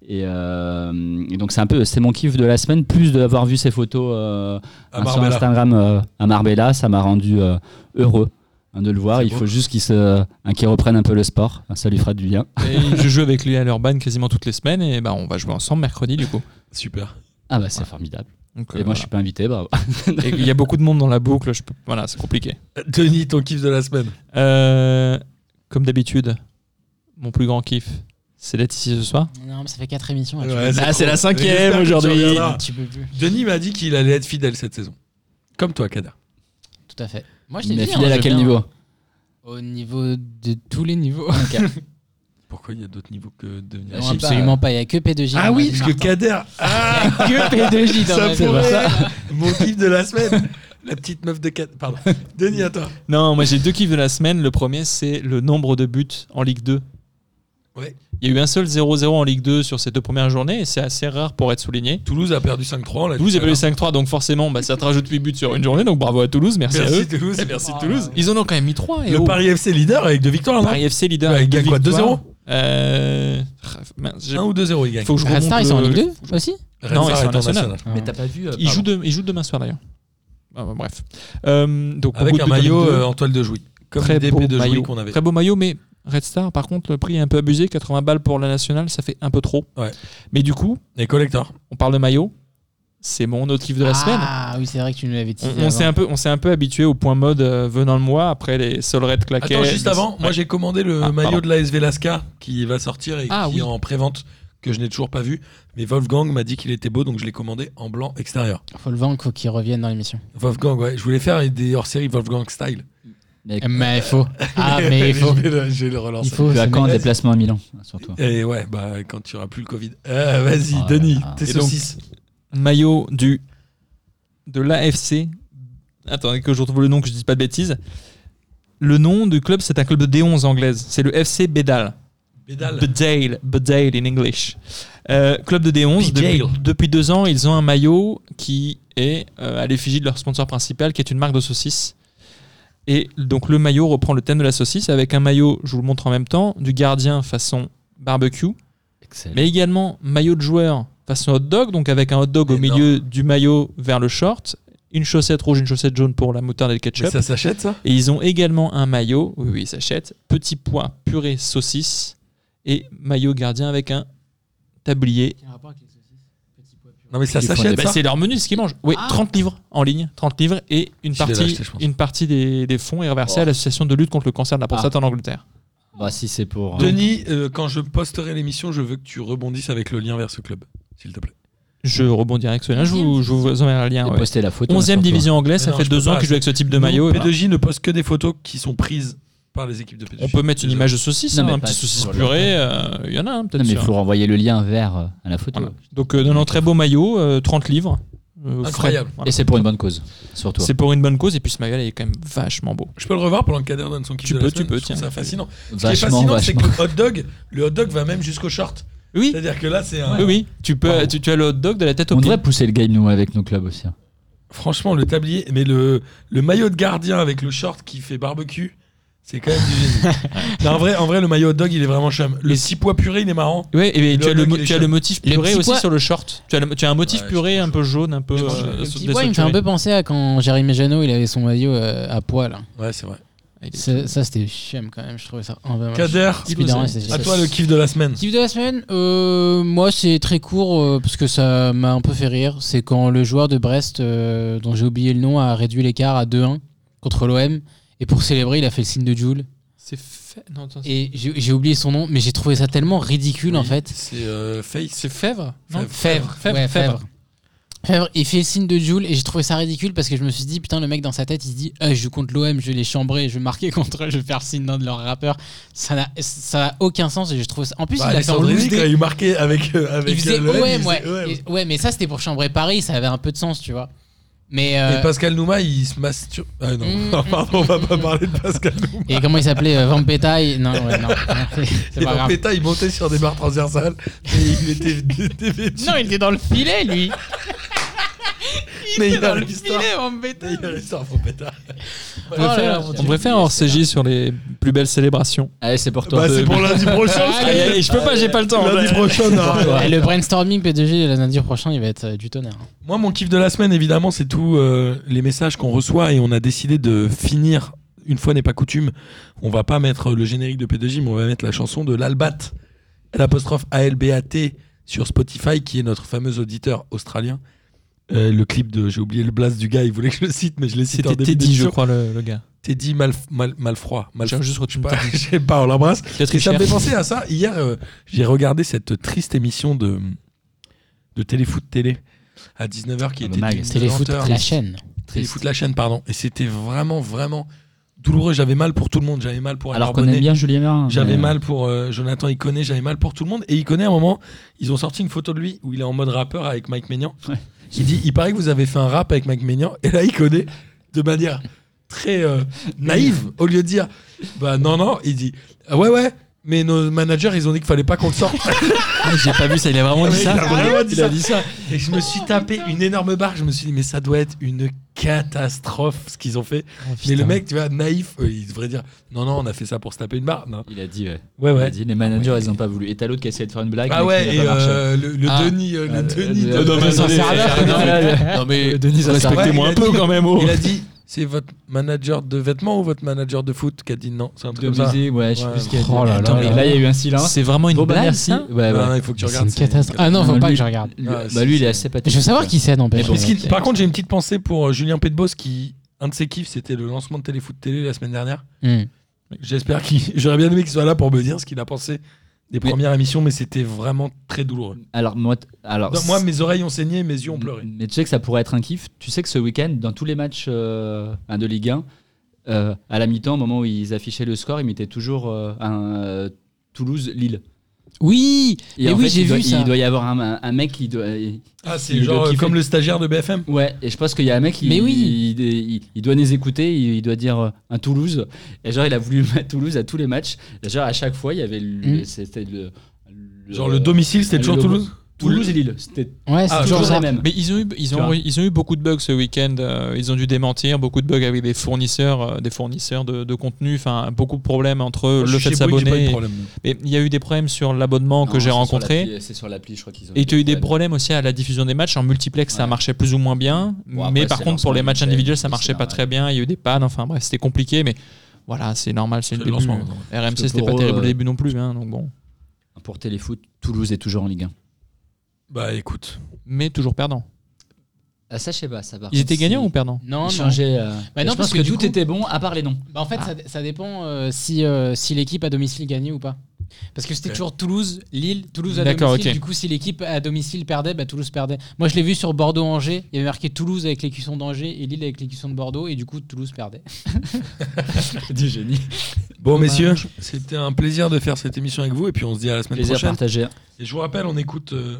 G: Et, euh, et donc c'est un peu, c'est mon kiff de la semaine, plus d'avoir vu ces photos euh,
C: À
G: hein, sur
C: Marbella.
G: Instagram euh, à Marbella, ça m'a rendu euh, heureux hein, de le voir.
C: C'est
G: Il
C: beau.
G: faut juste qu'il se, hein, qu'il reprenne un peu le sport, Hein, ça lui fera du bien.
E: Et je joue avec lui à l'Urban quasiment toutes les semaines et bah on va jouer ensemble mercredi du coup.
C: Super.
G: Ah bah c'est formidable.
E: Donc,
G: et
E: euh,
G: moi je suis pas invité, bravo.
F: Ah,
E: voilà. Et il y a beaucoup de monde dans la boucle, je peux- voilà, c'est compliqué.
C: Denis, ton kiff de la semaine.
E: Euh, comme d'habitude, mon plus grand kiff, C'est d'être ici ce soir
F: Non, mais ça fait 4 émissions. là, tu
C: Ouais,
F: peux-
E: Ah, c'est la
C: trop.
E: cinquième
C: J'espère que tu
E: aujourd'hui.
C: reviendras.
F: Tu peux plus.
C: Denis m'a dit qu'il allait être fidèle cette saison. Comme toi, Kada.
F: Tout à fait. Moi, je t'ai
G: Mais
F: dit,
G: fidèle
F: hein,
G: à
F: je
G: quel
F: viens
G: niveau
F: Au niveau de tous les niveaux.
C: Pourquoi il y a d'autres niveaux que devenir
G: Ah,
F: Non,
G: sais pas.
F: absolument pas. Il y a que P2J.
C: Ah
F: dans
C: oui,
F: ma vie,
C: parce que
F: Martin.
C: Kader. Ah,
F: Il y a que P2J dans
C: ça
F: ma vie.
C: pourrait être mon kiff de la semaine. La petite meuf de Kader. Pardon. Denis, à toi.
E: Non, moi j'ai deux kiffs de la semaine. Le premier, c'est le nombre de buts en Ligue 2.
C: Ouais.
E: Il y a eu un seul 0-0 en Ligue 2 sur ces deux premières journées et c'est assez rare pour être souligné.
C: Toulouse a perdu 5-3. on l'a dit
E: Toulouse
C: tout
E: a
C: à
E: perdu 5-3, donc forcément, bah, ça te rajoute 8 buts sur une journée. Donc bravo à Toulouse, merci,
C: l'heure.
E: à
C: Merci
E: eux.
C: Toulouse.
E: Et merci
F: Ah,
E: Toulouse.
F: ouais.
E: Ils en ont quand même mis 3. Et
C: Le
E: oh,
C: Paris FC leader avec deux victoires, non
E: Paris FC leader.
C: Bah, il
E: avec
C: gagne
E: deux
C: quoi,
E: victoires.
C: 2-0?
E: Euh, raf- mince, j'ai-
C: 1 ou 2-0, il gagne.
E: Faut que je
F: Red
E: remonte
F: Star, Ah, ils sont en
E: le-
F: Ligue 2 aussi
E: Non, ils sont en national.
F: Ah. Hein.
G: Mais t'as pas vu. euh,
E: Ils
G: pardon.
E: jouent, de- ils jouent demain soir d'ailleurs. Ah, bah, bref. Euh, donc,
C: Avec
E: beaucoup
C: un
E: de buts en
C: maillot
E: Ligue 2.
C: euh, en toile de jouy. Comme
E: très
C: l'IDP
E: beau
C: de
E: maillot.
C: jouy qu'on avait.
E: Très beau maillot, mais Red Star, par contre, le prix est un peu abusé. 80 balles pour la nationale, ça fait un peu trop.
C: Ouais.
E: Mais du coup,
C: Et collector.
E: on parle de maillot. C'est mon autre kiff de la semaine.
F: Ah oui, c'est vrai que tu nous l'avais dit.
E: On, on s'est un peu, on s'est un peu habitué au point mode euh, venant le mois après les solrettes claquettes.
C: Attends, juste avant, moi
E: Ouais.
C: j'ai commandé le
E: Ah,
C: maillot de
E: pardon.
C: l'ASV Lasca qui va sortir et
E: Ah,
C: qui
E: oui.
C: est en prévente que je n'ai toujours pas vu. Mais Wolfgang m'a dit qu'il était beau donc je l'ai commandé en blanc extérieur.
F: Faut le vendre, faut qu'il revienne dans l'émission.
C: Wolfgang, ouais. Je voulais faire des hors-série Wolfgang style.
G: Mec,
F: Mais il faut. Ah, mais il faut.
C: je, vais le, je vais le relancer.
F: Il faut.
G: tu as
F: ce
G: quand un
F: mec.
G: déplacement à Milan hein, Surtout.
C: Et ouais, bah quand tu auras plus le Covid. Euh, Vas-y,
G: Ah,
C: Denis,
G: ah.
C: tes
E: Et donc-
C: saucisses.
E: maillot du de l'AFC. Attendez que je retrouve le nom, que je dise pas de bêtises. Le nom du club, c'est un club de D11 anglaise. C'est le FC Bedal.
C: Bédale.
E: Bedale, Bedale in English. Euh, club de D11.
C: Bedale.
E: Depuis, depuis deux ans, ils ont un maillot qui est euh, à l'effigie de leur sponsor principal, qui est une marque de saucisses. Et donc le maillot reprend le thème de la saucisse avec un maillot, je vous le montre en même temps, du gardien façon barbecue,
C: Mm.
E: mais également maillot de joueur façon hot dog, donc avec un hot dog au
C: Énorme.
E: milieu du maillot vers le short, une chaussette rouge, une chaussette jaune pour la moutarde et le
C: Mais
E: ketchup.
C: ça s'achète ça
E: Et ils ont également un maillot, oui, oui, ils s'achètent, petit pois purée saucisse et maillot gardien avec un tablier.
C: Non mais ça
G: Ils font
C: s'achète.
G: des
E: Bah,
C: ça
E: c'est leur menu, ce qu'ils mangent. Oui, 30 livres en ligne, 30 livres et une
C: Je vais
E: partie,
C: l'acheter, je pense. Ah.
E: une partie des, des fonds est reversée
G: Oh.
E: à l'association de lutte contre le cancer de la prostate en Angleterre.
G: Bah, si c'est pour. euh,
C: Denis, euh, quand je posterai l'émission, je veux que tu rebondisses avec le lien vers ce club, s'il te plaît.
E: Je rebondirai avec ce lien, je vous, je vous enverrai le lien.
G: et
E: ouais.
G: poster la photo. hein,
E: 11e
G: surtout.
E: division anglaise,
C: Mais
E: ça
C: non,
E: fait
C: je peux
E: deux ans
C: pas,
E: que je joue avec ce type de eh ben.
C: Nous,
E: maillot. et voilà.
C: P2J ne poste que des photos qui sont prises par les équipes de P2J.
E: On peut mettre une
C: Désolé.
E: image de saucisse,
G: Non,
E: hein,
G: mais
E: un
G: pas
E: petit saucisse
G: sur le-
E: purée, euh, il y en a un
G: Non,
E: peut-être.
G: mais il
E: sur-
G: faut renvoyer le lien vers euh, à la photo.
E: Voilà. Donc, euh, non, non, très beau maillot, euh, 30 livres. euh,
C: Incroyable.
E: frais. Voilà.
G: Et c'est pour une bonne cause. Surtout.
E: C'est pour une bonne cause, et puis ce maillot, il est quand même vachement beau.
C: Je peux le revoir pendant que Kader donne son kiff
E: Tu
C: de la
E: peux, tu
C: semaine,
E: peux,
C: je trouve
E: tiens.
C: ça fascinant. Ce qui est
G: Vachement,
C: fascinant, c'est que
G: vachement.
C: le hot dog, le hot dog va même jusqu'au short.
E: Oui,
C: C'est-à-dire que là, c'est un.
E: oui, oui. Tu, peux,
C: Pardon.
E: tu, tu as le hot dog de la tête au
G: On
E: pied.
G: devrait pousser le game, nous, avec nos clubs aussi. hein.
C: Franchement, le tablier, mais le, le maillot de gardien avec le short qui fait barbecue, c'est quand même du génie. Non, en, vrai, en vrai, le maillot hot dog, il est vraiment chum. Le
E: Et-
C: six pois puré, il est marrant.
E: Ouais, et
C: Le
E: tu,
C: hot
E: as le,
C: dog,
E: mo-
C: il est
E: tu as
C: chaud.
E: le motif
F: Le
E: puré
F: petit
E: aussi
F: pois-
E: sur le short. Tu as, le- tu as un motif
C: Ouais, je
E: puré un peu jaune, un peu.
C: Je pense que
E: euh,
C: le
F: Le
E: sous-
F: petit bois, il me fait un peu
E: déstructuré.
F: penser à quand Jérémy Jeannot, il avait son maillot euh, à poil. hein.
C: Ouais, c'est vrai.
E: Ah, Il est-
F: Ça, ça, c'était chiant quand même, je trouvais ça un peu moche.
C: Kader,
E: hein.
F: Spider-Man, c'est
C: à
F: génial.
C: toi le kiff de la semaine.
F: Kiff de la semaine, euh, moi c'est très court euh, parce que ça m'a un peu fait rire. C'est quand le joueur de Brest, euh, dont j'ai oublié le nom, a réduit l'écart à 2-1 contre l'OM. Et pour célébrer, il a fait le signe de Jules.
E: C'est fait. Non, attends, c'est-
F: Et j'ai j'ai oublié son nom, mais j'ai trouvé ça tellement ridicule en fait.
C: C'est euh, Face.
E: C'est Fèvre non
C: Fèvre. Bah,
E: Fèvre.
F: Ouais,
E: Fèvre.
F: Fèvre. Fèvre, il fait le signe de Jules et j'ai trouvé ça ridicule parce que je me suis dit, putain, le mec dans sa tête, il se dit, Ah, je joue contre l'OM, je vais les chambrer, je vais marquer contre eux, je vais faire le signe d'un de leurs rappeurs. Ça n'a ça n'a aucun sens et je trouve ça. En plus,
C: Bah,
F: il a fait en
C: Alessandro
F: loose
C: Rini,
F: day.
C: quand il marquait avec, euh, avec
F: Il faisait
C: euh, le L,
F: OM,
C: il
F: ouais.
C: faisait OM.
F: Et- ouais, mais ça c'était pour chambrer Paris, ça avait un peu de sens, tu vois. Mais. euh,
C: Et Pascal Nouma, il se masturbe. Ah non,
F: Mm,
C: pardon, on va pas parler de Pascal Nouma.
F: et comment il s'appelait euh, Vampetaille Non, ouais, non. c'est- C'est
C: Et
F: pas
C: en
F: grave.
C: péta, il montait sur des barres transversales et il était dévêtu.
F: Non, il était dans le filet, lui. il était
C: Meilleure
F: dans le
C: histoire.
F: filet, Vampetaille.
C: D'ailleurs, il sort pour péta.
E: On
F: Oh là
E: devrait
F: là,
E: faire-
F: mon
E: on
F: Dieu.
E: devrait faire un hors CJ sur les plus belles célébrations.
G: Allez, c'est pour toi.
C: Bah, c'est pour lundi prochain.
F: Ah,
E: Aïe, aïe, aïe, je peux pas, j'ai pas le temps.
C: Lundi prochain, hein.
F: Ouais, le brainstorming P2G le lundi prochain, il va être euh, du tonnerre.
C: Moi, mon kiff de la semaine, évidemment, c'est tous euh, les messages qu'on reçoit et on a décidé de finir, une fois n'est pas coutume, on va pas mettre le générique de P2J, mais on va mettre la chanson de l'Albat, l'apostrophe ALBAT sur Spotify, qui est notre fameux auditeur australien, Euh, le clip de, j'ai oublié le blast du gars, il voulait que je le cite, mais je l'ai cité en
E: C'était
C: début
E: Teddy, je
C: d'émission.
E: crois, le, le gars.
C: Teddy Malf- Mal- Malfroid. Mal,
E: J'ai juste retenu
C: pas, je sais pas, on l'embrasse.
E: Peut-être
C: Et ça me
E: Richard.
C: fait penser à ça. Hier, euh, j'ai regardé cette triste émission de, de Téléfoot Télé à 19h qui
G: Ah, le
C: était
G: mag.
C: d'une
F: Téléfoot,
C: lenteur.
F: la chaîne.
C: Téléfoot la chaîne, pardon. Et c'était vraiment, vraiment douloureux. J'avais mal pour tout le monde. J'avais mal pour Alain
G: Alors qu'on
C: Bonnet.
G: aime bien Julien Merlin.
C: J'avais mal
G: mais-
C: pour euh, Jonathan Iconé, j'avais mal pour tout le monde. Et Iconé, à un moment, ils ont sorti une photo de lui où il est en mode rappeur avec Mike Maignan.
G: Ouais.
C: Il dit Il paraît que vous avez fait un rap avec Mike Maignan. Et là, Iconé, de manière très euh, naïve, au lieu de dire Bah non, non, il dit Ah Ouais, ouais, mais nos managers, ils ont dit qu'il fallait pas qu'on le sorte.
E: Ah, J'ai pas vu ça, Ah, il a vraiment dit
C: Il
E: ça.
C: a vraiment dit
E: Il a
C: ça.
E: dit ça. Ah,
C: Et je me suis tapé une énorme barre. Je me suis dit Mais ça doit être une catastrophe ce qu'ils ont fait. mais le mec, tu vois, naïf, euh, il devrait dire Non, non, on a fait ça pour se taper une barre. Non.
G: Il a dit, ouais.
C: Ouais,
G: Il
C: ouais.
G: a dit, les managers, ils ont pas voulu. Et t'as l'autre qui a essayé de faire une blague.
C: Ah
G: mais qui
C: ouais, et
G: n'a pas marché.
C: euh, le, le
E: Ah.
C: Denis, euh, le
G: Ah,
C: Denis
G: le-
C: de-
G: le-
E: Non,
C: de-
E: mais attendez,
C: de-
E: non, mais- non, mais Denis, respectez-moi
C: il
E: un
C: a
E: peu
C: dit-
E: quand même. oh.
C: Il a dit, c'est votre manager de vêtements ou votre manager de foot qui a dit non, c'est un
G: de
C: truc comme ça.
G: musique, ouais, je sais
C: Ouais.
G: plus ce qu'il y a dit.
F: Oh là
G: Attends,
F: là
G: mais
F: là
G: là, il y a eu un silence.
E: C'est vraiment une
G: Bon, bah,
E: blague.
G: merci.
E: ça
G: Ouais,
C: Non,
G: ouais.
C: non, Ah, il faut que tu
F: C'est
C: regardes.
F: une catastrophe. Ah non, faut
G: Non,
F: pas
G: lui-
F: que je regarde.
G: Lui-
C: Ah,
G: Bah,
C: si,
G: lui,
C: si.
G: il est assez pathétique.
F: Je veux savoir qui c'est, n'empêche.
G: Mais bon,
C: Parce qu'il- par contre, j'ai une petite pensée pour euh, Julien Pédebos qui, un de ses kiffs, c'était le lancement de Téléfoot Télé la semaine dernière.
F: Hmm.
C: J'espère qu'il, j'aurais bien aimé qu'il soit là pour me dire ce qu'il a pensé des premières émissions, mais c'était vraiment très douloureux.
G: Alors, moi, t- alors,
C: Non, moi, mes oreilles ont saigné, mes yeux ont pleuré.
G: Mais tu sais que ça pourrait être un kiff. Tu sais que ce week-end, dans tous les matchs euh, hein, de Ligue 1, euh, à la mi-temps, au moment où ils affichaient le score, ils mettaient toujours euh, un euh, Toulouse-Lille.
F: Oui,
G: Et
F: Mais
G: en
F: oui,
G: fait,
F: j'ai
G: il doit-
F: vu ça.
G: Il doit y avoir un, un- un mec qui doit.
C: Ah,
G: Il
C: c'est
G: doit
C: genre euh,
G: kiffer.
C: comme le stagiaire de BFM.
G: Ouais, et je pense qu'il y a un mec qui.
F: Mais oui.
G: Il, il- il doit les écouter, il, il doit dire euh, un Toulouse. Et genre, il a voulu mettre Toulouse à tous les matchs. Et genre, à chaque fois, il y avait. le-
F: Mm.
G: C'était le.
C: Genre le domicile, c'était
G: le
C: toujours
G: logo.
C: Toulouse.
G: Toulouse et Lille. C'était
F: ouais, c'est
C: Ah,
F: toujours
G: toujours
F: ça.
G: la même.
E: Mais ils ont eu, ils
G: Tu
E: ont,
G: vois.
E: ils ont eu beaucoup de bugs ce week-end. euh, Ils ont dû démentir beaucoup de bugs avec des fournisseurs, euh, des fournisseurs de, de contenu. Enfin, beaucoup de problèmes entre le fait de s'abonner. Mais il y a eu des problèmes sur l'abonnement que
G: Non,
E: j'ai
G: c'est sur
E: rencontré.
G: l'appli- C'est sur l'appli, je crois qu'ils ont.
E: Et tu as eu des
G: problèmes.
E: problèmes aussi à la diffusion des matchs. En multiplex, ça
G: Ouais.
E: marchait plus ou moins bien.
G: Bon, après,
E: mais par
G: c'est
E: contre, pour les
G: lancement
E: matchs
G: d'une
E: individuels,
G: chaîne,
E: ça
G: c'est
E: marchait pas
G: normal.
E: très bien. Il y a eu des pannes. Enfin, bref, c'était compliqué. Mais voilà, c'est normal. C'est le
C: C'est le
E: début.
C: lancement,
E: RMC,
G: que
E: c'était
G: pour
E: pas
G: eux,
E: terrible au
G: euh,
E: début non plus. hein, donc bon.
G: Pour Téléfoot, Toulouse est toujours en Ligue 1.
C: Bah écoute,
E: Mais toujours perdant.
G: Ah, ça, je sais pas, ça va.
E: Ils étaient gagnants ou perdants
F: Non,
G: Ils
F: non.
G: changeaient. euh,
F: Bah
G: je
F: non,
G: pense
F: parce
G: que,
F: que du
G: tout
F: coup-
G: était bon, à part les noms.
F: Bah, en fait, ça, ça dépend euh, si, euh, si l'équipe à domicile gagnait ou pas. Parce que c'était
C: Ok.
F: toujours Toulouse, Lille, Toulouse à
E: D'accord,
F: domicile.
E: ok.
F: Du coup, si l'équipe à domicile perdait, bah, Toulouse perdait. Moi, je l'ai vu sur Bordeaux-Angers. Il y avait marqué Toulouse avec les cuissons d'Angers et Lille avec les cuissons de Bordeaux. Et du coup, Toulouse perdait.
G: du génie.
C: Bon,
F: Dommage.
C: messieurs, c'était un plaisir de faire cette émission avec vous et puis on se dit à la semaine
G: Plaisir
C: prochaine.
G: partagé.
C: Et je vous rappelle, on écoute euh,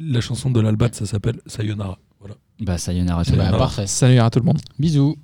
C: la chanson de l'Albat, ça s'appelle Sayonara. Voilà.
G: Bah, ça y en a
C: Bah,
F: Bah,
C: non.
F: parfait.
E: Salut à tout le monde.
F: Bisous.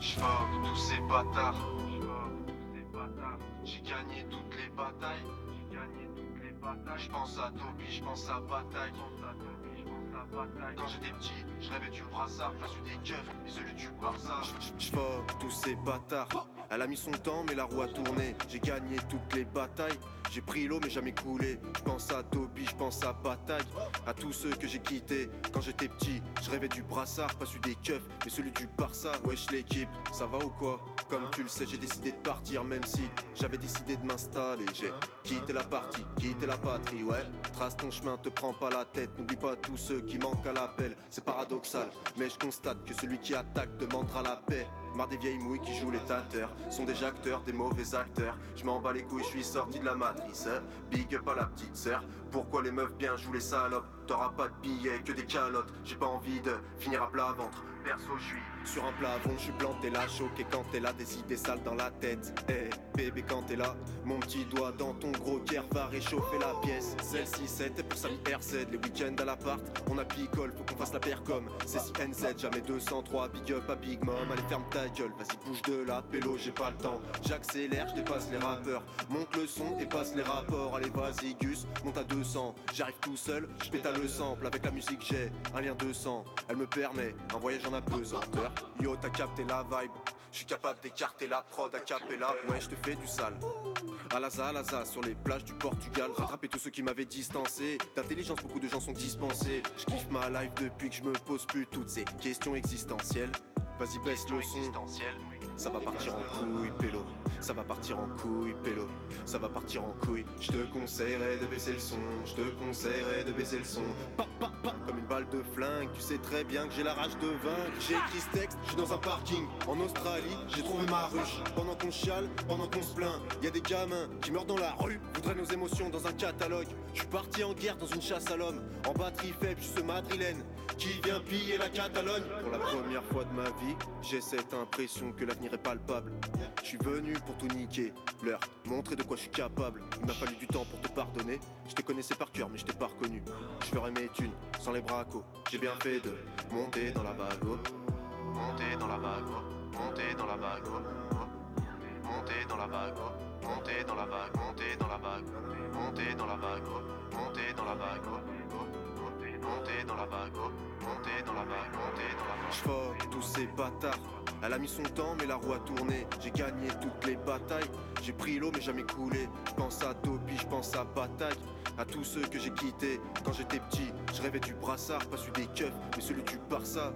B: Je forme tous ces bâtards. Je forme tous ces bâtards. J'ai gagné toutes les batailles. J'ai gagné toutes les batailles. Je pense à Toby, je pense à bataille. Je pense à Toby, je pense à bataille. Quand j'étais petit, je rêvais du brassard. Je suis des keufs et celui du Barça.
H: Je forme tous ces bâtards. Elle a mis son temps, mais la roue a tourné. J'ai gagné toutes les batailles. J'ai pris l'eau, mais jamais coulé. Je pense à Toby, je pense à Bataille. À tous ceux que j'ai quittés quand j'étais petit. Je rêvais du brassard, pas celui des keufs, mais celui du Barça. Wesh, l'équipe, ça va ou quoi Comme tu le sais, j'ai décidé de partir, même si j'avais décidé de m'installer. J'ai quitté la partie, quitté la patrie, ouais. Trace ton chemin, te prends pas la tête. N'oublie pas tous ceux qui manquent à l'appel. C'est paradoxal, mais je constate que celui qui attaque demandera la paix. Marre des vieilles mouilles qui jouent les tâteurs Sont déjà acteurs, des mauvais acteurs Je m'en bats les couilles, je suis sorti de la matrice hein. Big up à la petite sœur Pourquoi les meufs bien jouent les salopes T'auras pas de billets, que des calottes J'ai pas envie de finir à plat ventre Perso je suis Sur un plafond, je suis planté là, choqué quand t'es là, des idées sales dans la tête. Eh, bébé, quand t'es là, mon petit doigt dans ton gros cœur va réchauffer la pièce. Celle-ci, c'était pour sa RZ, les week-ends à l'appart, on a picole, faut qu'on fasse la paire comme. C'est si NZ, jamais 203, big up à Big Mom, allez ferme ta gueule, vas-y bouge de là, pélo, j'ai pas le temps. J'accélère, je dépasse les rappeurs, monte le son, dépasse les rapports, allez vas-y Gus, monte à 200. J'arrive tout seul, je pète à le sample, avec la musique j'ai un lien 200, elle me permet un voyage en apesanteur. Yo, t'as capté la vibe, Je suis capable d'écarter la prod à capella. Ouais, je te fais du sale. Alaza, Alaza, sur les plages du Portugal, rattraper tous ceux qui m'avaient distancé. D'intelligence, beaucoup de gens sont dispensés. Je kiffe ma life depuis que je me pose plus toutes ces questions existentielles. Vas-y, baisse
B: Question
H: le son.
B: existentielle.
H: Ça va partir en couille, pélo. Ça va partir en couille, pélo. Ça va partir en couille. Je te conseillerais de baisser le son. Je te conseillerais de baisser le son. Pa, pa, pa. Comme une balle de flingue, tu sais très bien que j'ai la rage de vaincre. J'ai écrit ce texte, je suis dans un parking. En Australie, j'ai trouvé ma ruche. Pendant qu'on chiale, pendant qu'on se plaint, y a des gamins qui meurent dans la rue. Voudraient nos émotions dans un catalogue. Je suis parti en guerre dans une chasse à l'homme. En batterie faible, je suis ce madrilène qui vient piller la Catalogne. Pour la première fois de ma vie, j'ai cette impression que l'avenir est palpable. Je suis venu pour tout niquer, leur montrer de quoi je suis capable. Il m'a fallu du temps pour te pardonner. Je te connaissais par cœur, mais je t'ai pas reconnu. Je ferai mes thunes sans les bracos. J'ai bien fait de monter dans la bago. Monter dans la bago. Monter dans la bago. Monter dans la bago. Monter dans la bague, monter dans la bague, monter dans la bague, monter dans la bague, monter dans la bague, monter dans la bague, monter dans la bague. Je fuck tous ces bâtards. Elle a mis son temps, mais la roue a tourné. J'ai gagné toutes les batailles. J'ai pris l'eau, mais jamais coulé. Je pense à Toby, je pense à Bataille. À tous ceux que j'ai quittés quand j'étais petit. Je rêvais du brassard, pas celui des keufs, mais celui du Barça.